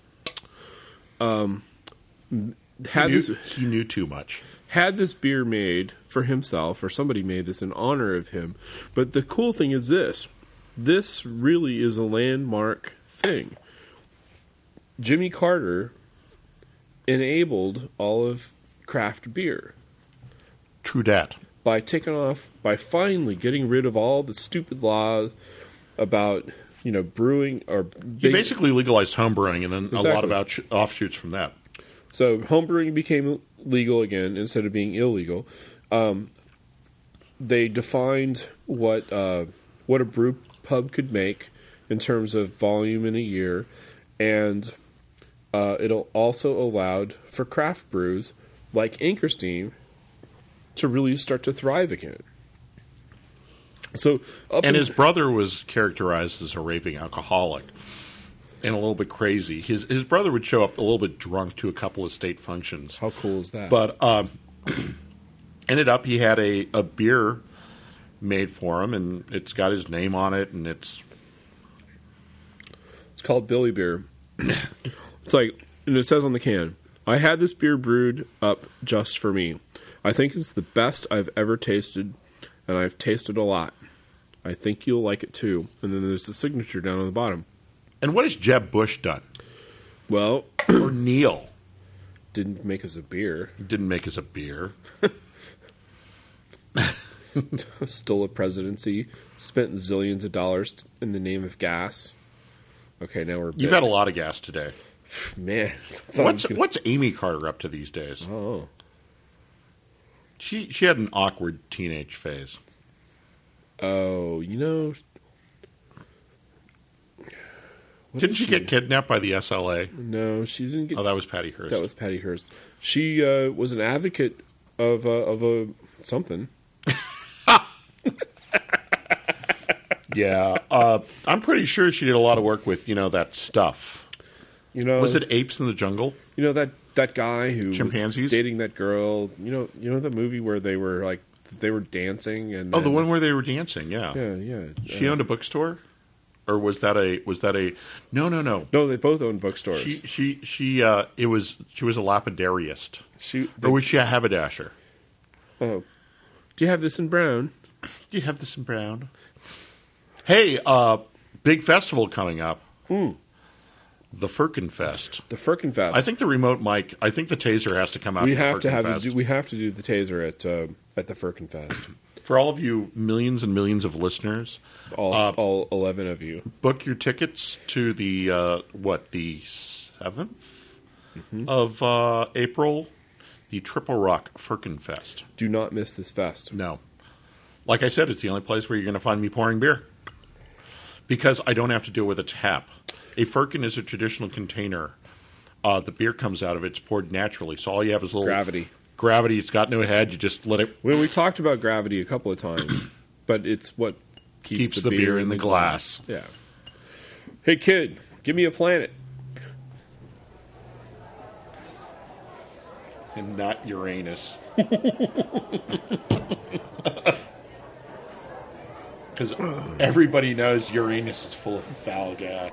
[SPEAKER 2] Had
[SPEAKER 1] he
[SPEAKER 2] this,
[SPEAKER 1] knew, he knew too much.
[SPEAKER 2] had this beer made for himself or somebody made this in honor of him. But the cool thing is this this really is a landmark thing. Jimmy Carter enabled all of craft beer
[SPEAKER 1] True dat.
[SPEAKER 2] by taking off by finally getting rid of all the stupid laws about you know brewing or
[SPEAKER 1] He
[SPEAKER 2] big-
[SPEAKER 1] basically legalized home brewing, and then a lot of
[SPEAKER 2] Exactly.
[SPEAKER 1] outs- offshoots from that.
[SPEAKER 2] So homebrewing became legal again instead of being illegal. Um, they defined what uh, what a brew pub could make in terms of volume in a year, and uh, it also allowed for craft brews like Anchorsteam to really start to thrive again. So up
[SPEAKER 1] And
[SPEAKER 2] in-
[SPEAKER 1] his brother was characterized as a raving alcoholic and a little bit crazy. His his brother would show up a little bit drunk to a couple of state functions.
[SPEAKER 2] how cool is that?
[SPEAKER 1] But um, ended up, he had a, a beer made for him, and it's got his name on it, and it's
[SPEAKER 2] It's called Billy Beer. it's like, and it says on the can, I had this beer brewed up just for me. I think it's the best I've ever tasted, and I've tasted a lot. I think you'll like it too. And then there's the signature down on the bottom.
[SPEAKER 1] and what has Jeb Bush done
[SPEAKER 2] Well,
[SPEAKER 1] or Neil
[SPEAKER 2] didn't make us a beer.
[SPEAKER 1] didn't make us a beer.
[SPEAKER 2] Still a presidency. Spent zillions of dollars in the name of gas. Okay, now we're
[SPEAKER 1] You've
[SPEAKER 2] bit-
[SPEAKER 1] had a lot of gas today.
[SPEAKER 2] man. thought I was
[SPEAKER 1] What's
[SPEAKER 2] gonna-
[SPEAKER 1] what's Amy Carter up to these days?
[SPEAKER 2] Oh,
[SPEAKER 1] She she had an awkward teenage phase.
[SPEAKER 2] oh, you know,
[SPEAKER 1] Didn't she get kidnapped by the SLA?
[SPEAKER 2] no, she didn't get
[SPEAKER 1] Oh, that was Patty Hearst.
[SPEAKER 2] That was Patty Hearst. She uh, was an advocate of uh, of a something.
[SPEAKER 1] yeah, uh, I'm pretty sure she did a lot of work with you know that stuff.
[SPEAKER 2] You know,
[SPEAKER 1] Was it Apes in the Jungle?
[SPEAKER 2] You know that that guy who was
[SPEAKER 1] Chimpanzees?
[SPEAKER 2] dating that girl. You know, you know the movie where they were like they were dancing and
[SPEAKER 1] Oh, the
[SPEAKER 2] then-
[SPEAKER 1] one where they were dancing. Yeah,
[SPEAKER 2] Yeah, yeah.
[SPEAKER 1] She
[SPEAKER 2] Uh,
[SPEAKER 1] owned a bookstore, or was that a was that a no no no?
[SPEAKER 2] no, they both own bookstores.
[SPEAKER 1] She
[SPEAKER 2] She,
[SPEAKER 1] she she uh, it was she was a lapidarist,
[SPEAKER 2] they-
[SPEAKER 1] or was she a haberdasher?
[SPEAKER 2] oh, do you have this in brown?
[SPEAKER 1] Do you have this in brown? Hey, uh, big festival coming up.
[SPEAKER 2] Hmm.
[SPEAKER 1] The Firkin Fest.
[SPEAKER 2] The Firkin Fest.
[SPEAKER 1] I think the remote mic. I think the taser has to come out.
[SPEAKER 2] we
[SPEAKER 1] to the
[SPEAKER 2] have to
[SPEAKER 1] Firkin
[SPEAKER 2] have the,
[SPEAKER 1] Fest.
[SPEAKER 2] do- we have to do the taser at uh, at the Firkin Fest.
[SPEAKER 1] For all of you millions and millions of listeners,
[SPEAKER 2] All
[SPEAKER 1] Uh,
[SPEAKER 2] all eleven of you.
[SPEAKER 1] book your tickets to the uh, what the 7th of uh, April, the Triple Rock Firkin Fest.
[SPEAKER 2] Do not miss this fest.
[SPEAKER 1] No, like I said, it's the only place where you're going to find me pouring beer because I don't have to deal with a tap. A firkin is a traditional container. Uh, the beer comes out of it. It's poured naturally, so all you have is little
[SPEAKER 2] Gravity.
[SPEAKER 1] Gravity. It's got no head. You just let it
[SPEAKER 2] Well, we talked about gravity a couple of times, but it's what keeps,
[SPEAKER 1] keeps the, beer in the glass.
[SPEAKER 2] Yeah. Hey, kid, give me a planet.
[SPEAKER 1] and not Uranus. Because everybody knows Uranus is full of foul gas.